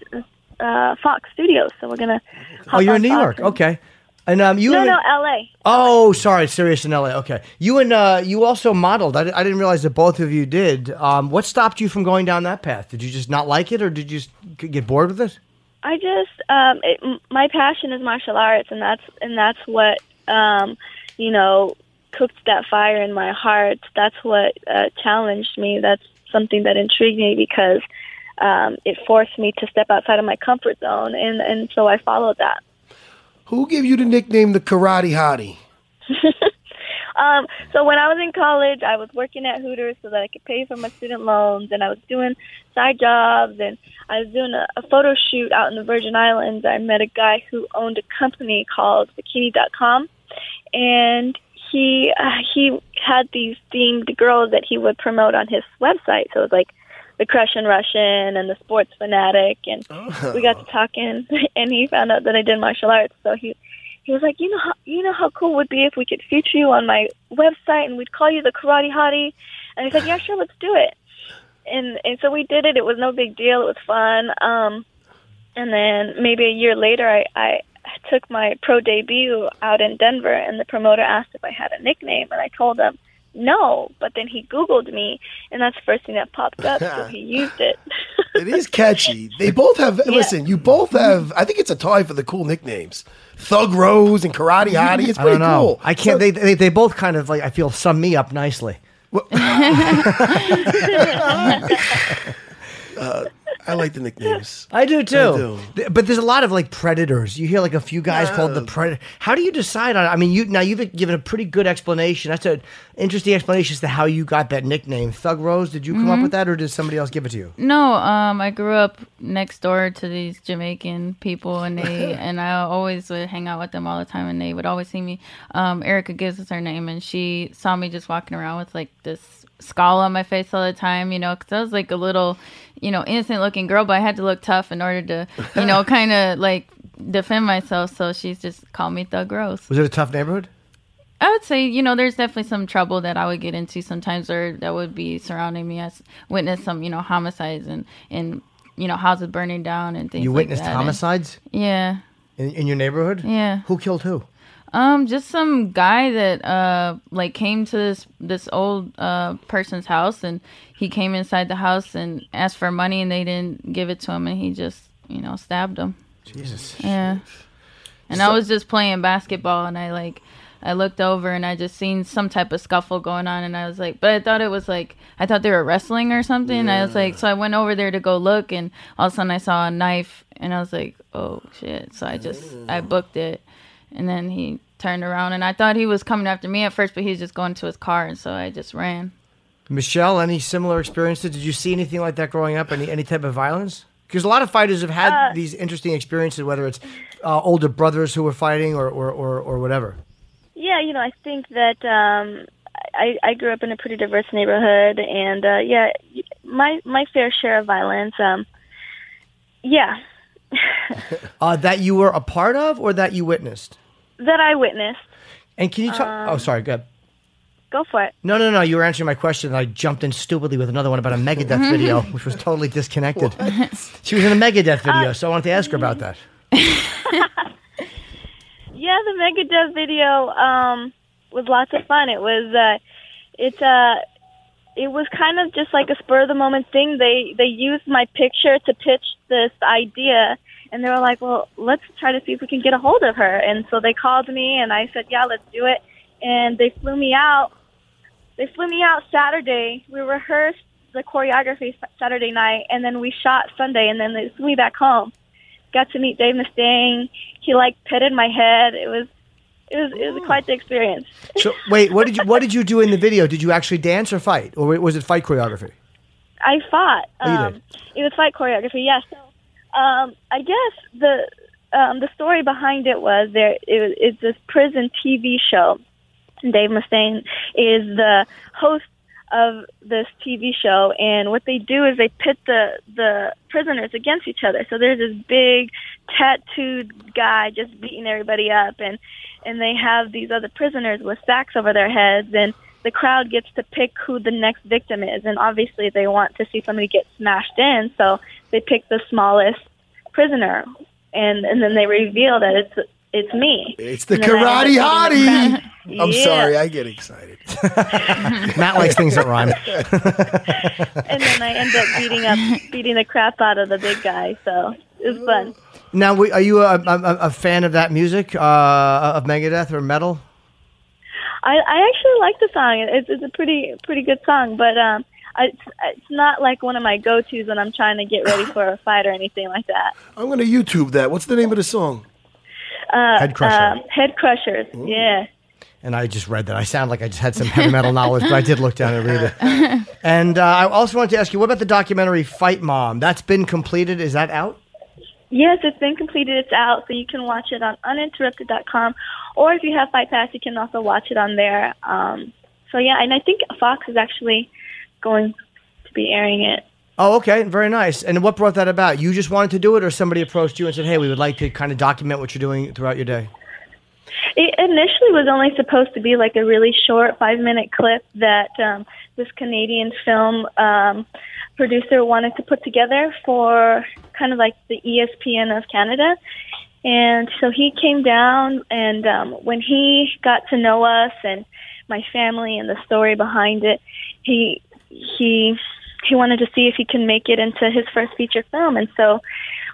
Speaker 8: uh, Fox Studios. So we're gonna.
Speaker 2: Oh,
Speaker 8: hop
Speaker 2: you're
Speaker 8: on
Speaker 2: in New
Speaker 8: Fox
Speaker 2: York.
Speaker 8: and-
Speaker 2: Okay, and um, you.
Speaker 8: No,
Speaker 2: and-
Speaker 8: no, LA.
Speaker 2: Oh, sorry, serious in LA. Okay, you and uh, you also modeled. I, di- I didn't realize that both of you did. Um, what stopped you from going down that path? Did you just not like it, or did you just g- get bored with it?
Speaker 8: I just um, it, m- my passion is martial arts, and that's and that's what um, you know cooked that fire in my heart. That's what uh, challenged me. That's something that intrigued me because um, it forced me to step outside of my comfort zone, and and so I followed that.
Speaker 6: Who gave you the nickname the Karate Hottie?
Speaker 8: Um, so when I was in college, I was working at Hooters so that I could pay for my student loans, and I was doing side jobs, and I was doing a, a photo shoot out in the Virgin Islands. I met a guy who owned a company called Bikini.com, and he uh, he had these themed girls that he would promote on his website. So it was like the crush and Russian and the sports fanatic, and we got to talking, and he found out that I did martial arts, so he he was like, you know, how, you know how cool it would be if we could feature you on my website and we'd call you the Karate Hottie. And I was like, yeah, sure, let's do it. And and so we did it. It was no big deal. It was fun. Um, and then maybe a year later, I I took my pro debut out in Denver, and the promoter asked if I had a nickname, and I told him no. But then he Googled me, and that's the first thing that popped up. so he used it.
Speaker 6: It is catchy. They both have. Listen, you both have. I think it's a tie for the cool nicknames: Thug Rose and Karate Hottie. It's
Speaker 2: I
Speaker 6: pretty
Speaker 2: don't know.
Speaker 6: cool.
Speaker 2: I can't. They, they they both kind of like I feel sum me up nicely.
Speaker 6: I like the nicknames.
Speaker 2: I do too.
Speaker 6: do.
Speaker 2: Th- But there's a lot of like predators. You hear like a few guys called the predator. How do you decide on? I mean, you now you've given a pretty good explanation. That's an interesting explanation as to how you got that nickname, Thug Rose. Did you come up with that, or did somebody else give it to you?
Speaker 7: No, um, I grew up next door to these Jamaican people, and they and I always would hang out with them all the time, and they would always see me. Um, Erica gives us her name, and she saw me just walking around with like this scowl on my face all the time, you know, because I was like a little, you know, innocent looking girl, but I had to look tough in order to, you know, kind of like defend myself. So she's just called me Thug Rose.
Speaker 2: Was it a tough neighborhood?
Speaker 7: I would say, you know, there's definitely some trouble that I would get into sometimes, or that would be surrounding me. I s- witnessed some, you know, homicides and and you know houses burning down and things.
Speaker 2: You
Speaker 7: like
Speaker 2: witnessed
Speaker 7: that. And-
Speaker 2: homicides
Speaker 7: yeah,
Speaker 2: in, in your neighborhood.
Speaker 7: yeah.
Speaker 2: Who killed who?
Speaker 7: Um, just some guy that uh like came to this this old uh person's house, and he came inside the house and asked for money, and they didn't give it to him, and he just you know stabbed him.
Speaker 2: Jesus.
Speaker 7: Yeah. And I was just playing basketball and I like I looked over and I just seen some type of scuffle going on and I was like, but I thought it was like I thought they were wrestling or something. And I was like, so I went over there to go look and all of a sudden I saw a knife and I was like, oh shit. So I just I booked it and then he turned around and I thought he was coming after me at first, but he was just going to his car and so I just ran.
Speaker 2: Michelle, any similar experiences? Did you see anything like that growing up? Any any type of violence? Because a lot of fighters have had these interesting experiences, whether it's uh, older brothers who were fighting or or, or, or whatever.
Speaker 8: Yeah, you know, I think that um, I, I grew up in a pretty diverse neighborhood, and uh, yeah, my my fair share of violence. Um, yeah,
Speaker 2: Uh, that you were a part of or that you witnessed?
Speaker 8: that I witnessed.
Speaker 2: And can you talk? oh, sorry. Good.
Speaker 8: Go for it.
Speaker 2: No, no, no. You were answering my question, and I jumped in stupidly with another one about a Megadeth video, which was totally disconnected. she was in a Megadeth video, so I wanted to ask her about that.
Speaker 8: Yeah, the Megadeth video um, was lots of fun. It was uh, it's uh, it was kind of just like a spur of the moment thing. They they used my picture to pitch this idea, and they were like, "Well, let's try to see if we can get a hold of her." And so they called me, and I said, "Yeah, let's do it." And they flew me out. They flew me out Saturday. We rehearsed the choreography Saturday night, and then we shot Sunday, and then they flew me back home got to meet Dave Mustaine. He like petted my head. It was it was it
Speaker 2: Ah.
Speaker 8: was quite the experience.
Speaker 2: So wait, what did you what did you do in the video? Did you actually dance or fight, or was it fight choreography?
Speaker 8: I fought.
Speaker 2: you
Speaker 8: Um,
Speaker 2: did.
Speaker 8: it was fight choreography. Yes. So, um, I guess the um, the story behind it was there. It, was- it's this prison TV show. Dave Mustaine is the host of this TV show, and what they do is they pit the the prisoners against each other. So there's this big tattooed guy just beating everybody up, and and they have these other prisoners with sacks over their heads, and the crowd gets to pick who the next victim is, and obviously they want to see somebody get smashed in, so they pick the smallest prisoner, and and then they reveal that it's it's me.
Speaker 6: It's the
Speaker 8: And then I
Speaker 6: karate
Speaker 8: end up getting it
Speaker 6: hottie.
Speaker 8: back.
Speaker 6: I'm
Speaker 8: Yeah.
Speaker 6: sorry, I get excited.
Speaker 2: Matt likes things that rhyme.
Speaker 8: and then I end up beating up beating the crap out of the big guy. So it was fun.
Speaker 2: Now, we- are you a, a, a a fan of that music uh, of Megadeth or metal?
Speaker 8: I, I actually like the song. It's, it's a pretty pretty good song, but um, I, it's, it's not like one of my go tos when I'm trying to get ready for a fight or anything like that.
Speaker 6: I'm gonna YouTube that. What's the name of the song?
Speaker 2: Head crusher.
Speaker 8: Um, head crushers. Yeah.
Speaker 2: and I just read that. I sound like I just had some heavy metal knowledge, but I did look down and read it. And uh, I also wanted to ask you, what about the documentary Fight Mom? That's been completed. Is that out?
Speaker 8: Yes, it's been completed. It's out, so you can watch it on uninterrupted.com, or if you have Fight Pass, you can also watch it on there. Um, so yeah, and I think Fox is actually going to be airing it.
Speaker 2: Oh, okay, very nice. And what brought that about? You just wanted to do it, or somebody approached you and said, "Hey, we would like to kind of document what you're doing throughout your day."
Speaker 8: It initially was only supposed to be like a really short five minute clip that um, this Canadian film um, producer wanted to put together for kind of like the E ESPN of Canada. And so he came down, and um, when he got to know us and my family and the story behind it, he he he wanted to see if he can make it into his first feature film, and so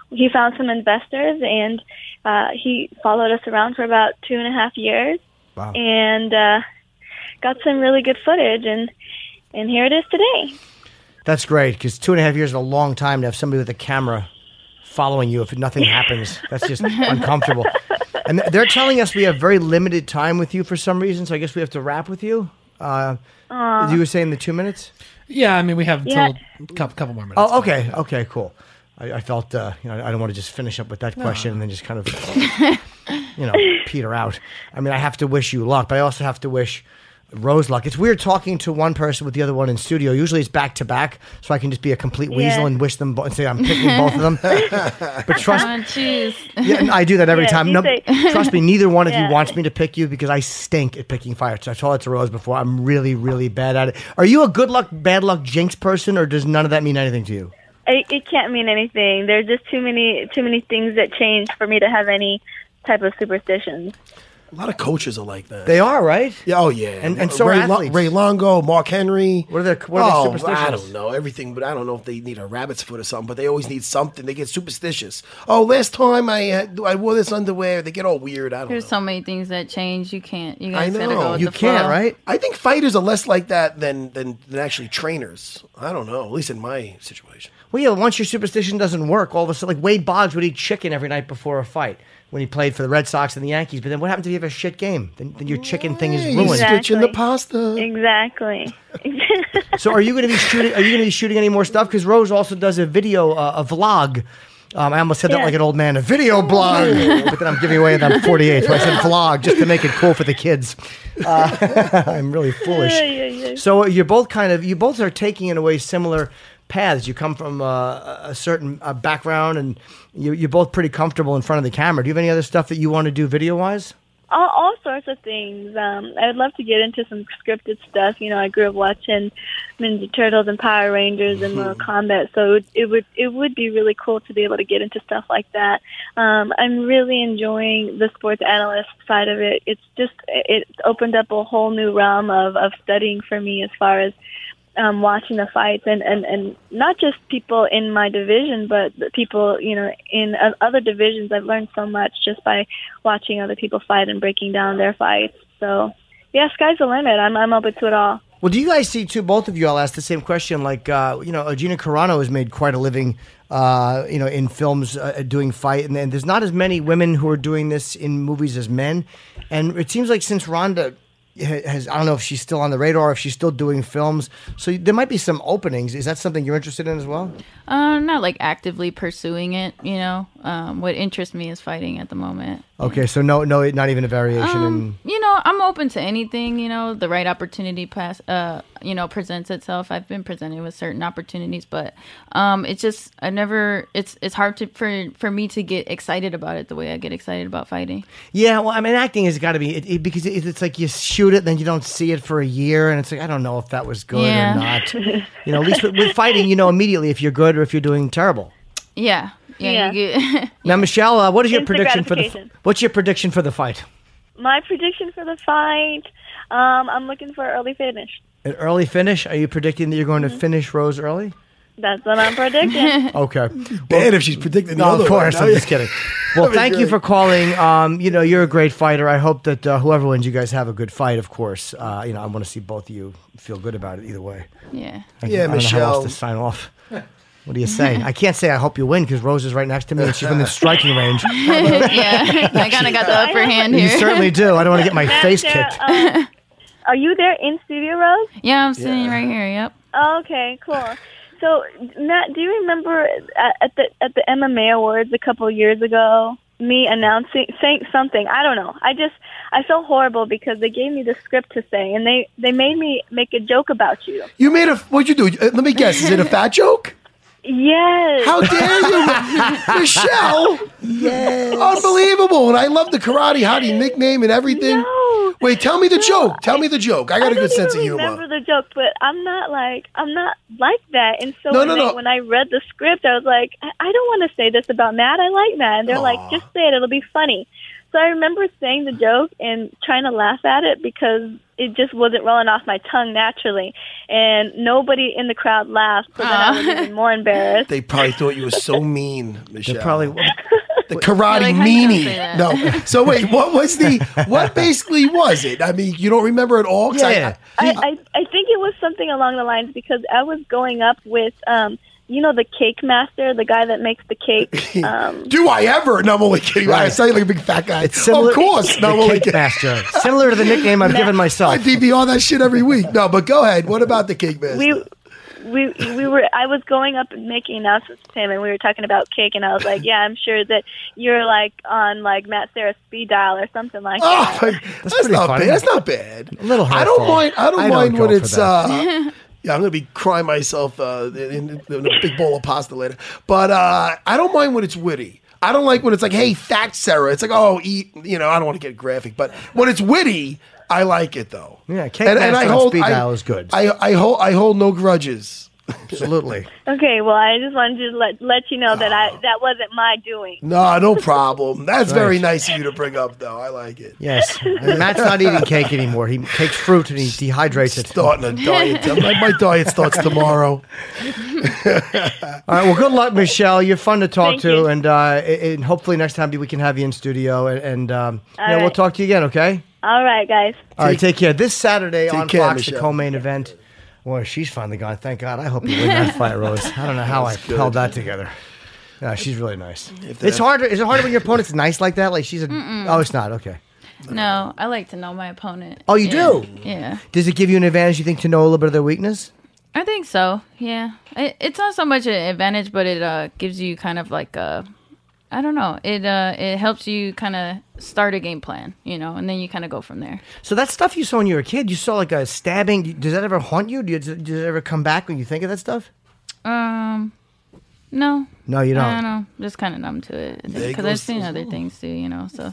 Speaker 8: he found some investors and uh, he followed us around for about two and a half years
Speaker 2: Wow.
Speaker 8: and uh, got some really good footage and and here it is today
Speaker 2: That's great because two and a half years is a long time to have somebody with a camera following you if nothing happens. That's just uncomfortable. And th- they're telling us we have very limited time with you for some reason, so I guess we have to wrap with you. Uh, you were saying the two minutes?
Speaker 4: Yeah, I mean, we have
Speaker 8: Yeah.
Speaker 4: until a couple, couple more minutes.
Speaker 2: Oh, okay, okay, cool. I, I felt uh, you know I don't want to just finish up with that question and then just kind of you know peter out. I mean, I have to wish you luck, but I also have to wish Rose luck. It's weird talking to one person with the other one in studio. Usually it's back to back, so I can just be a complete weasel
Speaker 8: Yeah.
Speaker 2: and wish them bo- and say I'm picking both of them. but trust.
Speaker 7: Oh, jeez.
Speaker 2: Yeah, and I do that every
Speaker 8: Yeah,
Speaker 2: time.
Speaker 8: you
Speaker 2: No,
Speaker 8: say-
Speaker 2: trust me, neither one of
Speaker 8: Yeah.
Speaker 2: you wants me to pick you because I stink at picking fire. So I told that to Rose before. I'm really, really bad at it. Are you a good luck, bad luck jinx person, or does none of that mean anything to you?
Speaker 8: It, it can't mean anything. There's just too many too many things that change for me to have any type of superstitions.
Speaker 6: A lot of coaches are like that.
Speaker 2: They are right.
Speaker 6: Yeah, oh yeah,
Speaker 2: And- and so are
Speaker 6: Ray, Lo-
Speaker 2: athletes.
Speaker 6: Ray Longo, Mark Henry. Oh,
Speaker 2: What are their- what are their superstitions?
Speaker 6: I don't know everything, but I don't know if they need a rabbit's foot or something. But they always need something. They get superstitious. Oh, last time I uh, I wore this underwear, they get all weird. I don't
Speaker 7: There's
Speaker 6: know.
Speaker 7: so many things that change. You can't. You
Speaker 6: I
Speaker 7: guys gotta
Speaker 6: know.
Speaker 7: go with
Speaker 6: You
Speaker 7: the
Speaker 2: can't,
Speaker 7: flow.
Speaker 2: right?
Speaker 6: I think fighters are less like that than, than than actually trainers. I don't know. At least in my situation.
Speaker 2: Well, yeah, once your superstition doesn't work, all of a sudden, like Wade Boggs would eat chicken every night before a fight when he played for the Red Sox and the Yankees. But then what happens if you have a shit game? Then, then your chicken thing is ruined.
Speaker 8: Exactly.
Speaker 6: Stitching the pasta.
Speaker 8: Exactly.
Speaker 2: So are you going to be shooting? Are you going to be shooting any more stuff? Because Rose also does a video, uh, a vlog. Um, I almost said that
Speaker 8: Yeah.
Speaker 2: like an old man, a video blog. but then I'm giving away that I'm 48, so I said vlog just to make it cool for the kids. Uh, I'm really foolish.
Speaker 8: Yeah, yeah, yeah.
Speaker 2: So you're both kind of you both are taking in a way similar paths. You come from uh, a certain uh, background, and you, you're both pretty comfortable in front of the camera. Do you have any other stuff that you want to do video wise?
Speaker 8: all, all sorts of things. Um, I would love to get into some scripted stuff. You know, I grew up watching Ninja Turtles and Power Rangers and Mortal Kombat, so it, it would it would be really cool to be able to get into stuff like that. Um, I'm really enjoying the sports analyst side of it. It's just it opened up a whole new realm of of studying for me as far as um, watching the fights and, and, and not just people in my division, but the people, you know, in o- other divisions. I've learned so much just by watching other people fight and breaking down their fights. So, yeah, sky's the limit. I'm, I'm open to it all.
Speaker 2: Well, do you guys see too? Both of you, I'll ask the same question. Like, uh, you know, Gina Carano has made quite a living, uh, you know, in films uh, doing fight, and, and there's not as many women who are doing this in movies as men. And it seems like since Rhonda ha- has, I don't know if she's still on the radar, if she's still doing films, so there might be some openings. Is that something you're interested in as well?
Speaker 7: Um, not like actively pursuing it. You know, um, what interests me is fighting at the moment.
Speaker 2: Okay, so no, no, not even a variation. in,
Speaker 6: Um,
Speaker 7: You know, I'm open to anything. You know, the right opportunity pass. Uh, you know, presents itself. I've been presented with certain opportunities, but um, it's just I never. It's it's hard to for for me to get excited about it the way I get excited about fighting.
Speaker 2: Yeah, well, I mean, acting has got to be it, it- because it, it's like you shoot it, then you don't see it for a year, and it's like I don't know if that was good
Speaker 7: Yeah.
Speaker 2: or not. You know, at least with, with fighting, you know immediately if you're good or if you're doing terrible.
Speaker 7: Yeah, yeah. You get,
Speaker 2: Now, Michelle, uh, what is your
Speaker 8: Instant
Speaker 2: prediction for the?
Speaker 8: gratification.
Speaker 2: What's your prediction for the fight?
Speaker 8: My prediction for the fight, um, I'm looking for early finish.
Speaker 2: An early finish? Are you predicting that you're going to finish Rose early?
Speaker 8: That's what I'm predicting.
Speaker 2: Okay.
Speaker 6: Bad if she's predicting the
Speaker 2: No,
Speaker 6: other
Speaker 2: of course.
Speaker 6: one.
Speaker 2: I'm just kidding. Well,
Speaker 6: That'd be
Speaker 2: thank you
Speaker 6: great.
Speaker 2: for calling. Um, you know, you're a great fighter. I hope that uh, whoever wins, you guys have a good fight. Of course, uh, you know, I want to see both of you feel good about it either way.
Speaker 7: yeah.
Speaker 2: I
Speaker 6: Yeah,
Speaker 2: don't Know how
Speaker 6: Michelle.
Speaker 2: else to sign off. What do you say? I can't say I hope you win because Rose is right next to me and she's within striking range.
Speaker 7: yeah, I kind of got the upper hand
Speaker 2: You
Speaker 7: here.
Speaker 2: certainly do. I don't want to get my
Speaker 8: Matt,
Speaker 2: face
Speaker 8: Sarah,
Speaker 2: kicked.
Speaker 8: um, are you there in studio, Rose?
Speaker 7: yeah, I'm sitting right here. Yep.
Speaker 8: Okay, cool. So, Matt, do you remember at, at the at the MMA awards a couple of years ago, me announcing saying something? I don't know. I just I felt horrible because they gave me the script to say, and they they made me make a joke about you.
Speaker 6: You made a. What'd you do? Uh, Let me guess. Is it a fat joke?
Speaker 8: Yes.
Speaker 6: How dare you, Michelle? Yes. Unbelievable. And I love the karate hottie nickname and everything.
Speaker 8: No.
Speaker 6: Wait, tell me the joke. Tell me the joke. I got a
Speaker 8: don't
Speaker 6: good sense of
Speaker 8: even
Speaker 6: humor.
Speaker 8: remember the joke, but I'm not like I'm not like that. And so
Speaker 6: No,
Speaker 8: when,
Speaker 6: no,
Speaker 8: they-
Speaker 6: no.
Speaker 8: when I read the script, I was like, I, I don't want to say this about Matt. I like Matt. And they're like, just say it. It'll be funny. So I remember saying the joke and trying to laugh at it because it just wasn't rolling off my tongue naturally, and nobody in the crowd laughed. So then I was even more embarrassed.
Speaker 6: They probably thought you were so mean, Michelle.
Speaker 2: Probably.
Speaker 6: the karate
Speaker 7: You're like, how you gonna say
Speaker 6: meanie.
Speaker 7: that?
Speaker 6: No. So wait, what was the what basically was it? I mean, you don't remember at all? 'Cause I-
Speaker 2: Yeah.
Speaker 8: I, I, I think it was something along the lines because I was going up with, um, you know, the cake master, the guy that makes the cake. Um,
Speaker 6: do I ever? No, I'm only kidding. I
Speaker 2: Right.
Speaker 6: sound like a big fat guy.
Speaker 2: It's similar,
Speaker 6: of course. No, I'm
Speaker 2: the
Speaker 6: only
Speaker 2: cake
Speaker 6: kidding.
Speaker 2: master. Similar to the nickname I've given
Speaker 6: I
Speaker 2: myself.
Speaker 6: DVR that shit every week. No, but go ahead. What about the cake master?
Speaker 8: we we we were I was going up and making announcements to him and we were talking about cake and I was like, Yeah, I'm sure that you're like on like Matt Sarah's speed dial or something like
Speaker 6: Oh,
Speaker 8: that.
Speaker 6: my- that's,
Speaker 2: pretty
Speaker 6: not
Speaker 2: funny.
Speaker 6: bad. That's not bad.
Speaker 2: A little
Speaker 6: I don't
Speaker 2: hurtful.
Speaker 6: mind. I don't
Speaker 2: I don't
Speaker 6: mind when
Speaker 2: go for
Speaker 6: it's.
Speaker 2: that.
Speaker 6: Uh, yeah, I'm gonna be crying myself uh, in, in a big bowl of pasta later. But uh, I don't mind when it's witty. I don't like when it's like, "Hey, fact, Sarah." It's like, "Oh, eat." You know, I don't want to get graphic, but when it's witty, I like it though.
Speaker 2: Yeah, Cake Master on speed dial is good.
Speaker 6: I, I hold. I hold no grudges.
Speaker 2: Absolutely.
Speaker 8: Okay, well I just wanted to let let you know that I that wasn't my doing.
Speaker 6: No, no problem. That's very nice of you to bring up, though. I like it.
Speaker 2: Yes. And Matt's not eating cake anymore. He takes fruit and he dehydrates it.
Speaker 6: Starting a diet. my, my diet starts tomorrow.
Speaker 2: All right. Well, good luck, Michelle. You're fun to talk
Speaker 8: Thank
Speaker 2: to,
Speaker 8: you.
Speaker 2: and uh, and hopefully next time we can have you in studio, and, and um, yeah,
Speaker 8: right.
Speaker 2: we'll talk to you again. Okay.
Speaker 8: All right, guys.
Speaker 2: All right. Take care. This Saturday on
Speaker 6: care,
Speaker 2: Fox, the
Speaker 6: Michelle.
Speaker 2: co-main event. Well, she's finally gone. Thank God. I hope you win that fight, Rose. I don't know how I held that together. Yeah, she's really nice. It's harder. Is it harder when your opponent's nice like that? Like she's a. Oh, it's not. Okay.
Speaker 7: No, I like to know my opponent.
Speaker 2: Oh, you
Speaker 7: Yeah.
Speaker 2: do?
Speaker 7: Yeah.
Speaker 2: Does it give you an advantage? You think to know a little bit of their weakness?
Speaker 7: I think so. Yeah, it, it's not so much an advantage, but it uh, gives you kind of like a, I don't know. It uh, it helps you kind of start a game plan, you know, and then you kind of go from there.
Speaker 2: So that stuff you saw when you were a kid, you saw like a stabbing. Does that ever haunt you? Do you, does it ever come back when you think of that stuff?
Speaker 7: Um, no,
Speaker 2: No, you don't.
Speaker 7: I don't know. Just kind of numb to it because I've seen other things too, you know. So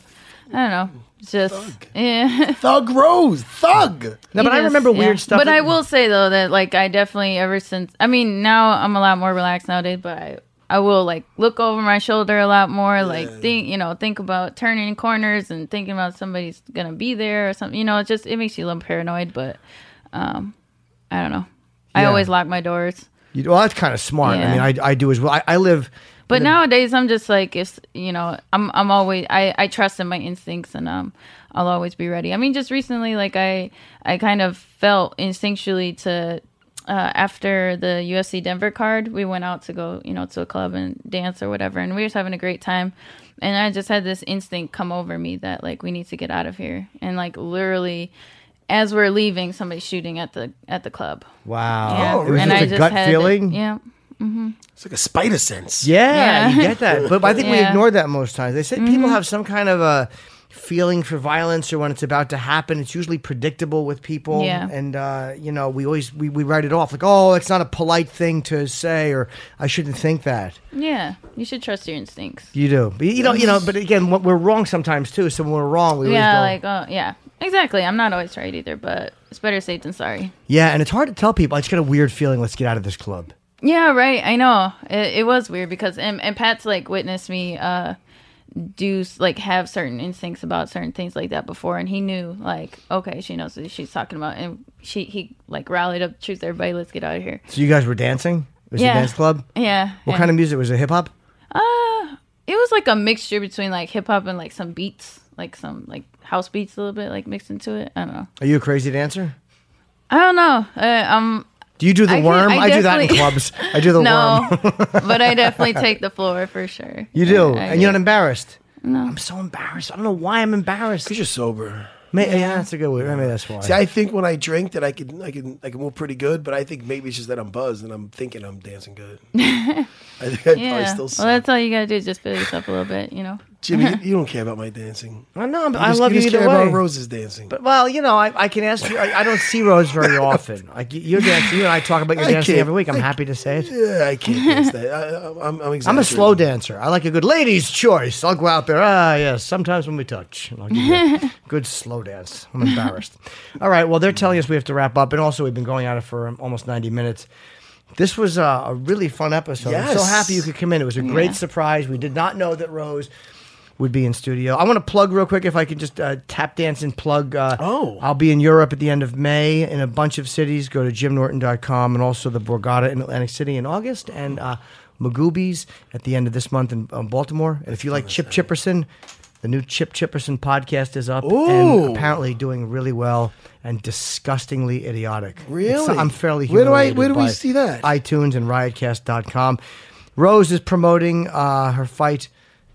Speaker 7: I don't know. It's Just yeah.
Speaker 6: Thug Rose. Thug.
Speaker 2: No, but
Speaker 7: You
Speaker 2: I
Speaker 7: just-
Speaker 2: remember
Speaker 7: yeah.
Speaker 2: weird stuff.
Speaker 7: But
Speaker 2: that-
Speaker 7: I will say though that like I definitely ever since I mean now I'm a lot more relaxed nowadays, but I I will like look over my shoulder a lot more, like think you know think about turning corners and thinking about somebody's gonna be there or something. You know, it just it makes you a little paranoid, but um I don't know. I
Speaker 2: Yeah.
Speaker 7: always lock my doors.
Speaker 2: You- well, that's kind of smart.
Speaker 7: Yeah.
Speaker 2: I mean, I, I do as well. I, I live.
Speaker 7: But nowadays, I'm just like if you know, I'm I'm always I I trust in my instincts and um I'll always be ready. I mean, just recently, like I I kind of felt instinctually to uh, after the UFC Denver card, we went out to go you know to a club and dance or whatever, and we were just having a great time. And I just had this instinct come over me that like we need to get out of here, and like literally. As we're leaving, somebody's shooting at the at the club.
Speaker 2: Wow.
Speaker 7: Yeah.
Speaker 2: It was just Oh, a gut
Speaker 7: had-
Speaker 2: feeling.
Speaker 7: Yeah.
Speaker 6: It's like a spider sense.
Speaker 7: Yeah.
Speaker 2: Yeah, you get that. But I think we
Speaker 7: Yeah. Mm-hmm.
Speaker 2: ignore that most times. They say people have some kind of a feeling for violence or when it's about to happen. It's usually predictable with people.
Speaker 7: Yeah.
Speaker 2: And, uh, you know, we always we, we write it off like, oh, it's not a polite thing to say or I shouldn't think that.
Speaker 7: Yeah. You should trust your instincts.
Speaker 2: You do. But you don't, you know, but again, what- we're wrong sometimes too. So when we're wrong, we
Speaker 7: yeah,
Speaker 2: always
Speaker 7: like
Speaker 2: go.
Speaker 7: oh yeah, exactly. I'm not always right either, but it's better safe than sorry.
Speaker 2: yeah, and it's hard to tell people. I just got a weird feeling. Let's get out of this club.
Speaker 7: Yeah, right. I know it, it was weird because and, and Pat's like witnessed me uh do s- like have certain instincts about certain things like that before, and he knew like okay, she knows what she's talking about, and she he like rallied up, truth everybody, let's get out of here.
Speaker 2: So you guys were dancing? It was
Speaker 7: Yeah.
Speaker 2: a dance club?
Speaker 7: Yeah.
Speaker 2: What kind of music was it? Hip hop?
Speaker 7: Uh, it was like a mixture between like hip hop and like some beats, like some like house beats a little bit like mixed into it. I don't know.
Speaker 2: Are you a crazy dancer?
Speaker 7: I don't know. Uh, um,
Speaker 2: Do you do the
Speaker 7: I can-
Speaker 2: worm?
Speaker 7: I
Speaker 2: I, do that in
Speaker 7: definitely-
Speaker 2: clubs. I do the worm.
Speaker 7: No, but I definitely take the floor for sure.
Speaker 2: You do,
Speaker 7: Yeah, I
Speaker 2: and you're not embarrassed. No, I'm so embarrassed. I don't know why I'm embarrassed.
Speaker 6: You're sober.
Speaker 2: May, yeah. that's a good word. Maybe that's why.
Speaker 6: See, I think when I drink that I can I can I can move pretty good, but I think maybe it's just that I'm buzzed and I'm thinking I'm dancing good. I think I probably
Speaker 7: Yeah.
Speaker 6: still
Speaker 7: well,
Speaker 6: suck.
Speaker 7: that's all you gotta do is just feel yourself a little bit, you know.
Speaker 6: Jimmy, you, you don't care about my dancing.
Speaker 2: I know. I'm,
Speaker 6: You
Speaker 2: I
Speaker 6: just-
Speaker 2: love you,
Speaker 6: you just
Speaker 2: either
Speaker 6: care
Speaker 2: way.
Speaker 6: about Rose's dancing.
Speaker 2: But well, you know, I, I can ask you. I, I don't see Rose very often. Like you- you're dancing. You and I talk about your
Speaker 6: I
Speaker 2: dancing
Speaker 6: can't-
Speaker 2: every week. I'm
Speaker 6: I
Speaker 2: happy to say it.
Speaker 6: yeah, I can't dance that. I, I, I'm, I'm,
Speaker 2: I'm
Speaker 6: exaggerating.
Speaker 2: a slow dancer. I like a good lady's choice. I'll go out there. Ah, yes. Sometimes when we touch, and I'll give you a good slow dance. I'm embarrassed. All right. Well, they're telling us we have to wrap up, and also we've been going at it for um, almost 90 minutes. This was uh, a really fun episode. I'm so
Speaker 6: Yes.
Speaker 2: happy you could come in. It was a great surprise. We did not know that Rose would be in studio. I want to plug real quick if I could just uh, tap dance and plug. Uh,
Speaker 6: Oh.
Speaker 2: I'll be in Europe at the end of May in a bunch of cities. Go to jimnorton.com and also the Borgata in Atlantic City in August. And uh, Magoobies at the end of this month in um, Baltimore. And if you like Chip Chipperson, the new Chip Chipperson podcast is up
Speaker 6: Ooh.
Speaker 2: and apparently doing really well and disgustingly idiotic. It's-
Speaker 6: Really?
Speaker 2: I'm fairly
Speaker 6: Where do I-
Speaker 2: humiliated
Speaker 6: where do we
Speaker 2: by
Speaker 6: see that?
Speaker 2: iTunes and riotcast.com. Rose is promoting uh, her fight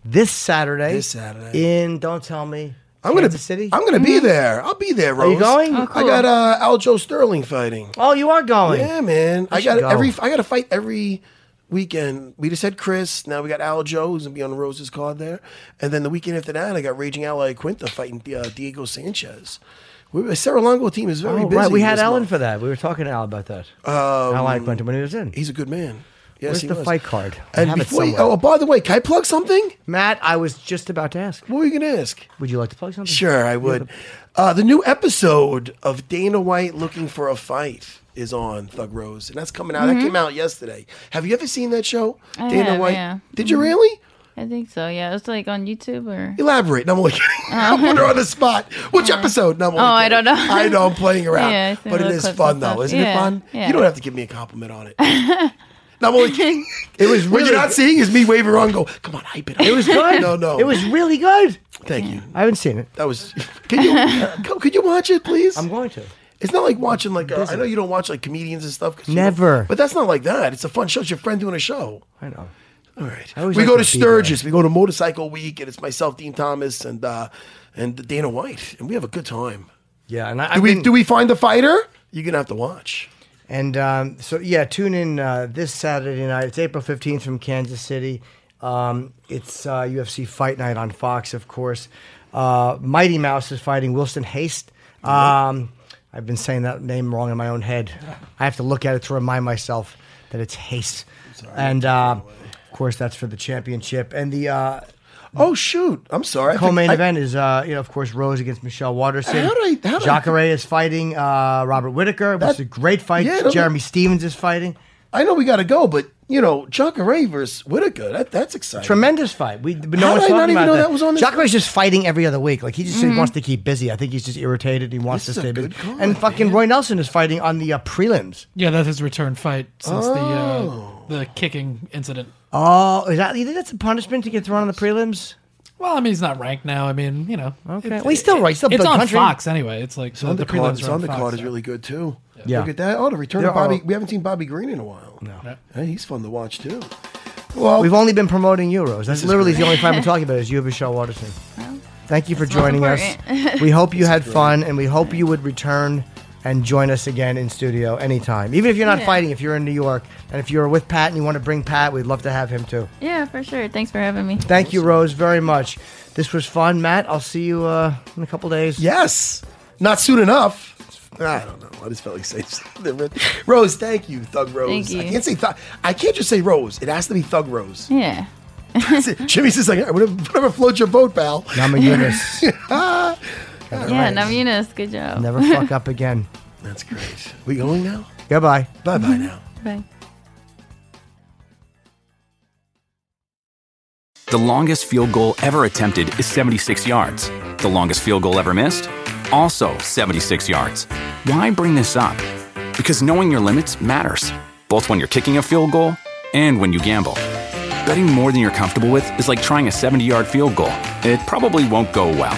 Speaker 2: this Saturday.
Speaker 6: This Saturday.
Speaker 2: In, don't tell me.
Speaker 6: I'm gonna
Speaker 2: Kansas City?
Speaker 6: I'm gonna be there. I'll be there, Rose.
Speaker 2: you going? Oh,
Speaker 6: I
Speaker 7: cool.
Speaker 6: got uh, Aljo Sterling fighting.
Speaker 2: Oh, you are going.
Speaker 6: Yeah, man. I,
Speaker 2: should
Speaker 6: got
Speaker 2: go.
Speaker 6: every. I got to fight every weekend. We just had Chris. Now we got Aljo, who's gonna be on Rose's card there. And then the weekend after that, I got Raging Ally Quinta fighting uh, Diego Sanchez. We, Sarah Longo team is very
Speaker 2: Oh,
Speaker 6: busy.
Speaker 2: right. We had
Speaker 6: this
Speaker 2: Alan
Speaker 6: month.
Speaker 2: for that. We were talking to Al about that. Um, Al Eichmann when he was in.
Speaker 6: He's a good man. Yes,
Speaker 2: Where's
Speaker 6: he
Speaker 2: the
Speaker 6: was.
Speaker 2: fight card? I
Speaker 6: And
Speaker 2: have it
Speaker 6: before, you,
Speaker 2: somewhere.
Speaker 6: oh, by the way, can I plug something?
Speaker 2: Matt, I was just about to ask.
Speaker 6: What were you gonna ask?
Speaker 2: Would you like to plug something?
Speaker 6: Sure, I would. Uh, the new episode of Dana White looking for a fight is on Thug Rose, and that's coming out. That came out yesterday. Have you ever seen that show,
Speaker 7: Mm-hmm. I
Speaker 6: Dana
Speaker 7: have,
Speaker 6: White?
Speaker 7: yeah. Mm-hmm.
Speaker 6: Did you really?
Speaker 7: I think so. Yeah, it's like on YouTube or
Speaker 6: Elaborate. No, I'm only kidding. I put her on the spot. Which episode? No, I'm only
Speaker 7: Oh, I
Speaker 6: kidding.
Speaker 7: don't know.
Speaker 6: I know I'm playing around,
Speaker 7: Yeah, I've seen
Speaker 6: but it
Speaker 7: little
Speaker 6: is
Speaker 7: clips
Speaker 6: fun
Speaker 7: and
Speaker 6: though,
Speaker 7: stuff.
Speaker 6: isn't it
Speaker 7: Yeah,
Speaker 6: fun?
Speaker 7: yeah.
Speaker 6: You don't have to give me a compliment on it. no, I'm only kidding.
Speaker 2: It was
Speaker 6: What
Speaker 2: really
Speaker 6: you're not seeing is me waving around. Go, come on, hype it. Up.
Speaker 2: It was good.
Speaker 6: No, no.
Speaker 2: It was really good.
Speaker 6: Thank you.
Speaker 2: I haven't seen it.
Speaker 6: That was. Could you co- could you watch it, please?
Speaker 2: I'm going to.
Speaker 6: It's not like watching like uh, I know you don't watch like comedians and stuff. 'cause you don't-
Speaker 2: Never.
Speaker 6: but that's not like that. It's a fun show. It's your friend doing a show.
Speaker 2: I know.
Speaker 6: All right.
Speaker 2: always
Speaker 6: We
Speaker 2: like
Speaker 6: go
Speaker 2: to
Speaker 6: to
Speaker 2: be there.
Speaker 6: Sturgis. We go to Motorcycle Week, and it's myself, Dean Thomas, and uh, and Dana White, and we have a good time.
Speaker 2: Yeah, and I,
Speaker 6: Do we do we find the fighter? You're gonna have to watch.
Speaker 2: And um, so, yeah, tune in uh, this Saturday night. It's April 15th from Kansas City. Um, it's uh, UFC Fight Night on Fox, of course. Uh, Mighty Mouse is fighting Wilson Haste.
Speaker 6: Mm-hmm.
Speaker 2: Um, I've been saying that name wrong in my own head. I have to look at it to remind myself that it's Haste. And uh, of course, that's for the championship. And the uh,
Speaker 6: Oh shoot! I'm sorry. I
Speaker 2: co-main
Speaker 6: think- I-
Speaker 2: event is, uh, you know, of course, Rose against Michelle Waterson.
Speaker 6: How do I- how do I-
Speaker 2: Jacare is fighting uh, Robert Whitaker, which is a great fight.
Speaker 6: Yeah, don't-
Speaker 2: Jeremy Stevens is fighking.
Speaker 6: I, know we gotta go, but you know, Jacare versus Whitaker. That that's exciting.
Speaker 2: Tremendous fight. We but no
Speaker 6: How
Speaker 2: one's
Speaker 6: did I
Speaker 2: talking
Speaker 6: not even
Speaker 2: about
Speaker 6: know
Speaker 2: that.
Speaker 6: that was on this-
Speaker 2: Jacare's just fighting every other week. Like he just he wants to keep busy. I think he's just irritated. He wants
Speaker 6: This
Speaker 2: to
Speaker 6: is
Speaker 2: stay
Speaker 6: a
Speaker 2: busy.
Speaker 6: good card,
Speaker 2: and fucking
Speaker 6: man.
Speaker 2: Roy Nelson is fighting on the uh, prelims.
Speaker 4: Yeah, that's his return fight since the uh, the kicking incident.
Speaker 2: Oh, is that you think that's a punishment to get thrown on the prelims?
Speaker 4: Well, I mean, he's not ranked now. I mean, you know. Okay.
Speaker 2: well, he's still right. He's still
Speaker 4: it's
Speaker 2: big
Speaker 4: on
Speaker 2: country.
Speaker 4: Fox anyway. It's like
Speaker 6: On
Speaker 4: the
Speaker 6: the card,
Speaker 4: prelims are
Speaker 6: on the
Speaker 4: Fox,
Speaker 6: card is
Speaker 4: so.
Speaker 6: really good too.
Speaker 2: Yeah.
Speaker 6: Look at that! Oh, the return
Speaker 2: There
Speaker 6: of Bobby.
Speaker 2: are-
Speaker 6: We haven't seen Bobby Green in a while. No,
Speaker 4: No.
Speaker 6: he's fun to watch too. Well,
Speaker 2: We've only been promoting Euros. That's
Speaker 6: is
Speaker 2: literally
Speaker 6: great.
Speaker 2: the only fight we're talking about is you and Michelle Waterson. Thank you for joining us.
Speaker 7: important.
Speaker 2: We hope you had fun, and we hope you would return and join us again in studio anytime. Even if you're not
Speaker 7: Yeah.
Speaker 2: fighting, if you're in New York, and if you're with Pat and you want to bring Pat, we'd love to have him too.
Speaker 7: yeah, for sure. Thanks for having me.
Speaker 2: Thank you, Rose, very much. This was fun, Matt. I'll see you uh, in a couple days.
Speaker 6: Yes. Not soon enough. Ah, I don't know. I just felt like saying something different. Rose, thank you, Thug Rose.
Speaker 7: Thank you.
Speaker 6: I can't say Thug. I can't just say Rose. It has to be Thug Rose.
Speaker 7: Yeah.
Speaker 6: Jimmy's just like, whatever, whatever floats your boat, pal. Ah.
Speaker 2: Nama Yunus.
Speaker 7: Yeah, Namunas, good job.
Speaker 2: Never fuck up again.
Speaker 6: That's great. We going now?
Speaker 2: Goodbye.
Speaker 6: Bye bye now.
Speaker 7: Bye.
Speaker 9: The longest field goal ever attempted is 76 yards. The longest field goal ever missed? Also 76 yards. Why bring this up? Because knowing your limits matters, both when you're kicking a field goal and when you gamble. Betting more than you're comfortable with is like trying a 70 yard field goal, it probably won't go well.